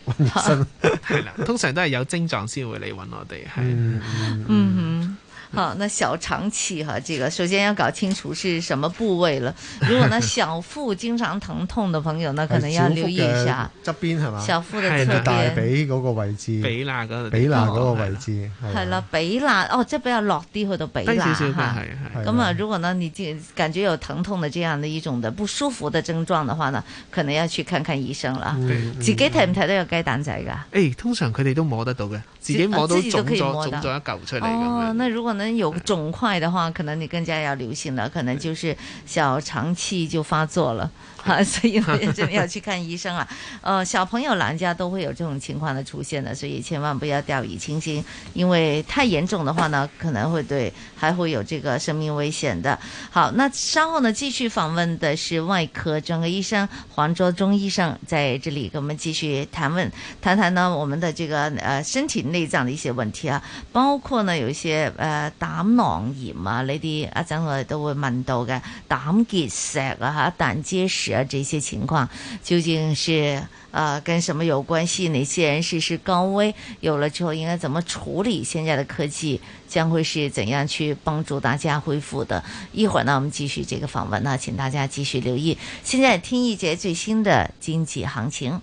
揾醫生。係啦，通常都係有症狀先會嚟揾我哋，係。嗯哼，好，那小腸气哈，这个首先要搞清楚是什么部位 *laughs* 了。如果呢小腹经常疼痛的朋友呢，可能要留意一下。側邊係嘛？小腹嘅側邊哦係大髀嗰個位置，髀罅嗰度髀罅嗰個位置係係啊。啦，髀罅哦，即係比較落啲去到髀低罅少少嘅哈係係咁啊，如果呢你就感覺有疼痛的這樣的一種的不舒服的症狀的話呢，可能要去看看醫生啦。嗯自己睇唔睇到有雞蛋仔㗎？誒，通常佢哋都摸得到嘅，自己摸到自腫己都可咗以摸腫到咗一嚿出嚟咁樣。哦，那如果能有肿块的话，可能你更加要留心了，可能就是小肠气就发作 *laughs* 了。啊， *laughs* 所以呢真的要去看医生了。 *laughs* 呃，小朋友老人家都会有这种情况的出现的，所以千万不要掉以轻心，因为太严重的话呢，可能会对还会有这个生命危险的。好，那稍后呢，继续访问的是外科专科医生黄卓忠医生，在这里跟我们继续谈问，谈谈呢我们的这个呃身体内脏的一些问题啊，包括呢有一些呃胆囊炎啊呢啲，一阵我哋都会问到嘅胆结石啊、哈胆结石啊这些情况，究竟是呃跟什么有关系？哪些人是是高危？有了之后应该怎么处理？现在的科技将会是怎样去帮助大家恢复的？一会儿呢，我们继续这个访问呢，请大家继续留意。现在听一节最新的经济行情。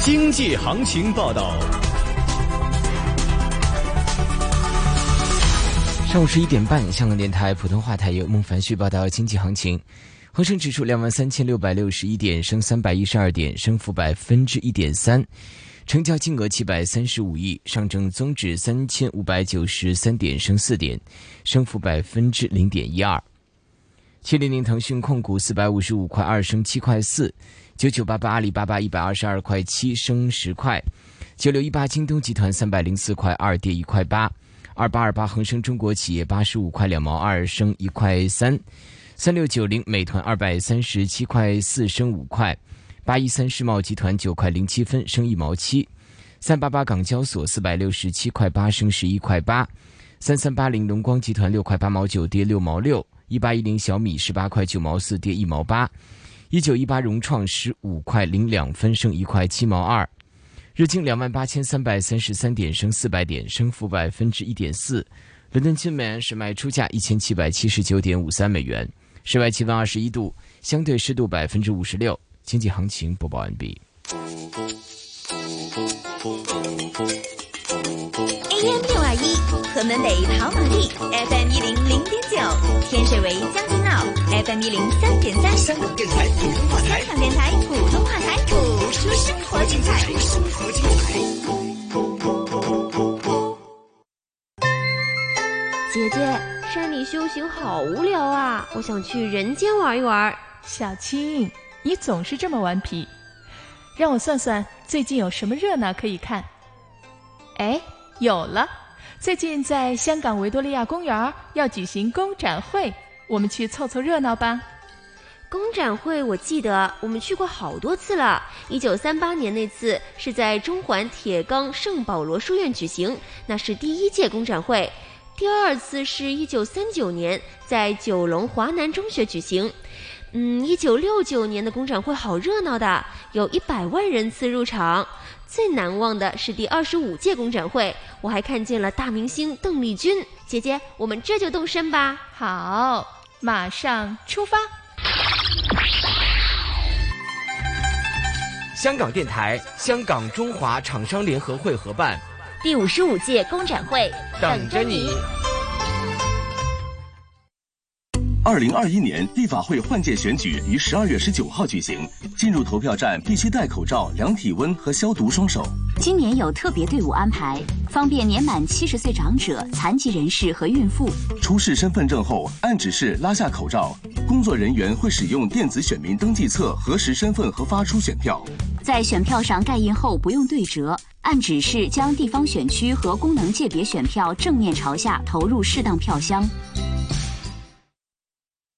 经济行情报道。上午十一点半，香港电台普通话台由孟凡旭报道经济行情。恒生指数两万三千六百六十一点，升三百一十二点，升幅百分之一点三，成交金额七百三十五亿。上证综指三千五百九十三点，升四点，升幅百分之零点一二。七零零腾讯控股四百五十五块二升七块四，九九八八阿里巴巴一百二十二块七升十块，九六一八京东集团三百零四块二跌一块八，二八二八恒生中国企业八十五块两毛二升一块三，三六九零美团二百三十七块四升五块，八一三世贸集团九块零七分升一毛七，三八八港交所四百六十七块八升十一块八。三三八零龙光集团六块八毛九跌六毛六，一八一零小米十八块九毛四跌一毛八，一九一八融创十五块零两分升一块七毛二，日经两万八千三百三十三点升四百点，升幅百分之一点四。伦敦金美元是卖出价一千七百七十九点五三美元，室外气温二十一度，相对湿度百分之五十六。经济行情播报完毕。哦 AM 六二一，河门北跑马地；FM 一零零点九，天水围将军澳；FM 一零三点三，香港电台普通话台。香港电台普通话台，播出生活精彩。生活精彩。姐姐，山里修行好无聊啊，我想去人间玩一玩。小青，你总是这么顽皮，让我算算最近有什么热闹可以看。哎，有了，最近在香港维多利亚公园儿要举行公展会，我们去凑凑热闹吧。公展会我记得我们去过好多次了，一九三八年那次是在中环铁冈圣保罗书院举行，那是第一届公展会。第二次是一九三九年在九龙华南中学举行。嗯，一九六九年的公展会好热闹的，有一百万人次入场。最难忘的是第二十五届公展会，我还看见了大明星邓丽君。姐姐，我们这就动身吧。好，马上出发。香港电台、香港中华厂商联合会合办，第五十五届公展会等着你。二零二一年立法会换届选举于十二月十九号举行，进入投票站必须戴口罩、量体温和消毒双手。今年有特别队伍安排，方便年满七十岁长者、残疾人士和孕妇。出示身份证后，按指示拉下口罩，工作人员会使用电子选民登记册核实身份和发出选票。在选票上盖印后不用对折，按指示将地方选区和功能界别选票正面朝下投入适当票箱。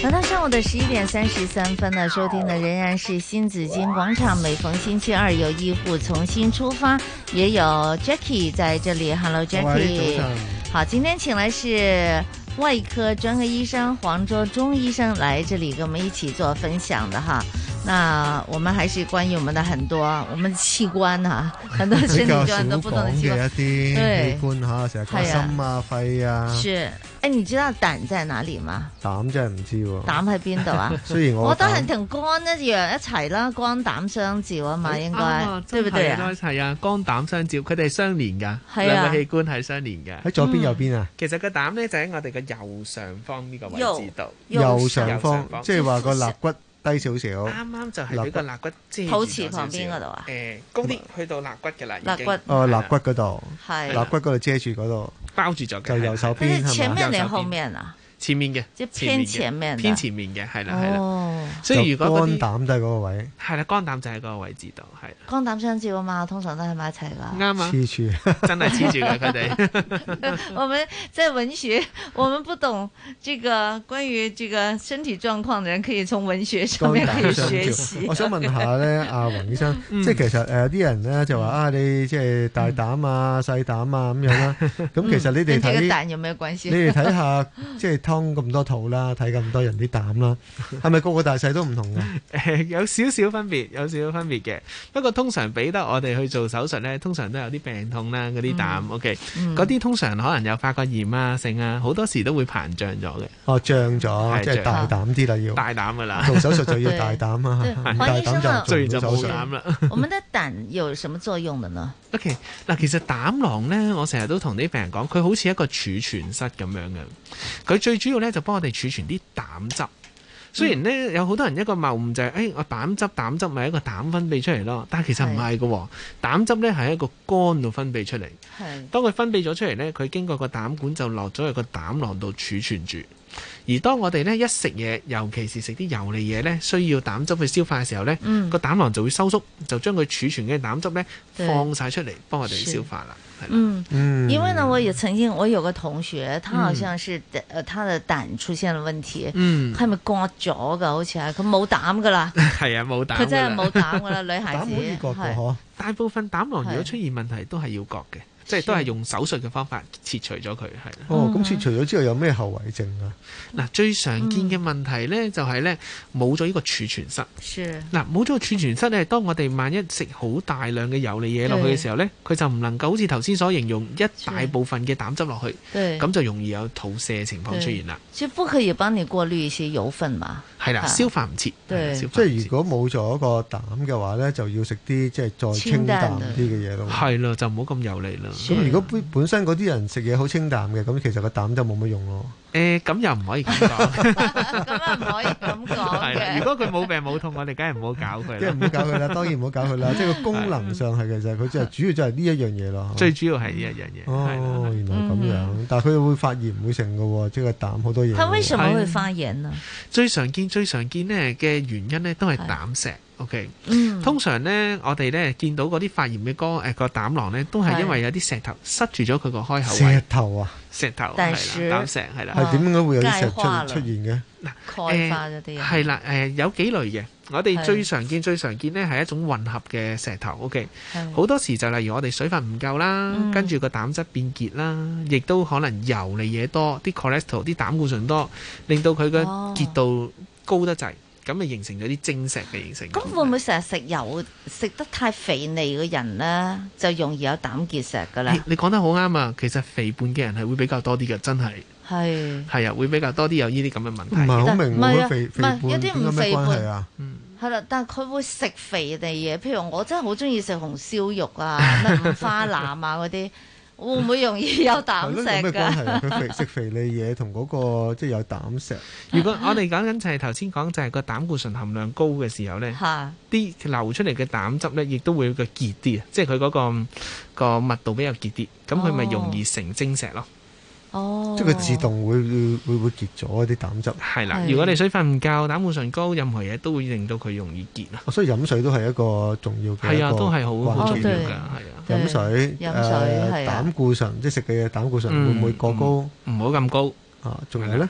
来到上午的十一点三十三分呢，收听的仍然是新紫金广场。每逢星期二有医护重新出发，也有 Jackie 在这里。Hello 喂 Jackie，早晨好，今天请来是外科专科医生黄卓忠医生来这里跟我们一起做分享的哈。那我们还是关于我们的很多我们器官啊，很 *laughs* 多身体比較有很多少不同的講器嘅官。一啲對器官嚇，成日講係啊心啊、肺啊，是，哎，你知道胆在哪里吗？膽真係唔知喎。膽喺邊度 *laughs* 啊？雖然我我覺得係膽同肝一樣一齊啦，肝膽相照啊嘛，應該對不對啊？係啊，肝膽相照，佢哋係相連㗎，係啊嗯兩個器官係相連嘅。喺左邊右邊啊？其實個膽咧就喺我哋嘅右上方呢個位置度，右上方，即係話個肋骨低少少。啱啱就係俾個肋骨遮住咗肚臍少旁少邊嗰度啊？誒高啲去到肋骨嘅啦，已經哦，肋骨嗰度，係肋骨嗰度遮住嗰度，包住咗嘅，就右手 *laughs* 佢邊係係前咪面？定後面啊？前面嘅，即係偏前面嘅的偏前面嘅，係啦係哦啦。所以如果嗰肝啲膽都係嗰個位，係啦，肝膽就喺嗰個位置度，係啦肝膽相照啊嘛，通常都喺埋一齊㗎。啱啊，黐住。 *laughs* 真係黐住嘅佢哋。 *laughs* *laughs* 我们在文学，我们不懂这个关于这个身體狀況的人，可以從文學上面可以學習。哦我想問下咧，阿黃醫生，嗯即係其實誒啲人咧就話啊，你即係大膽啊、細膽啊咁樣啦。咁其實你哋跟這個睇膽，有沒有關係？你哋睇 *laughs* 下，即係劏咁多肚啦，睇咁多人啲膽 *laughs* 啦，係咪個個大細都唔同㗎？誒有少少分別，有少少分別嘅。不過通常俾得我哋去做手術咧，通常都有啲病痛啦，嗰啲膽、OK，嗯嗰啲通常可能有發過炎啊、性啊，好多時都會膨脹咗嘅，哦，脹咗，係即係脹大膽啲啦，要大膽噶啦。做手術就要大膽啊 *laughs* 嗯對，唔大黃醫生啊膽就雖然就做唔到冇手術。膽啦。 *laughs* 我們的膽有什麼作用的呢？ OK，嗱，其實膽囊咧，我成日都同啲病人講，佢好似一個儲存室咁樣嘅。佢最主要咧就幫我哋儲存啲膽汁。雖然咧有好多人一個謬誤就係、誒、哎我膽汁膽汁咪一個膽分泌出嚟咯，但係其實唔係嘅喎，膽汁咧係喺個肝度分泌出嚟。係嗯當佢分泌咗出嚟咧，佢經過個膽管就落咗去個膽囊度儲存住。而當我哋咧一食嘢，尤其是食啲油膩嘢咧，需要膽汁去消化嘅時候咧，個、嗯膽囊就會收縮，就將佢儲存嘅膽汁咧對放晒出嚟，幫我哋消化啦。嗯嗯因為呢，我也曾經我有個同學，他好像是膽呃他的膽出現了問題，嗯係咪割咗噶？好似係啊佢冇膽噶啦， *laughs* 係啊，冇膽㗎啦佢真係冇膽 *laughs* 噶啦，女孩子係大部分膽囊如果出現問題都係要割嘅，即係都係是用手術嘅方法切除咗佢係啦。哦，咁切除咗之後有咩後遺症啊？嗱，最常見嘅嗯問題咧就係咧冇咗呢個儲存室。是嗱，冇咗個儲存室咧，當我哋萬一食好大量嘅油膩嘢落去嘅時候咧，佢就唔能夠好似頭先所形容一大部分嘅膽汁落去，對咁就容易有吐瀉情況出現啦。就不可以幫你過濾一些油分嘛？係啦，啊消化唔切，係啦即消化係如果冇咗個膽嘅話咧，就要食啲即係再清淡啲嘅嘢咯。係啦，就唔好咁油膩啦。咁如果本本身嗰啲人食嘢好清淡嘅，咁其實個膽就冇乜用咯。誒咁又唔可以咁講， *laughs* 咁講係啦。嘅如果佢冇病冇痛，我哋梗係唔好搞佢啦。即係唔好搞佢啦，當然唔好搞佢啦。即係個功能上係其 *laughs* 實佢就係主要就係呢一樣嘢咯。最主要係呢一樣嘢。哦，原來咁樣，但係佢會發炎會成嘅喎，即係個膽好多嘢喎。他為什麼會發炎呢？最常見最常見咧嘅原因咧都係膽石。OK，嗯通常咧我哋咧見到嗰啲發炎嘅肝誒個膽囊咧，都係因為有啲石頭塞住咗佢個開口位石。頭啊，石頭係但啦，是膽石係啦。係點解會有啲石鈣化啦出出現鈣化嗰啲啊呃係啦，誒有幾類嘅。係我哋最常見最常見咧係一種混合嘅石頭，OK，係好多時就例如我哋水分唔夠啦，嗯跟住個膽汁變結啦，亦都可能油膩嘢多，啲 cholesterol 啲膽固醇多，令到佢嘅哦結度高得滯，咁咪形成咗啲晶石嘅形成。咁會唔會成日食油食得太肥膩嘅人咧，就容易有膽結石噶啦你？你講得好啱啊！其實肥胖嘅人係會比較多啲嘅，真係係係啊，會比較多啲有呢啲咁嘅問題。唔係好明唔係啊喎，肥肥唔係胖有啲唔有咩肥關胖係啊？係啦，但係佢會食 *laughs* 肥膩嘢，譬如我真係好中意食紅燒肉啊、咩五花腩啊嗰啲，會唔會容易 *laughs* 有膽係石咯有咩關係啊？ *laughs* 佢肥㗎？食肥膩嘢同嗰個即係有膽石，如果我哋講緊就係頭先講就係個膽固醇含量高嘅時候咧，嚇啲流出嚟嘅膽汁咧，亦都會個結啲啊，即係佢嗰個個密度比較結啲，咁佢咪容易成晶石咯。哦，即係佢自動會會會會結咗啲膽汁。係啦，係如果你水分唔夠，膽固醇高，任何嘢都會令到佢容易結啊。哦所以飲水都係一個重要嘅一係啊，個都係好好哦關重鍵要㗎，係啊。飲水，飲誒水係啊膽固醇，即係食嘅嘢膽固醇嗯會唔會過高？唔好咁高啊！仲有咧，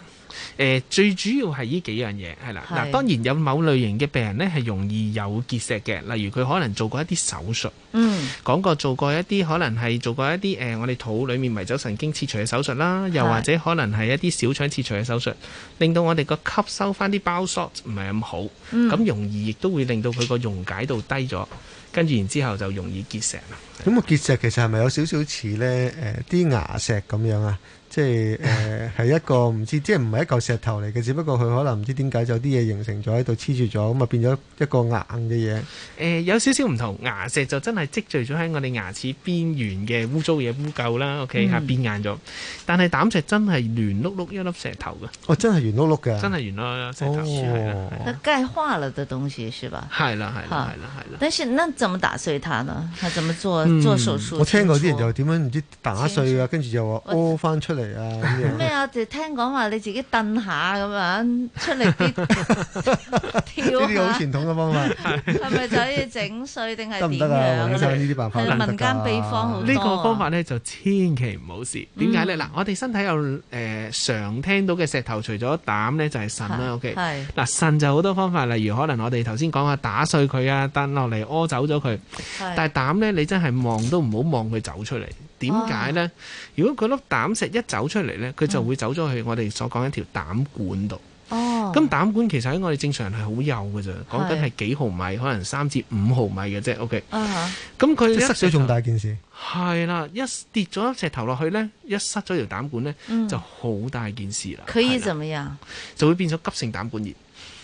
誒最主要係呢幾樣嘢係啦。係嗱，當然有某類型嘅病人咧係容易有結石嘅，例如佢可能做過一啲手術，嗯，講過做過一啲可能係做過一啲誒、呃我哋肚裡面迷走神經切除嘅手術啦，又係或者可能係一啲小腸切除嘅手術，令到我哋個吸收翻啲包 short 唔係咁好，咁、嗯容易亦都會令到佢個溶解度低咗，跟住然之後就容易結石啦。 *laughs* 咁個結石其實係咪有少少似咧？誒啲牙石咁樣啊？即係誒係一個唔知，即係唔係一嚿石頭嚟嘅，只不過佢可能唔知點解就有啲嘢形成咗喺度黐住咗，咁啊變咗一個硬嘅嘢。誒、呃有少少唔同，牙石就真係積聚咗喺我哋牙齒邊緣嘅污糟嘢、污垢啦，OK 嗯嚇、變硬咗。但係膽石真係圓碌碌一粒石頭嘅，哦，真係圓碌碌嘅，真係圓啦石頭，係啦它钙化了的東西是吧？係啦係啦哈係啦係啦。但是那怎麼打碎它呢？它怎麼做嗯做手術？我聽過啲人就點樣唔知打碎啊，跟住又話屙翻出嚟啊咁樣。咩啊？就聽講話你自己蹬下咁樣出嚟 *laughs* 啲跳呢啲好下，傳統嘅 *laughs* 方法，係咪就可以整碎定係得唔點得啊？黃醫樣生呢啲辦法係得唔得㗎民間秘方好多啊呢個方法咧就千祈唔好試，點解咧？嗱、我哋身體有誒、呃常聽到嘅石頭，除咗膽咧就係腎啦係，OK。係嗱腎就好多方法，例如可能我哋頭先講下打碎佢啊，蹬落嚟屙走咗佢。係但係膽咧，你真係望都唔好望佢走出嚟。點解咧？如果佢粒膽石一走出嚟咧，佢就會走咗去我哋所講一條膽管度。哦咁膽管其實喺我哋正常係好幼嘅啫，講緊係幾毫米，可能三至五毫米嘅啫。OK，啊咁佢即一係塞水仲大件事。係啦，一跌咗粒石頭落去咧，一塞咗條膽管咧，嗯就好大件事啦。可以係啦怎麼樣？就會變咗急性膽管炎。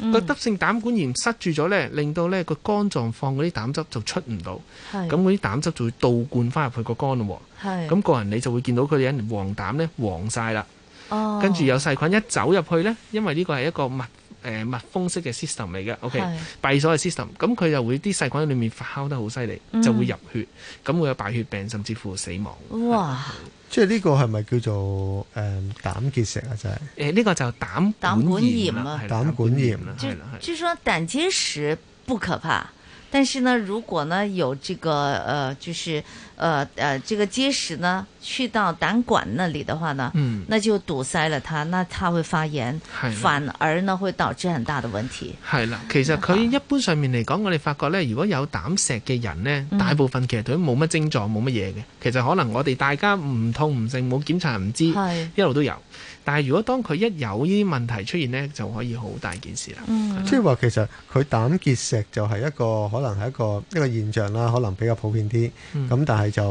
嗯個急性膽管炎塞住咗咧，令到咧個肝臟放嗰啲膽汁就出唔到，係咁嗰啲膽汁就會倒灌翻入去個肝咯係喎。咁個人你就會見到佢哋人黃疸咧黃晒啦，哦，跟住有細菌一走入去咧，因為呢個係一個密誒密封式嘅 system 嚟嘅，OK，係閉鎖嘅 system，咁佢就會啲細菌喺裡面發酵得好犀利，嗯就會入血，咁會有敗血病甚至乎死亡。哇！即係呢個係咪叫做誒膽結石啊？真係誒呢個就膽膽管炎啦啊，係啦膽管炎啦就係啦係啦就說膽結石不可怕，但是呢，如果呢有这个呃，就是呃呃这个结石呢去到胆管那里的话呢，嗯那就堵塞了它，那它会发炎是，的反而呢会导致很大的问题。係啦，其實佢一般上面嚟講，我哋發覺咧，如果有膽石嘅人咧，嗯大部分其實佢都冇乜症狀，冇乜嘢嘅。其實可能我哋大家唔痛唔症，冇檢查唔知，係一路都有。但係如果當佢一有呢啲問題出現咧，就可以好大件事啦。嗯即係話其實佢膽結石就係一個可能係一個一個現象啦，可能比較普遍啲。咁、嗯但係就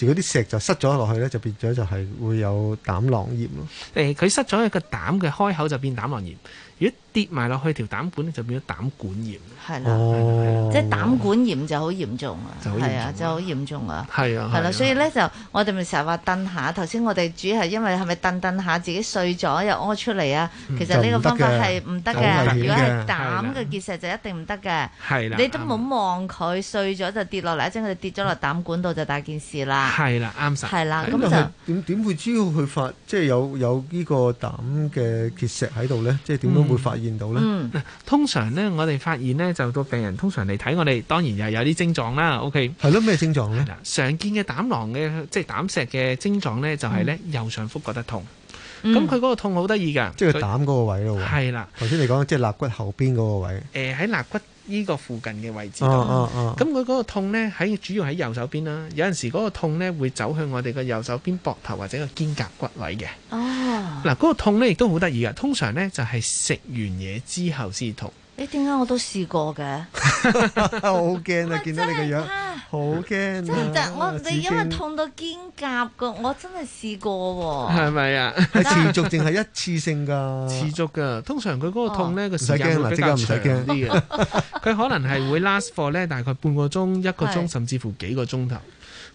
如果啲石就塞咗落去咧，就變咗就係會有膽囊炎咯。誒，佢塞咗喺個膽嘅開口就變膽囊炎，如果跌埋落去條膽管咧，就變咗膽管炎。係啦，哦即係膽管炎就好嚴重啊，就好嚴重係啊啊，就好嚴重啊。係啊，係啦，所以咧就我哋咪成日話蹬下。頭先我哋主要係因為係咪蹬蹬下自己碎咗又屙出嚟啊？嗯其實呢個方法係唔得就唔得嘅嘅。好危險嘅如果係膽嘅結石就一定唔得嘅。係啦你都冇望佢碎咗就跌落嚟，一陣佢就跌咗落膽管度就大件事啦。係啦，啱晒。係啦，咁但係就點點會知道佢發即係有有呢個膽嘅結石喺度咧？即係點樣會發現到咧？嗯通常咧，我哋發現咧，就個病人通常嚟睇我哋，當然又有啲症狀啦。OK，係咯，咩症狀咧？常見嘅膽囊嘅即係膽石嘅症狀咧，就係咧右上腹覺得痛。嗯咁佢嗰個痛好得意㗎，即係佢佢膽嗰個位咯喎。係啦。頭先你講即係肋骨後邊嗰個 *laughs* 位。誒呃喺肋骨呢個附近嘅位置度。哦哦哦咁佢嗰個痛咧喺主要喺右手邊啦，有陣時嗰個痛咧會走向我哋嘅右手邊膊頭或者個肩胛骨位嘅。哦，嗱，嗰個痛咧亦都好得意㗎，通常咧就係食完嘢之後先痛。你點解我都試過 *laughs* 嘅？我好驚啊！見到你個樣，好真係驚但啊！我紫你因為荊痛到肩胛個，我真係試過喎。係咪啊？係持續定係一次性㗎？持續㗎，通常佢嗰個痛咧哦個時間會比較唔使長啲驚嗱即 *laughs* 嘅，佢可能係會 last for 咧大概半個鐘、一個鐘係甚至乎幾個鐘頭。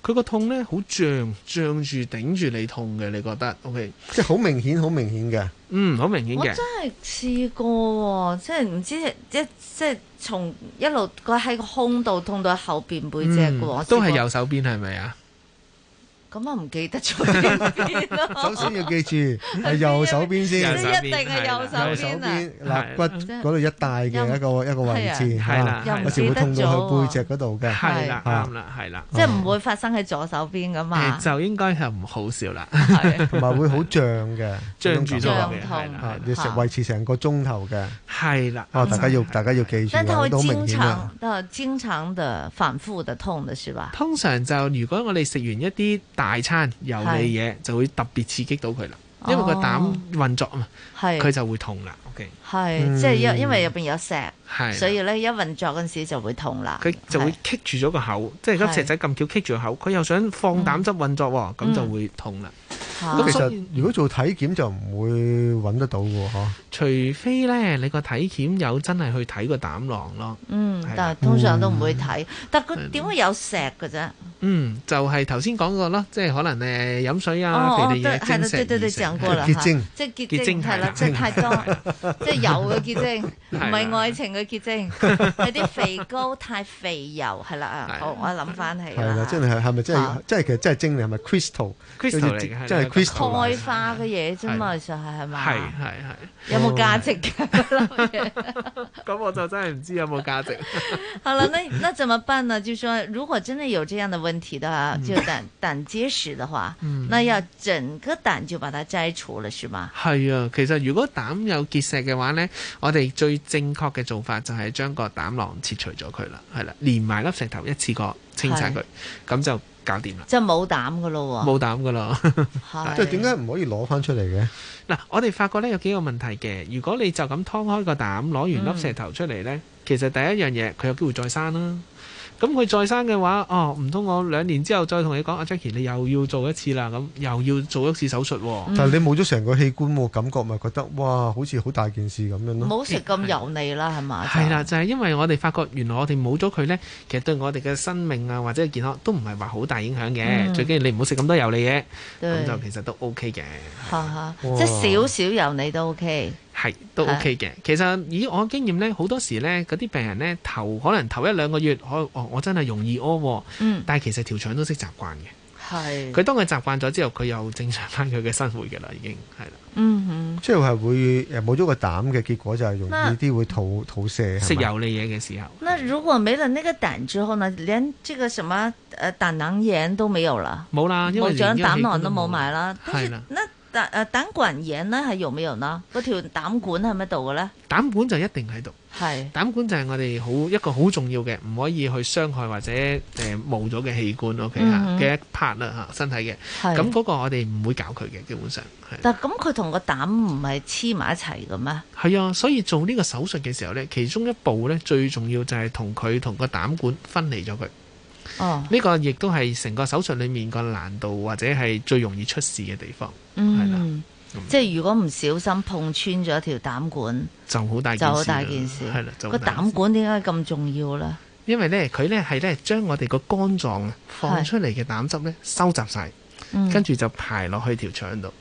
佢個痛咧好脹，脹住頂住你痛嘅，你覺得？OK，即係好明顯，好明顯嘅。嗯，好明顯我嘅真。係試過喎，即係唔知即即係從一路個喺個胸度痛到後邊背脊嘅喎，我嗯都試係過右手邊係咪啊？咁啊唔記得咗 *laughs* 邊邊咯。 *laughs* 首先要記 *laughs* 住係右手邊先，右手邊一定係右手邊啊右手邊肋係骨嗰度一帶嘅一個一個位置，係啦嚇又唔有時會痛到去背記脊嗰度嘅，係啦，嚇啱啦，啊係啦。即係唔會發生喺左手邊噶嘛 *laughs* 誒。就應該係唔好笑啦。同埋會好脹嘅，脹住咗嗰嘅係種感覺啦啊係要啦食維持成個鐘頭嘅，係啦。哦，大家要大家要記住啊，但它會都好經明顯啊。常到經常的反覆的痛的是吧？通常就如果我哋食完一啲大餐油膩嘢，就會特別刺激到佢啦，因為個膽哦運作啊嘛，係佢就會痛啦。OK，係，嗯即係因因為入邊有石，係所以咧一運作嗰陣時就會痛啦。佢就會棘住咗個口，即係而家係石仔咁巧棘住個口，佢又想嗯放膽汁運作喎，咁就會痛啦。咁其實如果做體檢就唔會揾得到嘅喎，嗬。除非咧，你個體檢有真係去睇個膽囊咯。嗯係，啦但係通常都唔會睇，但佢點會有石嘅啫？嗯，就係頭先講過咯，即係可能誒飲水啊、哦，肥對，係膩嘢、啦，精對石、對對，異講常過啦，嚇即係結結晶晶係啦，即係太 *laughs* 多，即係油嘅結晶，唔係啊係啦愛情嘅結 *laughs* 晶，係啲肥膏太肥油，係啦啊！好，我諗翻起係啦，啦，真係係咪真係啊真係其實真係精靈係咪 crystal？ Crystal 好似嚟嘅真係係啦 crystal 鈣化嘅嘢啫嘛，其實係係嘛？係係係。哦有冇價值㗎？咁我就真係唔知有冇價值。好了，那那怎麼辦呢？就说如果真的有這樣的問題的話，就膽膽結石的話，嗯那要整個膽就把它摘除了，是嗎？係啊，其實如果膽有結石嘅話呢，我哋最正確嘅做法就係將個膽囊切除咗佢啦，係啦，連埋粒石頭一次過清晒佢，咁就搞掂啦，即係冇膽噶咯喎，冇膽噶啦。係即係點解唔可以攞翻出嚟嘅？嗱，我哋發覺呢有幾個問題嘅，如果你就咁劏開個膽，攞完嗯粒石頭出嚟呢，其實第一樣嘢佢有機會再生啦。咁佢再生嘅話，哦，唔通我兩年之後再同你講，阿 Jackie 你又要做一次啦，咁又要做一次手術喎。但係你冇咗成個器官喎，感覺咪覺得哇，好似好大件事咁樣唔咯。好嗯食咁油膩啦，係嘛？係啦，就係、因為我哋發覺原來我哋冇咗佢呢，其實對我哋嘅生命啊或者健康都唔係話好大影響嘅。嗯最緊要你唔好食咁多油膩嘢，對咁就其實都 OK 嘅，哈哈，哇即係少少油膩都 OK。係都係 OK 嘅。其實以我經驗呢，好多時呢，嗰啲病人呢，頭可能頭一兩個月，我我我真係容易屙喎，嗯但係其實條腸都識習慣嘅。係佢當佢習慣咗之後，佢又正常翻佢嘅生活嘅啦，已經係啦。嗯即係係會誒冇咗個膽嘅結果就係容易啲會吐吐瀉。食係咪油膩嘢嘅時候，那如果沒了那個膽之後呢，連這個什麼呃膽囊炎都沒有了，冇啦，因為冇長連呢膽個器囊官都冇埋啦。但係是啦。那膽呃膽管炎呢，係有沒有呢？嗰條膽管喺咪度嘅咧？膽管就一定喺度。係膽管就係我哋好一個好重要嘅，唔可以去傷害或者誒冇咗嘅器官，OK 嚇嗯哼嘅一 part 啦嚇，身體嘅。係咁嗰個我哋唔會搞佢嘅，基本上係。但咁佢同個膽唔係黐埋一齊嘅咩？係啊，所以做呢個手術嘅時候呢，其中一步呢，最重要就係同佢同個膽管分離咗佢。哦，呢個亦都係成個手術裡面個難度或者係最容易出事嘅地方，嗯，即係如果唔小心碰穿咗條膽管，就好大件就事啦。好大件事。係啦，就個好大件事膽管點解咁重要咧？因為咧佢咧係咧將我哋個肝臟啊放出嚟嘅膽汁咧收集晒嗯，哦跟住就排落去條腸度。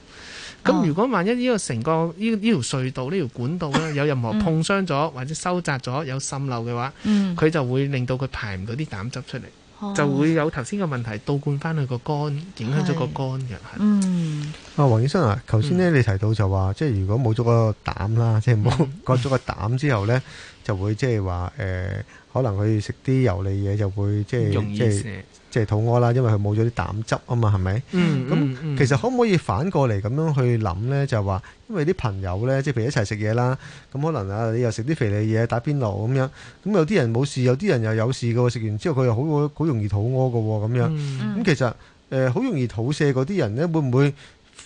咁如果萬一呢個成個呢呢條隧道呢條管道咧有任何碰傷咗或者收窄咗有滲漏嘅話，嗯佢就會令到佢排唔到啲膽汁出哦嚟，就會有頭先個問題倒灌翻去個肝，影響咗個肝嘅。係嗯，啊，黃醫生啊，頭先咧你提到就話，即係如果冇咗個膽 *laughs* 啦，即係冇割咗個膽之後咧，就會即係話誒，可能佢食啲油膩嘢就會即係容易即係瀉即係肚屙啦，因為佢冇咗啲膽汁啊嘛，係咪？嗯咁、嗯嗯其實可唔可以反過嚟咁樣去諗咧？就係話，因為啲朋友咧，即係譬如一齊食嘢啦，咁可能啊，你又食啲肥膩嘢，打邊爐咁樣，咁有啲人冇事，有啲人又有事嘅喎，食完之後佢又好好容易肚屙嘅喎，咁樣。咁、呃嗯其實誒好、容易肚瀉嗰啲人咧，會唔會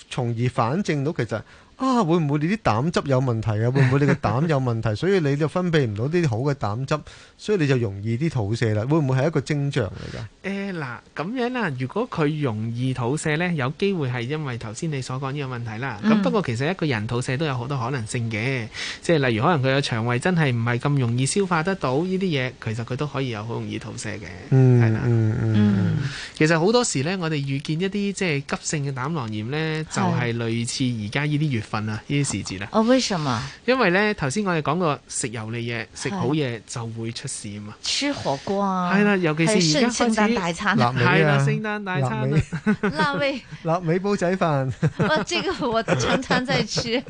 從而反證到其實啊，會唔會你啲膽汁有問題啊？會唔會你個膽有問題？所以你就分泌唔到啲好嘅膽汁，所以你就容易啲肚瀉啦。會唔會係一個徵象嚟㗎？誒嗱，咁樣啦，如果佢容易肚瀉呢，有機會係因為頭先你所講呢個問題啦。咁、嗯不過其實一個人肚瀉都有好多可能性嘅，即係例如可能佢嘅腸胃真係唔係咁容易消化得到呢啲嘢，其實佢都可以有好容易肚瀉嘅。嗯嗯嗯，其實好多時呢，我哋遇見一啲即係急性嘅膽囊炎呢，就係、類似而家呢啲月份啊，呢啲時節啊。哦，為什麼？因為呢頭先我哋講過食油膩嘢、食好嘢就會出事啊嘛。吃火鍋啊，係啦，尤其還是而有家聖聖開始誕大餐，臘味啊係啦，聖誕大餐啦。 *laughs* 辣味，臘味煲仔飯，哇，這個我常常在 *laughs* 吃。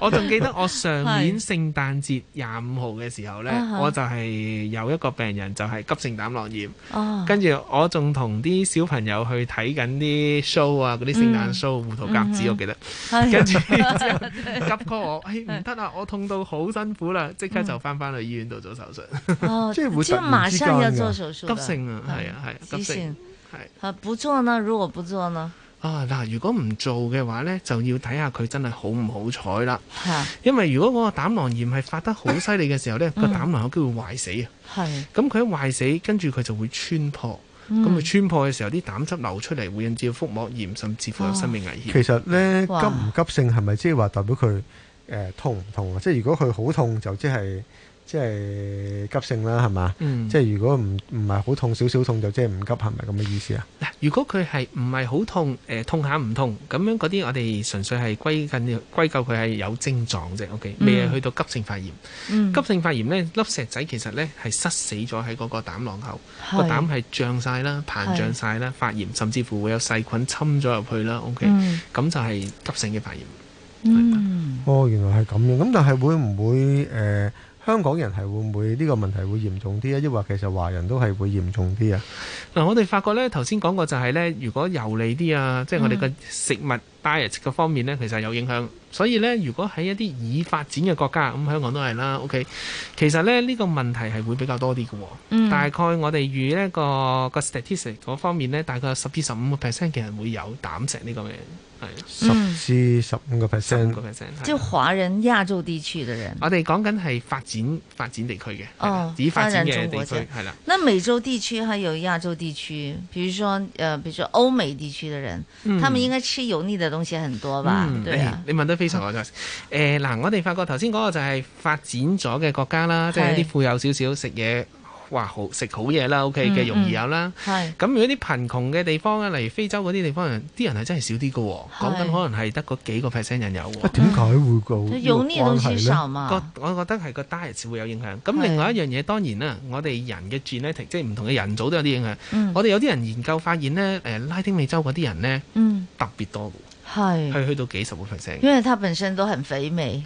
我仲記得我上年聖誕節廿五號嘅時候呢啊哈，我就係有一個病人就係急性膽囊炎，哦，跟住我仲同啲小朋友去睇緊啲 show 啊，嗰啲聖誕 show 胡桃夾子，我記得。跟住之後啊 *laughs* 急 call 我，哎唔得啦，我痛到好辛苦啦，即刻嗯就翻返去醫院度做手術。哦， *laughs* 即係會突就然馬之上要間做㗎手術的，嗯啊急性啊係啊係啊急急性性，係啊，不做呢？如果不做呢？啊嗱，如果唔做嘅話呢，就要睇下佢真係好唔好彩啦。因為如果嗰個膽囊炎係發得好犀利嘅時候呢，個嗯膽囊有機會壞死啊。係咁佢一壞死，跟住佢就會穿破。嗯咁佢穿破嘅時候，啲膽汁流出嚟，會引致腹膜炎，甚至乎有生命危險。其實咧急哇唔急性係咪即係話代表佢誒、呃痛唔痛啊？即係如果佢好痛就即係即係急性啦，係嘛？嗯即係如果唔唔係好痛，少少痛就即係唔急，係咪咁嘅意思啊？如果佢係唔係好痛，誒、痛下唔痛，咁樣嗰啲我哋純粹係歸近歸咎佢係有症狀啫，OK，嗯未係去到急性發炎。嗯急性發炎呢，粒石仔其實呢係塞死咗喺嗰個膽囊口，係個膽係脹晒啦、膨脹晒啦、發炎，甚至乎會有細菌侵咗入去啦，OK，咁、嗯就係急性嘅發炎。嗯，哦，原來係咁樣。咁但係會唔會誒、呃香港人係會唔會呢個問題會嚴重啲啊？抑或其實華人都係會嚴重啲啊？嗱，我哋發覺咧，頭先講過就係咧，如果油膩啲啊，即係嗯我哋嘅食物 diet 嘅方面咧，其實有影響。所以咧，如果喺一啲已發展嘅國家，咁香港都係啦，OK，其實咧呢、呢個問題係會比較多啲嘅喎。嗯大概我哋預呢個個 statistic 嗰方面咧，大概十至十五個 percent 嘅人會有膽石呢個嘅係十至十五個 percent，個 percent。就嗯華人亞洲地區的人。我哋講緊係發展發展地區嘅，係啦哦已發展發展嘅中國地區家係啦。那美洲地區還有亞洲地區，比如說，呃，比如說歐美地區的人，嗯他們應該吃油膩的東西很多吧？嗯對啊，你你問得非常好，誒嗱，我哋發覺頭先嗰個就係發展咗嘅國家啦，即係係一啲富有少少食嘢，哇好食好嘢啦，OK 嗯嘅容易有啦。係咁如果啲貧窮嘅地方啊咧，例如非洲嗰啲地方人，啲人係真係少啲嘅喎，講緊可能係得嗰幾個 percent 人有喎。點解會個就油膩嘅東西少嘛個我覺得係個 diet 會有影響。咁另外一樣嘢當然啦，我哋人嘅 genetic 即係唔同嘅人組都有啲影響。嗯我哋有啲人研究發現呢，誒拉丁美洲嗰啲人呢，嗯，特別多係嘅，係去到幾十個 percent 嘅。因為 *laughs* 他本身都很肥 *laughs* 美，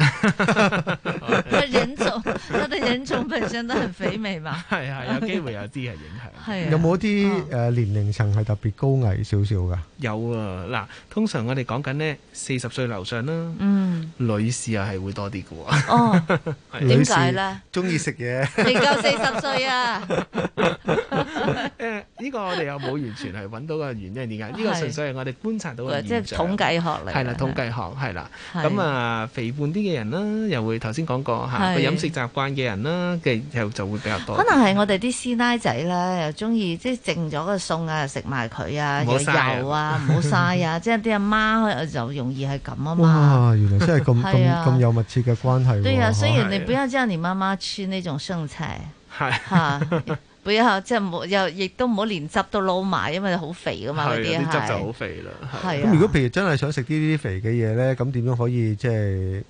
他人種， *laughs* 他的人種本身都很肥美嘛。係係有機會有啲係影響。係啊有冇啲誒年齡層係特別高危少少㗎？有啊，嗱，通常我哋講緊呢，四十歲樓上啦，嗯，女士又係會多啲嘅喎。哦， *laughs* 係點解呢？中意食嘢，未夠四十歲啊！ *laughs* 誒，呢個我哋又冇完全係揾到個原因點解？呢個係純粹係我哋觀察到嘅即係現象統計學嚟㗎。係啦，統計學係啦。係咁啊，肥胖啲嘅人啦，又會頭先講過嚇，係個飲食習慣嘅人啦嘅又就會比較多。可能係我哋啲師奶仔咧，又中意即係剩咗個餸啊，又食埋佢啊，唔又好嘥啊油啊，唔好嘥 *laughs* 啊，即係啲阿媽就容易係咁啊嘛。哇！原來真 *laughs* 係咁係咁啊咁有密切嘅關係喎。對啊，所以嚇你不要叫你媽媽吃那種剩菜，係嚇， *laughs* 不要即係冇又亦都唔好連汁都撈埋，因為好肥噶嘛嗰係啊啲係。汁就好肥啦。係咁啊如，果譬如真係想食啲啲肥嘅嘢咧，咁點樣可以即係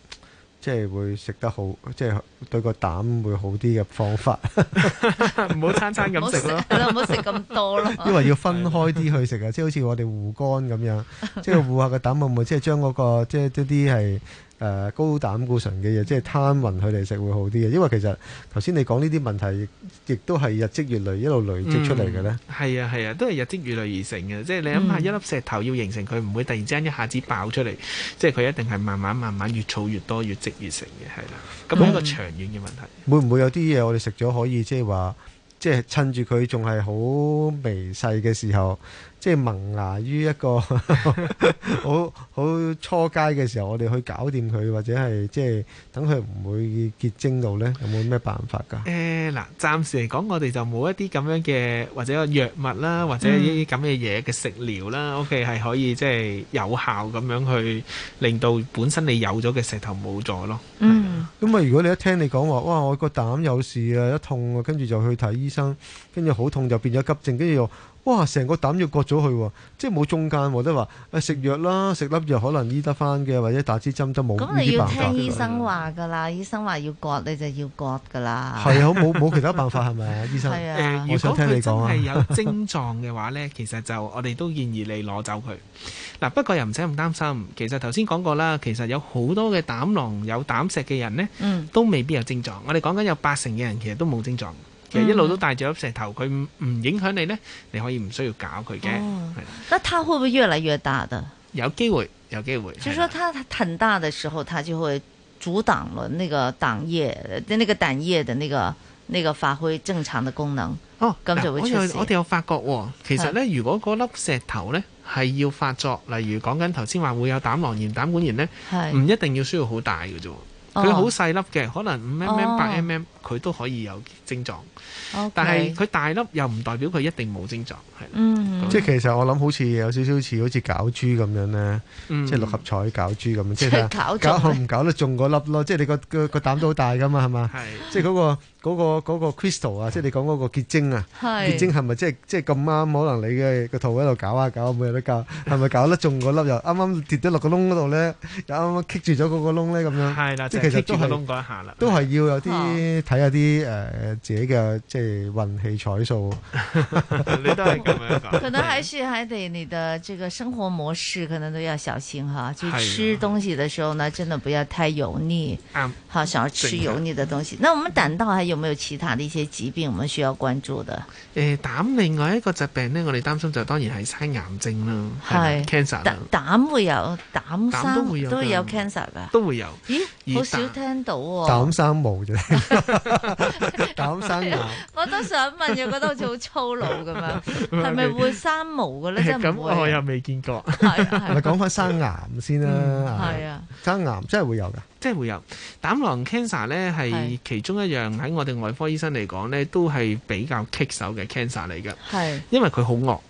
即係會食得好，即係對個膽會好啲嘅方法？哦唔好餐餐唔好咁食食咯。啦，唔好食咁多咯。 *laughs* *laughs* 因為要分開啲去食啊，即係好似我哋護肝咁 *laughs* 樣，即係護下個膽會唔會即係將嗰個即係一啲係誒高膽固醇嘅嘢，即係攤勻佢嚟食會好啲嘅。因為其實頭先你講呢啲問題，亦亦都係日積月累一路累積出嚟嘅咧。嗯係啊係啊，都係日積月累而成嘅。即係你諗下，嗯一粒石頭要形成，佢唔會突然之間一下子爆出嚟，即係佢一定係慢慢慢慢越儲越多，越積越成嘅，係啦。咁嗯係一個長遠嘅問題。會唔會有啲嘢我哋食咗可以即係話，即係趁住佢仲係好微細嘅時候，即係萌芽於一個 *laughs* 好好初階嘅時候，我哋去搞掂佢，或者係即係等佢唔會結晶到咧，有冇咩辦法㗎？誒嗱，暫時嚟講，我哋就冇一啲咁樣嘅或者藥物啦，或者嗯一啲咁嘅嘢嘅食療啦。OK，係可以即係有效咁樣去令到本身你有咗嘅石頭冇咗咯。嗯，咁啊，如果你一聽你講話，哇，我個膽有事啊，一痛啊，跟住就去睇醫生，跟住好痛就變咗急症，跟住又哇，成個膽要割咗佢喎，即係冇中間喎，都話誒食藥啦，食粒藥可能醫得翻嘅，或者打支針都冇呢咁你啲要辦法聽㗎醫啦生話㗎啦，醫生話要割你就要割㗎啦。係啊，冇冇其他辦法係咪啊，醫生？係啊誒，我如想果聽佢你真 *laughs* 講啊係。有症狀嘅話呢，其實就我哋都建議你攞走佢。嗱，不過又唔使咁擔心。其實頭先講過啦，其實有好多嘅膽囊有膽石嘅人呢，嗯都未必有症狀。我哋講緊有八成嘅人其實都冇症狀，其實一路都帶住粒石頭，佢唔唔影響你呢，你可以唔需要搞佢嘅。哦係那它會不會越來越大啊的？有機會，有機會。就是說它很大的時候，它就會阻擋了那個膽液、那個膽液的那個那個發揮正常的功能。哦，咁就會嗱我出有事我哋有發覺喎，其實咧，如果嗰粒石頭咧係要發作，例如講緊頭先話會有膽囊炎、膽管炎咧係，唔一定要需要好大嘅啫喎。哦佢好細粒嘅，可能五 mm、八哦 mm，佢都可以有症狀。 OK 但係佢大粒又唔代表佢一定冇症狀，係啦。嗯即係其實我諗好似有少少似好似攪珠咁樣咧，嗯即係六合彩攪珠咁樣，即即係係搞中搞唔搞得中嗰粒咯？即係你個個個膽都好大噶嘛，係嘛？即係嗰個嗰個嗰個 crystal 啊，即係你講嗰個結晶啊，係結晶係咪即係即係咁啱？可能你嘅個肚喺度搞下搞下，每日都搞，係咪搞得中嗰粒又啱啱跌咗落個窿嗰度咧，又啱啱棘住咗嗰個窿咧咁樣？係啦，即即係係其實棘都住個窿係嗰一下啦。都係要有啲睇下啲誒自己嘅即係運氣 *laughs* 彩數。你都係咁樣講。可能還是還得你的這個生活模式，可能都要小心哈。就係啊吃東西的時候呢，真的不要太油膩，啱好少吃油膩的東西。那我們膽道還有沒有其他的一些疾病我們需要關注的？誒膽另外一個疾病咧，我哋擔心就當然係生癌症啦，係係 cancer 膽啦，膽會有膽膽都生會有㗎都有 cancer 噶，都會有。咦，而好啊少膽聽到喎。膽生毛啫，膽生癌。啊 *laughs* 我都想問，又覺得好似好粗魯咁 *laughs* 樣，係咪會生毛嘅咧？真係咁唔我會又啊。未見過。 *laughs* 咪講翻生癌先啦，係啊，生癌真係會有噶。即係會有膽囊 cancer 咧，係其中一樣喺我哋外科醫生嚟講咧，都係比較棘手嘅 cancer 嚟嘅，係因為佢好惡，啊，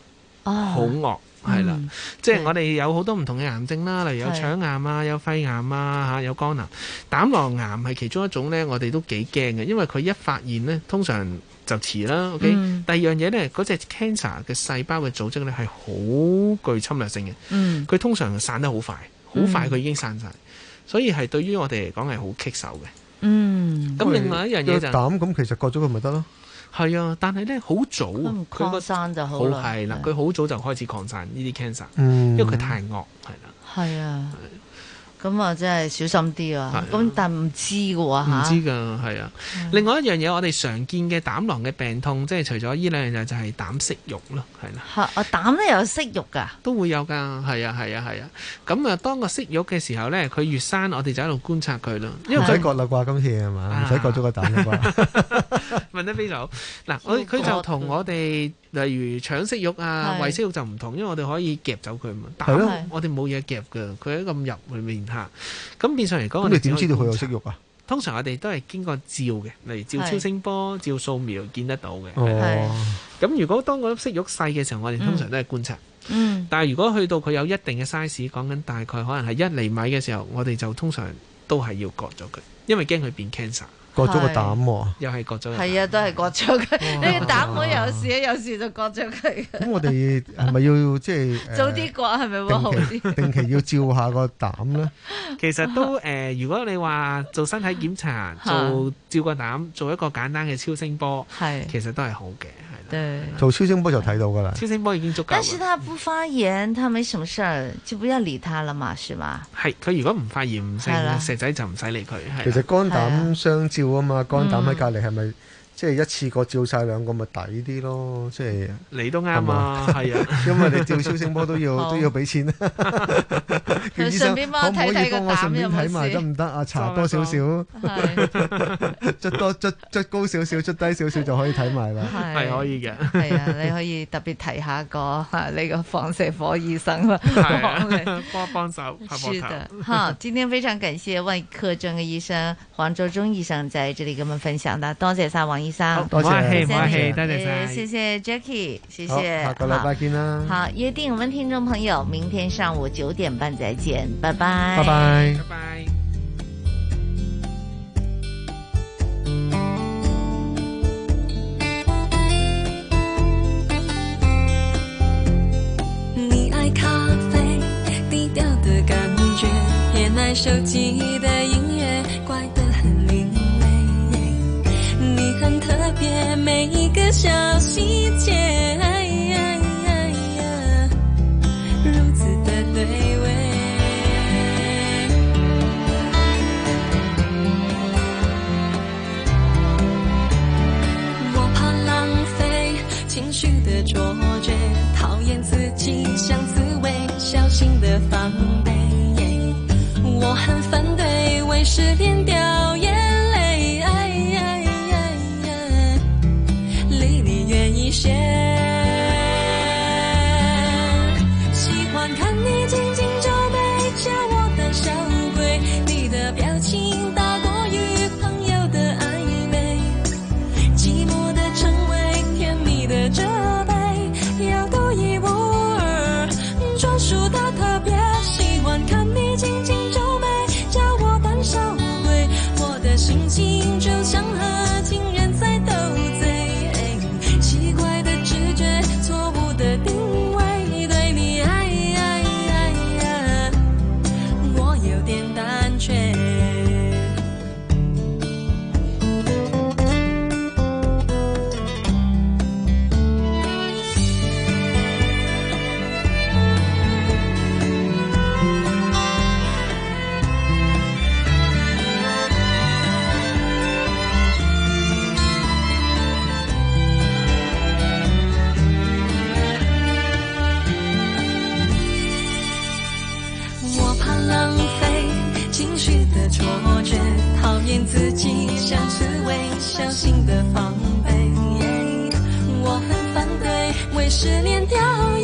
嗯好惡。係啦，即係我哋有好多唔同嘅癌症啦，例如有係腸癌啊、有肺癌啊、嚇有肝癌、膽囊癌係其中一種咧，我哋都幾驚嘅，因為佢一發現咧，通常就遲啦。OK，、嗯第二樣嘢咧，嗰隻 cancer 嘅細胞嘅組織咧係好具侵略性嘅。嗯佢通常散得好快，好快嗯佢已經散晒，所以係對於我哋嚟講係好棘手嘅。嗯，咁另外一樣嘢就係膽咁，其實割咗佢咪得咯。係啊，但係咧好早啊唔佢個擴散就好好啦。係啦，佢好早就開始擴散呢啲 cancer，因嗯為佢太惡係啦。係啊，咁啊真係小心啲啊。係咁但唔知嘅喎唔嚇，嗯知㗎，係啊。另外一樣嘢，我哋常見嘅膽囊嘅病痛，即係除咗呢兩樣嘢，就係膽息肉咯，係啦。嚇啊膽咧有息肉㗎。都會有㗎，係啊，係啊，係啊。咁啊，當個息肉嘅時候咧，佢越生，我哋就喺度觀察佢啦。因為唔使佢啊割啦啩，今次係嘛？唔使割咗個膽啦啩。問得非常好。嗱，我佢就同我哋例如腸息肉啊、係胃息肉就唔同，因為我哋可以夾走佢嘛。係咯膽我哋冇嘢夾㗎，佢喺咁入裏面嚇。咁變相嚟講，咁我你哋點知道佢有息息？肉啊？通常我哋都係經過照嘅，例如照係超聲波、照掃描見得到嘅。哦，咁如果當嗰粒息肉細嘅時候，我哋通常都係觀察。嗯但係如果去到佢有一定嘅 size，講緊大概可能係一厘米嘅時候，我哋就通常都係要割咗佢，因為驚佢變 cancer，割咗個膽喎。又係割咗。係啊，都係割咗佢。你膽會有事， *laughs* 有事就割咗佢。咁我哋係咪要即係誒早啲割係咪會好定期啲？定期要照下個膽咧？其實都誒、呃如果你話做身體 *laughs* 檢查、嚇做照個膽、做一個簡單嘅超聲波，係其實都係好啊嘅，對。做超聲波就睇到㗎啦。超聲波已經足夠但是啦。他不發炎，他沒什麼事兒，就不要理他了嘛，是 *laughs* 吧？係佢如果唔發炎唔成係啦石仔就唔使理佢。係啊其啦實肝膽相照啊嘛，肝膽嗯喺隔離係咪即係一次過照晒兩個咪抵啲咯？即係你都係啱嘛 *laughs*，啊，係啊因為你照超聲波都要 *laughs* 好都要俾錢啦。叫醫順生便可幫唔我可以睇睇個幫我膽順便有冇睇埋事得唔得啊？查多少少， *laughs* 捽多捽捽高少少，捽低少少就可以睇埋啦。係係可以嘅。係啊，你可以特別提下個嚇你個放射科醫生 *laughs* 啦。啊帮帮手拍是膊的，头。好，今天非常感謝外科專科醫生黃卓忠醫生在這裡跟我們分享的，多謝晒黃醫生，多謝唔客氣唔客氣你多謝晒呃謝謝 Jackie，謝好謝，下個禮拜見啦好，好約定我們聽眾朋友明天上午九點半再見，拜拜，拜拜拜拜。你爱咖啡低调的感觉，也爱手机的音乐，怪得很另类。你很特别，每一个小细节，哎呀哎呀如此的对味。我怕浪费情绪的卓绝，讨厌自己像刺猬，小心的防备。我很反对为失恋掉眼泪，哎呀呀呀，离你远一些。喜欢看你紧紧皱眉，像我的小鬼，你的表情大过于朋友的暧昧。寂寞的称谓，甜蜜的责备，要独一无二，专属的特别。喜欢看你紧紧皱眉，叫我胆小鬼，我的心情就像和情人在斗嘴。哎奇怪的直觉，错误的定位，对你爱爱爱爱，我有点胆怯。我怕浪费情绪的错觉，讨厌自己像刺猬，小心的防备。我很反对为失恋掉哎